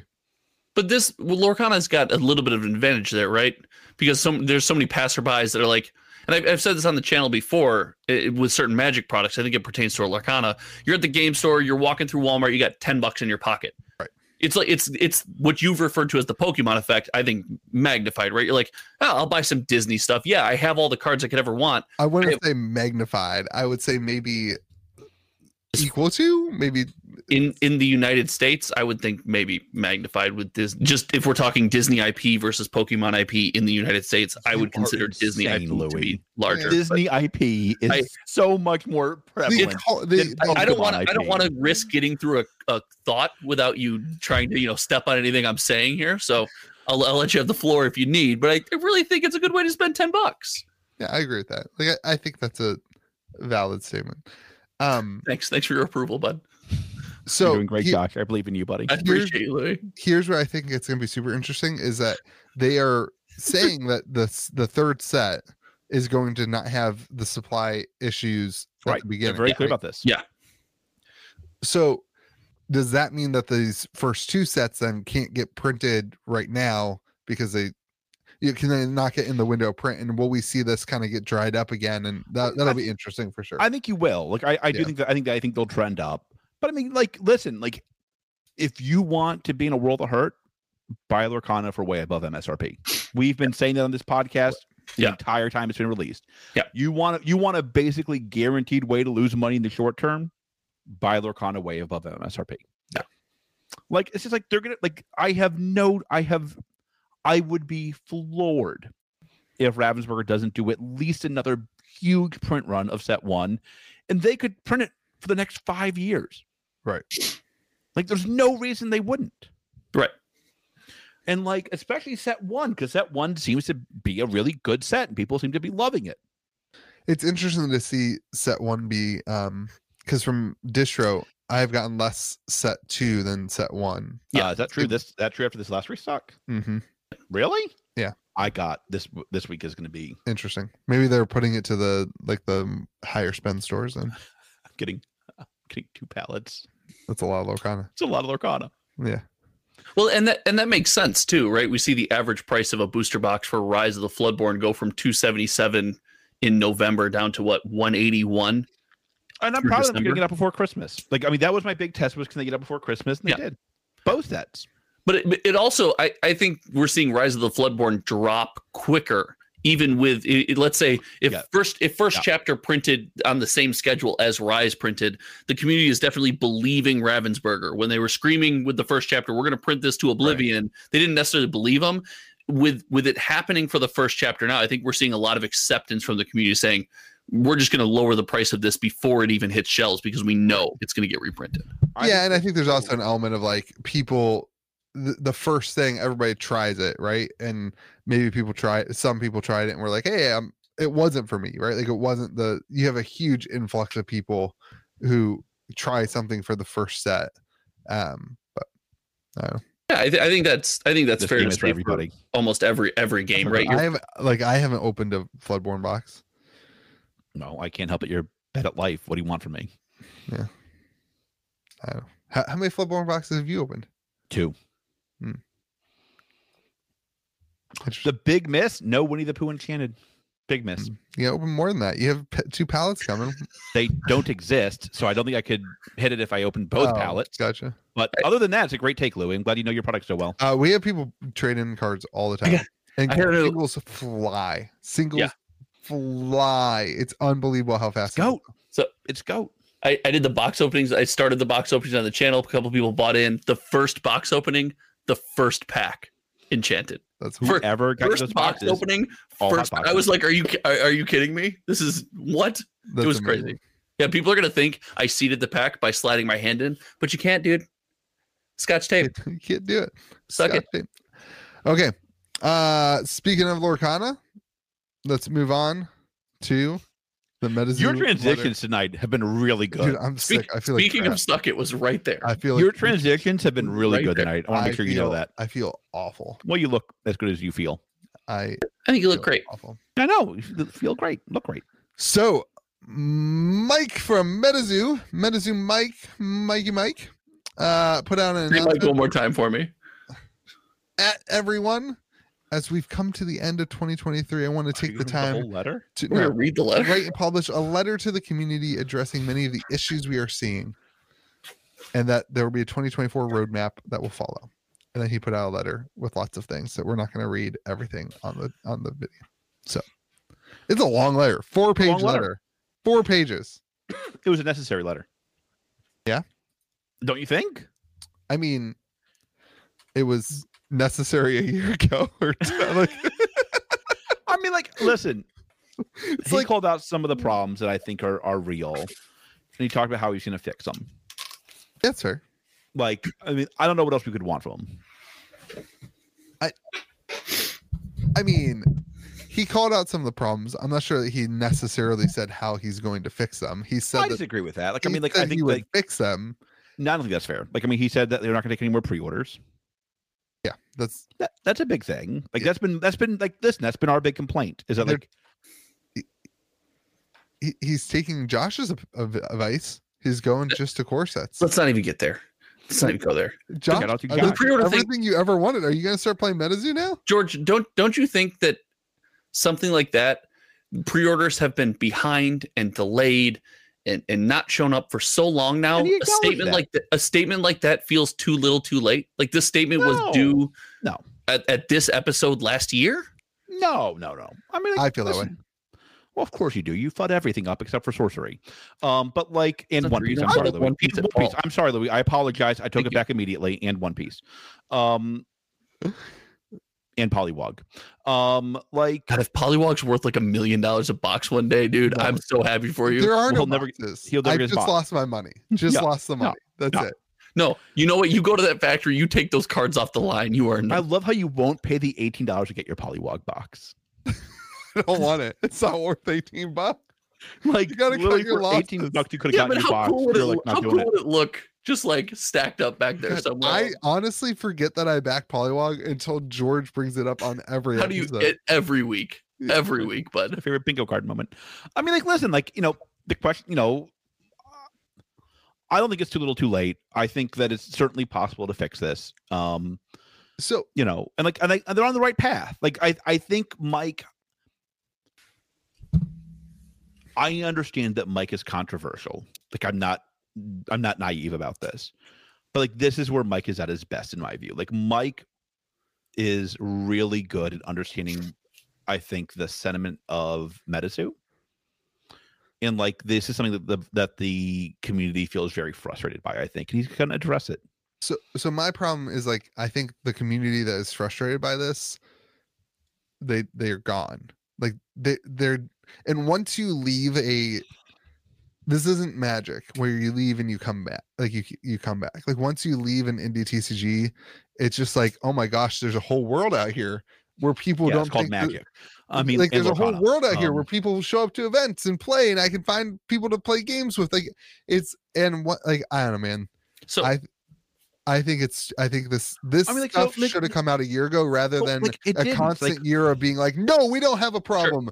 But this well, Lorcana's got a little bit of an advantage there, right? Because some there's so many passerbys that are like, and I've, I've said this on the channel before i with certain magic products. I think it pertains to Lorcana. You're at the game store, you're walking through Walmart, you got ten bucks in your pocket.
Right.
It's like it's it's what you've referred to as the Pokemon effect. I think magnified, right? You're like, oh, I'll buy some Disney stuff. Yeah, I have all the cards I could ever want.
I wouldn't
Yeah.
say magnified. I would say maybe equal to maybe
in in the United States, I would think maybe magnified with this. Just if we're talking Disney IP versus Pokemon IP in the United States, I would
You are
consider Disney
insane,
IP to
Louis.
be larger.
Disney IP is
I-
so much more
the,
prevalent.
col- the,
But I, I don't
Pokemon
want to. I don't
IP.
want to risk getting through a, a thought without you trying to you know step on anything I'm saying here. So I'll, I'll let you have the floor if you need. But I, I really think it's a good way to spend ten bucks.
yeah, I agree with that. Like I, I think that's a valid statement. Um,
Thanks, thanks for your approval, bud.
so
You're doing great,
he-
Josh. I believe in you, buddy.
I
Here's-
appreciate you, Louis.
here's where I think it's going to be super interesting is that they are saying that the s- the third set is going to not have the supply issues at
right.
the
They're
beginning.
very clear
right?
about this.
Yeah.
so does that mean that these first two sets then can't get printed right now because they you can they not get in the window of print and will we see this kind of get dried up again and that, that'll be interesting for sure
I think you will. Like I, I do
Yeah.
think that I think that I think they'll trend up. But I mean, like, listen, like if you want to be in a world of hurt, buy Lorcana for way above MSRP. We've been saying that on this podcast the
Yeah.
entire time it's been released.
Yeah.
You want to you want a basically guaranteed way to lose money in the short term, buy Lorcana way above MSRP.
Yeah.
Like it's just like they're gonna like I have no I have I would be floored if Ravensburger doesn't do at least another huge print run of set one, and they could print it for the next five years.
Right.
Like there's no reason they wouldn't.
Right.
And like, especially set one, because set one seems to be a really good set and people seem to be loving it.
it's interesting to see set one be um because from distro i've gotten less set two than set one
Yeah.
Uh, is that true? This that true after this last restock?
mm-hmm.
Really?
Yeah.
I got this this week is gonna be
interesting maybe they're putting it to the like the higher spend stores then
getting getting two pallets.
that's a lot of locana
It's a lot of Lorcana.
yeah
Well, and that and that makes sense too, right? We see the average price of a booster box for Rise of the Floodborne go from 277 in November down to what 181.
And I'm
Through
proud of them for
December?
getting it up before Christmas. Like, I mean, that was my big test was can they get up before Christmas? And they
Yeah.
did. Both sets.
But it, it also, I, I think we're seeing Rise of the Floodborne drop quicker, even with i- i- let's say if
Yeah.
first if first
Yeah.
chapter printed on the same schedule as Rise printed, the community is definitely believing Ravensburger when they were screaming with the first chapter, we're going to print this to oblivion. They didn't necessarily believe them. With with it happening for the first chapter now, I think we're seeing a lot of acceptance from the community saying we're just going to lower the price of this before it even hits shelves because we know it's going to get reprinted.
yeah, and I
it's
think there's
cool.
also an element of like people, the, the first thing everybody tries it, right? And maybe people try it, some people tried it and were like, hey, um, it wasn't for me, right? Like it wasn't the, you have a huge influx of people who try something for the first set. Um, but
Yeah, I, th- I think that's I think that's
This
fair
game
to
is
say
for everybody.
almost every every game, right?
I
You're-
have like, I haven't opened a Floodborne box.
No, I can't help it. You're bad at life. What do you want from me?
I don't know. How, how many Floodborne boxes have you opened?
Two.
Hmm.
The big miss, no Winnie the Pooh enchanted. Big miss.
You open more than that. You have p- two pallets coming.
They don't exist, so I don't think I could hit it if I opened both
Oh,
pallets.
Gotcha.
But other than that, it's a great take, Louie. I'm glad you know your product so well.
Uh, we have people trade in cards all the time,
got-
and
I gotta-
singles fly. Singles
Yeah.
fly. It's unbelievable how fast. it
Goat.
So-
it's goat.
I, I did the box openings. I started the box openings on the channel. A couple people bought in. The first box opening, the first pack, enchanted.
That's
For-
Ever got
First
those
box
boxes?
opening,
all hot
first. I
boxes.
was like, "Are you ki- are, are you kidding me? This is what?"
that's
it was
amazing.
crazy. Yeah, people are gonna think I seeded the pack by sliding my hand in, but you can't, dude. Scotch tape,
you can't do it.
suck it.
Scotch tape. Okay. Uh speaking of Lorcana, let's move on to the medicine.
Your transitions tonight have been really good.
Dude, I'm
Speak-
sick. I feel like
Speaking
crap.
of suck it, was right there.
I feel like
Your transitions have been really
Right
good
there.
tonight. I want to make
I
sure you know
feel-
that.
I feel awful.
Well, you look as good as you feel.
I
I think you
feel
look great.
Awful.
I know. You feel great. Look great.
So Mike from MetaZoo, MetaZoo Mike, Mikey Mike, uh, put out an
Say Mike
announcement
one more time for me.
at everyone. As we've come to the end of 2023, I want to take the time
whole letter.
to
We're
no,
gonna read the letter.
write and publish a letter to the community addressing many of the issues we are seeing, and that there will be a 2024 roadmap that will follow. And then he put out a letter with lots of things that we're not going to read everything on the on the video. So it's a long letter, four page
Long letter.
letter, four pages.
It was a necessary letter.
Yeah?
Don't you think?
I mean, it was necessary a year ago or two, like
I mean, like, listen,
it's
he
like
called out some of the problems that I think are are real, and he talked about how he's going to fix them.
that's fair.
Like, I mean, I don't know what else we could want from him.
I mean, he called out some of the problems. I'm not sure that he necessarily said how he's going to fix them. He said that
I disagree with that. Like, I
he
mean, like,
said
I
he
think
would
like,
fix them.
no, I don't think that's fair. Like, I mean, he said that they're not going to take any more pre-orders.
Yeah, that's
That that's a big thing. Like,
Yeah.
that's been that's been like listen, that's been our big complaint. Is that
They're-
like
he, he's taking Josh's ab- ab- advice. He's going just to corsets.
Let's not even get there. Let's not even go there.
Josh,
out to
are
Josh.
the
The pre-order thing,
everything you ever wanted. Are you going to start playing MetaZoo now?
George. Don't don't you think that something like that pre-orders have been behind and delayed and, and not shown up for so long now
And he
a
acknowledged
statement
that.
like that a statement like that feels too little too late like this statement
No.
was due
No.
at, at this episode last year
no, no, no. I mean,
I feel that way.
way. Well, of course you do. You fud everything up except for sorcery. Um, but like, and
Except
One
for
Piece.
you
I'm
don't
sorry,
like
Louis.
One Piece
One
at
Piece.
all.
I'm sorry, Louis. I apologize. I took
Thank
it
you.
back immediately. And One Piece. Um, and Polywog. Um, like
god if polywog's worth like a million dollars a box one day dude i'm so happy for you
There are no
He'll never-
boxes.
he'll never
I
get his
just
box.
lost my money. Just
No,
lost the
no,
money. That's
no.
it.
no you know what you go to that factory you take those cards off the line you are
I
not
love how you won't pay the eighteen dollars to get your Polywog box.
I don't want it. It's not worth 18 bucks.
Like
You gotta cut
literally
your
for eighteen
losses.
bucks, you could
yeah
have
but
gotten your
how
box.
cool, would it,
You're like
how
not
cool
doing it.
would it look just like stacked up back there somewhere
I honestly forget that I back Polywog until George brings it up on every
How do you
episode.
it, every week?
Yeah.
Every week, bud.
My favorite bingo card moment. I mean, like, listen, like you know, the question, you know, I don't think it's too little, too late. I think that it's certainly possible to fix this. Um,
so
you know, and like, and, I, and they're on the right path. Like, I, I think Mike. I understand that Mike is controversial. Like, I'm not, I'm not naive about this, but like, this is where Mike is at his best, in my view. Like, Mike is really good at understanding. I think the sentiment of Metasu. And like this is something that the that the community feels very frustrated by, I think. And he's gonna address it.
so so my problem is like i think the community that is frustrated by this they they're gone like they they're and once you leave a this isn't magic where you leave and you come back like you you come back like once you leave an indie tcg it's just like oh my gosh there's a whole world out here where people
yeah,
don't
it's called
think that-
magic. I mean,
like
and
there's a whole
Lorcana.
world out here
Um,
where people show up to events and play and i can find people to play games with like it's and what like i don't know man
So
I I think it's. I think this this
I mean, like, so,
stuff
like-
should have come out a year ago rather
Well,
than
like, it didn't,
a
like-
constant year of being like, no, we don't have a problem.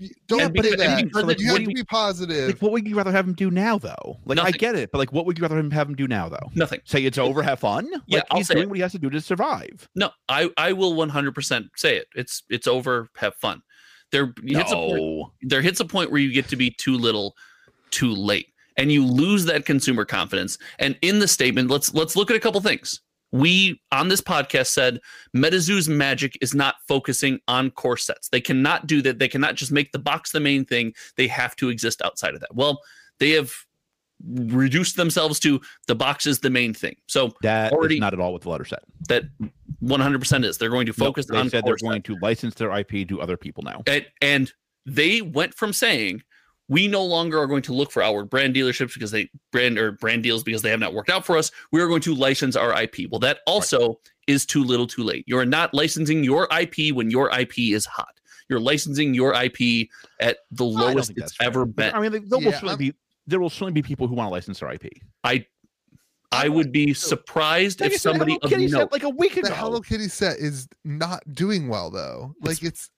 Y- Don't
Yeah,
play
because-
that.
and because
it
you have to
wouldn't-
be positive.
like, what would you rather have him do now, though? Like, I
Nothing.
get it, but like, what would you rather him have him do now, though?
nothing.
Say it's over, have fun.
Yeah,
like,
I'll
he's
say
doing
it.
what he has to do to survive.
No, I I will 100% say it. It's it's over. Have fun. There hits a point,
No.
there hits a point where you get to be too little, too late, and you lose that consumer confidence. And in the statement, let's let's look at a couple things. We on this podcast said MetaZoo's magic is not focusing on core sets. They cannot do that. They cannot just make the box the main thing. They have to exist outside of that. Well, they have reduced themselves to the box is the main thing. So
That is
Already-
not at all what the letter said.
that 100% is they're going to focus
Nope, they
on
said they're
core
going to license their IP to other people now.
and, and they went from saying we no longer are going to look for our brand dealerships because they brand or brand deals because they have not worked out for us. We are going to license our IP. Well, that also is too little, too late. You're not licensing your IP when your IP is hot. You're licensing your IP at the
I don't
lowest
think
it's
that's fair.
ever been.
I mean, like, there will
Yeah,
certainly
I'm-
be there will certainly be people who want to license their IP.
I would be surprised
Like I
if
said,
somebody
Hello
of
Kitty said,
note.
like a week
The Hello
ago,
Kitty set is not doing well though. Like it's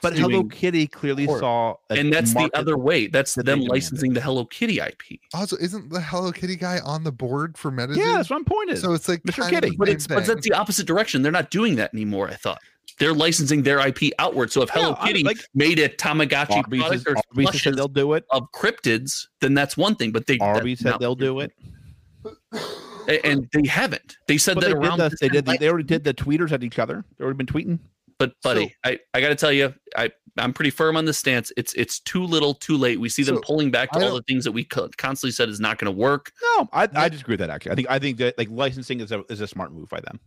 but
doing-
Hello Kitty clearly
Or-
saw, a
And that's the
market-
other way. That's
that they
them
demanded.
licensing the Hello Kitty IP.
also isn't the Hello Kitty guy on the board for MetaZoo?
Yeah, that's what I'm pointing.
So it's like
Mr.
kind of
Kitty.
the
But
same
it's but
thing.
that's the opposite direction. They're not doing that anymore. I thought they're licensing their IP outward. So if Hello
Yeah, I-
Kitty
like-
made a Tamagotchi
Arby's,
product
is, Arby's
or
has
plushes
said they'll do it.
of cryptids, then that's one thing. But they that's
Arby's said
not-
they'll do it.
a- and they haven't. They said
But
that
they, did
around.
the, they did.
this time,
They already did the tweeters at each other. They already been tweeting.
but buddy, I, I got to tell you, I I'm pretty firm on this stance. It's it's too little, too late. We see them
So,
pulling back to
I
all the things that we co- constantly said is not going to work.
No, I, I
Yeah.
disagree with that. Actually, I think I think that like licensing is a is a smart move by them.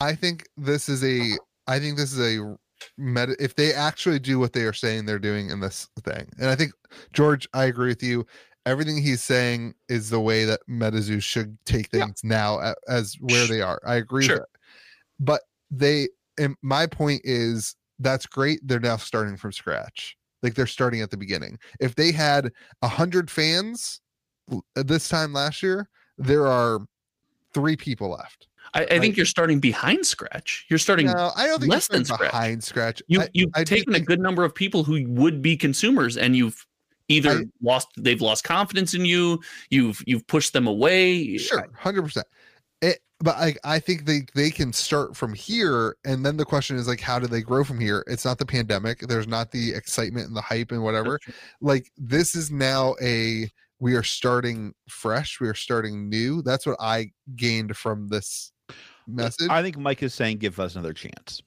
I think this is
Uh-huh.
a I think this is a meta if they actually do what they are saying they're doing in this thing. And I think George, I agree with you. Everything he's saying is the way that MetaZoo should take
Yeah.
things now a- as where
Sh-
they are. I agree
sure.
with that. But they and my point is that's great. They're now starting from scratch. Like they're starting at the beginning. If they had a hundred fans l- this time last year, there are three people left.
I, I
Like-
think you're starting behind scratch. You're starting.
No, I don't think less
less than
than
scratch.
behind scratch.
You
I-
you've
do
taken a
think-
good number of people who would be consumers, and you've either
I-
lost they've lost confidence in you, you've you've pushed them away.
sure, hundred percent. It, but I, I think they they can start from here, and then the question is like, how do they grow from here? It's not the pandemic. There's not the excitement and the hype and whatever. Like this is now a we are starting fresh. We are starting new. That's what I gained from this message.
I think Mike is saying give us another chance.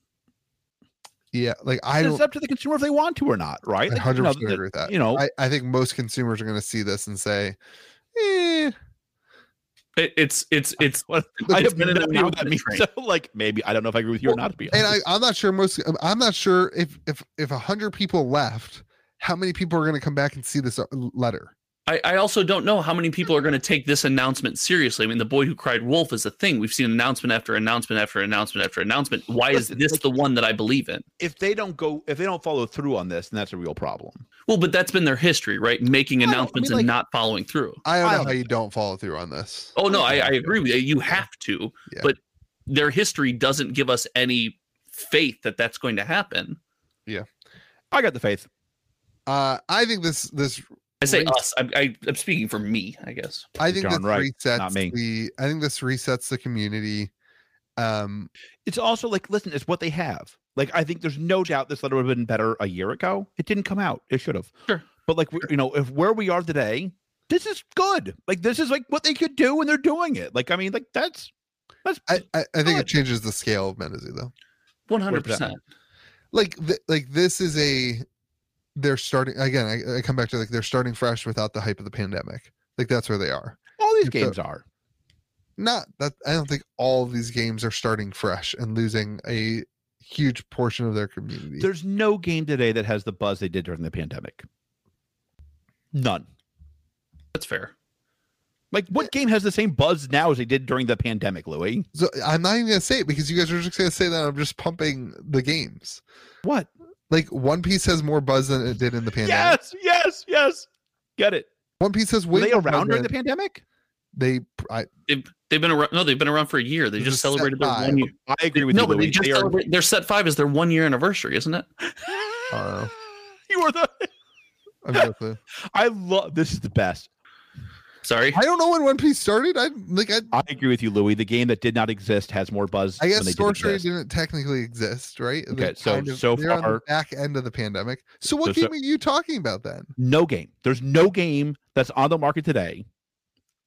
yeah, like I
it's
don't.
up to the consumer if they want to or not, right?
I
Like, you
hundred
know,
percent
the-
agree with that.
You know,
I, I think most consumers are going to see this and say, eh,
It- it's it's it's
What-
Look,
I
it's
have
been
no
an
idea what that
announcement
means.
train.
So, like, maybe I don't know if I agree with you or
Well,
not. To be
and I,
honest.
I'm not sure most. I'm- I'm not sure if if if a hundred people left, how many people are going to come back and see this uh, letter?
I, I also don't know how many people are going to take this announcement seriously. I mean, the boy who cried wolf is a thing. We've seen announcement after announcement after announcement after announcement. Why is
Listen,
this
like-
the one that I believe in?
if they don't go, if they don't follow through on this, then that's a real problem.
Well, but that's been their history, right? Making
I don't- I
announcements
mean, like-
and not following through.
I don't
I
know
don't
how you don't follow through on this.
Oh no, I, I agree with you. You have to,
Yeah.
but their history doesn't give us any faith that that's going to happen.
I got the faith.
Uh, I think this this
I say
Right.
us. I'm, I, I'm speaking for me, I guess.
I think
John
this
Wright, not
resets
me.
the. I think this resets the community. Um,
It's also like, listen, it's what they have. Like, I think there's no doubt this letter would have been better a year ago. It didn't come out. It should have.
Sure.
But like, we- you know, if where we are today, this is good. Like, this is like what they could do, and they're doing it. Like, I mean, like that's that's
I I, I think
Good.
it changes the scale of Menazoo though.
One hundred percent.
like th- like this is a they're starting again I, I come back to like they're starting fresh without the hype of the pandemic like that's where they are
all these
It's a-
games are.
not that i don't think all of these games are starting fresh and losing a huge portion of their community
There's no game today that has the buzz they did during the pandemic. None.
That's fair.
Like, what game has the same buzz now as they did during the pandemic, Louis?
so i'm not even gonna say it because you guys are just gonna say that i'm just pumping the games
What?
like one piece has more buzz than it did in the pandemic
Yes, yes, yes. Get it.
one piece has
Were
way
they
more buzz
around during the
than-
pandemic?
they pr- I,
They've, they've been around. No, they've been around for a year. They
This
just
is set
celebrated their
five.
one year.
I agree with
no,
you.
but they
Louis.
just
They are-
celebrate, their set five is their one year anniversary, isn't it?
Uh,
you are the.
I have no clue.
I love this is the best.
Sorry.
I don't know when One Piece started. I like I,
I agree with you, Louis. The game that did not exist has more buzz.
I
when
guess
they did
Store Trade
exist.
didn't technically exist, right? They
Okay, so-
kind of-
so
they're on the
far-
back end of the pandemic. So what
So- so-
game are you talking about then?
no game. There's no game that's on the market today.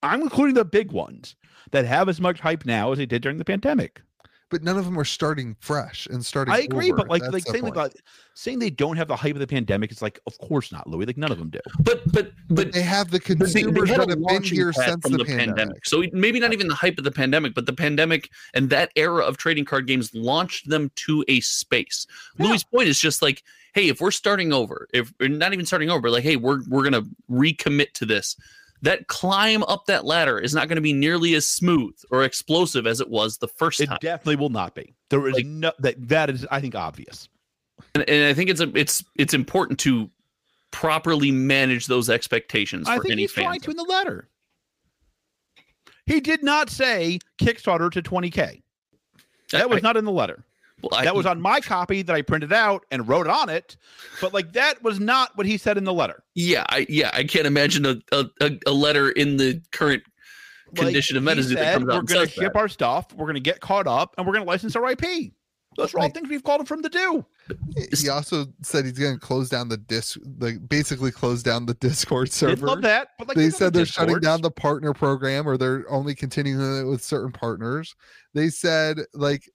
I'm including the big ones that have as much hype now as they did during the pandemic.
But none of them are starting fresh and starting.
I agree,
over.
but like,
That's
like
the
saying
point.
like, uh, saying they don't have the hype of the pandemic is like, of course not, Louis. Like none of them do.
But but but
they have the
but they- they
consumers
had a
that have been
launching
here
pad
since the, pandemic.
So maybe not even the hype of the pandemic, but the pandemic and that era of trading card games launched them to a space.
Yeah.
Louis' point is just like, hey, if we're starting over, if or not even starting over, but like, hey, we're we're gonna recommit to this. That climb up that ladder is not going to be nearly as smooth or explosive as it was the first
It
time.
definitely will not be. There is
Like-
no that that is I think obvious.
and, and I think it's a, it's it's important to properly manage those expectations
I
for
think
any
he's
fan.
trying to in the letter. He did not say Kickstarter to 20k. That was not in the letter. That was on my copy that I printed out and wrote on it, but like that was not what he said in the letter.
Yeah, I yeah, I can't imagine a a, a, a letter in the current
Like,
condition of
he
medicine that
said,
comes out.
We're
and
gonna
says
ship
that.
our stuff. We're gonna get caught up, and we're gonna license our IP. Those are all
Right.
things we've called him from to do.
He also said he's going to close down the disc, like basically close down the Discord
Did
server.
love that, but like
they
these other
said they're shutting
Discords-
down the partner program or they're only continuing it with certain partners. They said like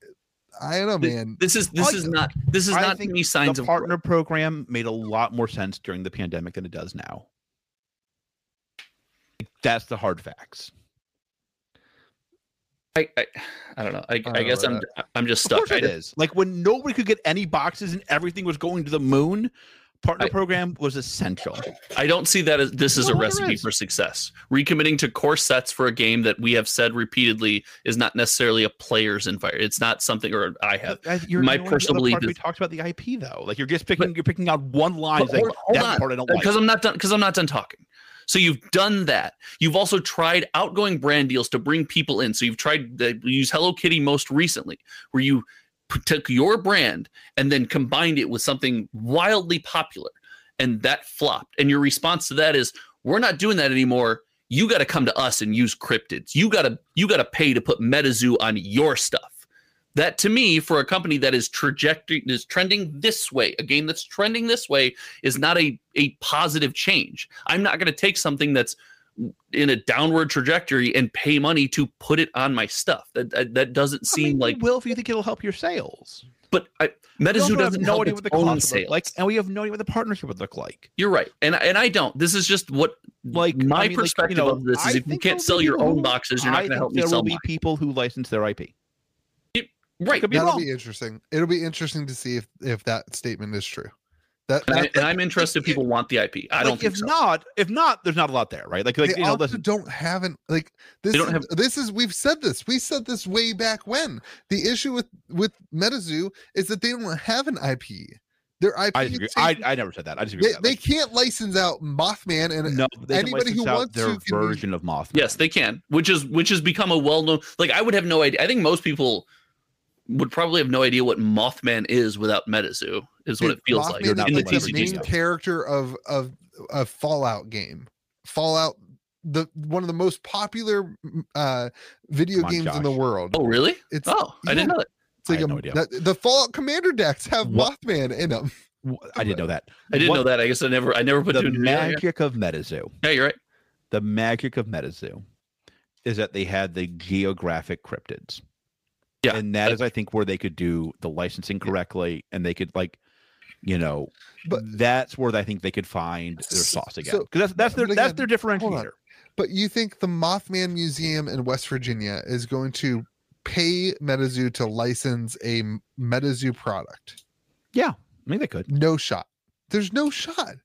I don't know,
Th-
man.
This is this
I-
is not this is
I
not
think
any signs
the
of
partner program made a lot more sense during the pandemic than it does now. Like, That's the hard facts.
I, I I don't know. I,
don't
I guess
know
I'm I'm just
Of
stuck.
course it
I-
is. Like when nobody could get any boxes and everything was going to the moon, partner
I-
program was essential.
I don't see that as this is
No,
a
there
recipe
is.
for success. Recommitting to core sets for a game that we have said repeatedly is not necessarily a player's environment. It's not something, or I have.
I- Uh, you're
My
ignoring the other
personal belief
part We
is-
talked about the IP though. Like you're just picking you're picking out one line.
But
It's like,
hold- hold
that
on,
part I don't like.
because I'm not done because I'm not done talking. So you've done that. You've also tried outgoing brand deals to bring people in. So you've tried uh, use Hello Kitty most recently, where you p- took your brand and then combined it with something wildly popular, and that flopped. And your response to that is, "We're not doing that anymore. You got to come to us and use cryptids. You got to you got to pay to put MetaZoo on your stuff." That to me, for a company that is trajectory is trending this way, a game that's trending this way, is not a a positive change. I'm not going to take something that's in a downward trajectory and pay money to put it on my stuff. That that, that doesn't
I mean, you
seem like.
will if you think it'll help your sales.
But I,
We also
MetaZoo
have
doesn't
no
help
idea
its
what the
own
cost would look
sales.
like, and we have no idea what the partnership would look like.
You're right, and and I don't. This is just what
Like I
my
mean, like, you
perspective
know,
of this
I
is: if you
think
can't
there'll
sell
be
your
people
own
who-
boxes, you're
I
not going to
think
help me
There
sell
will be
mine.
people who license their IP.
Right,
could be
That'll
wrong.
be interesting. It'll be interesting to see if if that statement is true. That,
and, I,
that-
and I'm interested. if People want the IP. I
Like,
don't think
if
so.
not, if not, there's not a lot there, right? Like, like
they
you know,
also
listen,
don't have an like this
don't
is-
have-
this is we've said this we said this way back when the issue with with metazoo is that they don't have an ip their ip
I
is
disagree. I,
taken-
I never said that. I disagree.
they,
with that.
they can't license out mothman and
no, they can
anybody who
license out
wants to
their
can use-
version of Mothman.
Yes, they can, which is which has become a well known. Like I would have no idea. I think most people would probably have no idea what Mothman is without MetaZoo. Is what
Dude,
it feels
Mothman
like
is
not
in the
like
allowed to
TCG.
main
know.
stuff.
character of of a Fallout game. Fallout, the one of the most popular mm, uh, video
Come on,
games in the
Josh.
world.
Oh really?
It's
Oh, I didn't
yeah,
know that.
it's like
I had
a-
no idea.
that- the Fallout Commander decks have
What-
Mothman in them.
Wh- I didn't know that.
I didn't
What-
know that. I guess I never. I never put two
The
and two together.
magic of MetaZoo.
Yeah, you're right.
The magic of MetaZoo is that they had the geographic cryptids.
Yeah,
and that is, I think, where they could do the licensing correctly, and they could like, you know,
But-
that's where I think they could find their
S-
sauce again.
so-
Because that's that's their
but
that's
again,
their
hold on.
differentiator.
But you think the Mothman Museum in West Virginia is going to pay MetaZoo to license a M- MetaZoo product?
Yeah, I mean they could.
No shot. There's no shot.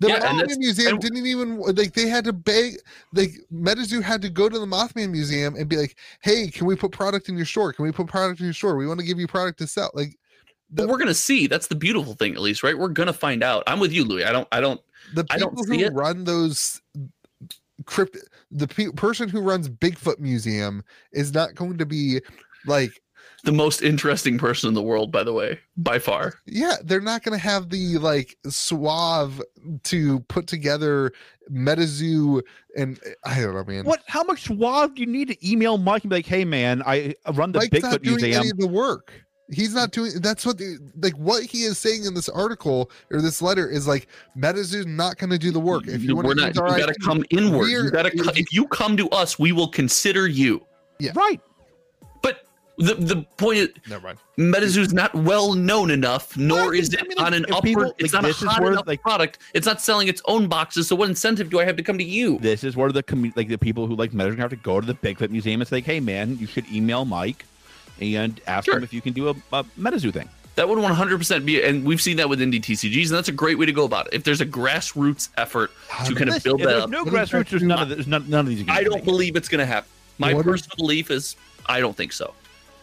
The
Yeah, and
Mothman
that's-
Museum
and-
didn't even like they had to beg like MetaZoo had to go to the Mothman Museum and be like, "Hey, can we put product in your store? Can we put product in your store? We want to give you product to sell." Like
But we're gonna see. That's the beautiful thing, at least, right? We're gonna find out. I'm with you, Louis. I don't. I don't.
the
I don't
people
see
who
it.
run those crypt the pe- person who runs Bigfoot Museum is not going to be like
the most interesting person in the world, by the way, by far.
Yeah, they're not going to have the like suave to put together MetaZoo and eh, I don't know, man.
What? How much suave do you need to email Mike and be like, "Hey, man, I run the
Mike's not
Bigfoot
doing
Museum."
any of the work. He's not doing. That's what the like what he is saying in this article or this letter is like MetaZoo's not going to do the work. If you want
we're
to,
not, you gotta come inward. You
We're-
gotta, co- if you come to us, we will consider you.
Yeah.
Right.
But the the point is,
Never mind.
MetaZoo's not well known enough, nor
Right,
is it
I mean, like,
on an
if
upward.
people-
it's
like,
not a
this is
hot
where,
enough
like-
product. It's not selling its own boxes. So what incentive do I have to come to you?
This is where the commu- like the people who like MetaZoo have to go to the Bigfoot Museum and say, "Hey, man, you should email Mike and ask
Sure.
him if you can do a, a MetaZoo thing."
That would 100% be, and we've seen that with indie TCGs, and that's a great way to go about it. If there's a grassroots effort to kind of
Listen,
build
if
that
there's
up,
no
What does that
grassroots. There's
do?
none of the- there's none, none of these. are gonna
I
make
don't
it.
believe it's going to happen. My
What if-
personal belief is I don't think so.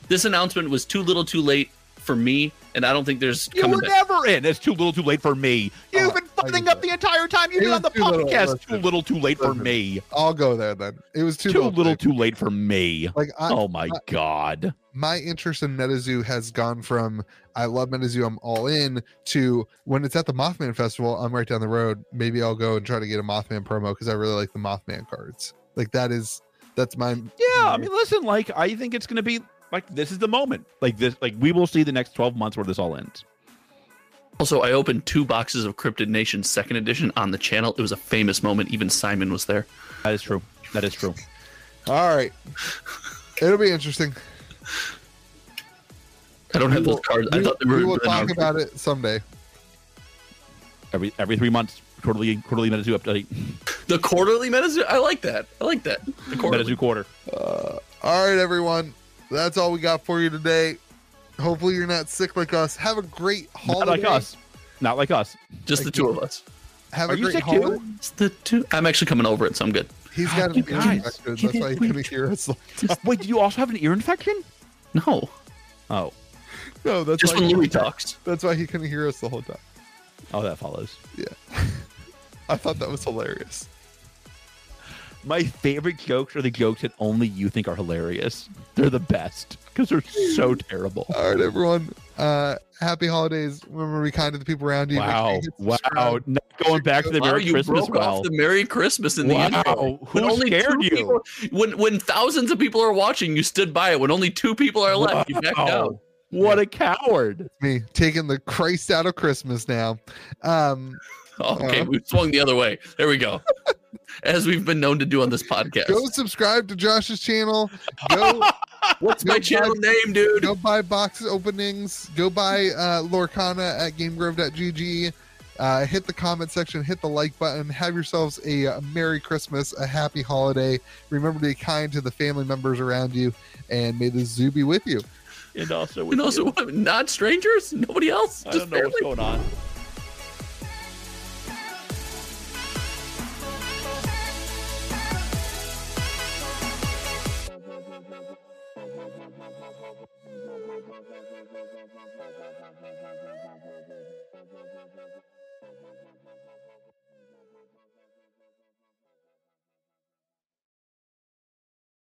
This announcement was too little, too late for me, and I don't think there's
You
coming
were
back.
never in. It's too little, too late for me. You've
Oh,
been
I
fucking
get
up the entire time you've
It
been
was
on the
too little,
podcast.
listen.
too little, too late for
Listen.
me.
I'll go there then. It was too,
Too
low,
little,
babe.
too late for me.
Like I,
Oh my god.
my interest in MetaZoo has gone from I love MetaZoo, I'm all in to when it's at the Mothman Festival, I'm right down the road. Maybe I'll go and try to get a Mothman promo because I really like the Mothman cards. Like that is that's my
Yeah, I mean, listen, like I think it's gonna be like this is the moment. Like this, like we will see the next twelve months where this all ends.
Also, I opened two boxes of Cryptid Nation Second Edition on the channel. It was a famous moment. Even Simon was there.
That is true. That is true.
all right. It'll be interesting.
I don't have
We
those
will-
cards. I
we,
thought they
we
were.
will talk
announced.
about it someday.
Every every three months, quarterly quarterly MetaZoo update,
the quarterly MetaZoo. I like that. I like that. The quarterly.
MetaZoo quarter.
All right, everyone. That's all we got for you today. Hopefully you're not sick like us. Have a great
Not
holiday.
like us. Not like us.
Just the two of us.
Have
Are
a
you
great
sick too?
holiday.
Just the two. I'm actually coming over it, so I'm good.
He's got an
You
ear
guys,
infection.
you
That's why he
didn't
couldn't hear us.
Uh, Wait, did you also have an ear infection?
No,
Oh,
No, that's
just
why
when
he-
Louis talks.
That's why he couldn't hear us the whole time.
oh, that follows.
I thought that was hilarious.
My favorite jokes are the jokes that only you think are hilarious. They're the best because they're so terrible.
All right, everyone. Uh, happy holidays. Remember, to be kind to the people around you. Make sure
Wow,
you hit
wow!
subscribe.
Not going back to the
Wow,
Merry
you
Christmas.
broke
Wow.
off the Merry Christmas in the
Wow,
intro.
who scared
two
you?
People, when when thousands of people are watching, you stood by it. When only two people are left, you backed out.
Wow. Oh, What a coward!
Me taking the Christ out of Christmas now. Um,
Oh, Okay,
Uh-huh.
we swung the other way. There we go. As we've been known to do on this podcast.
Go subscribe to Josh's channel. Go,
What's my
go
channel name, dude?
go buy box openings. Go buy uh, Lorcana at GameGrove.gg. Uh, hit the comment section. Hit the like button. Have yourselves a, uh Merry Christmas, a Happy Holiday. Remember to be kind to the family members around you, and may the zoo be with you.
And also, with
And also,
you.
what, not strangers? Nobody else?
I don't know what's
family?
going on.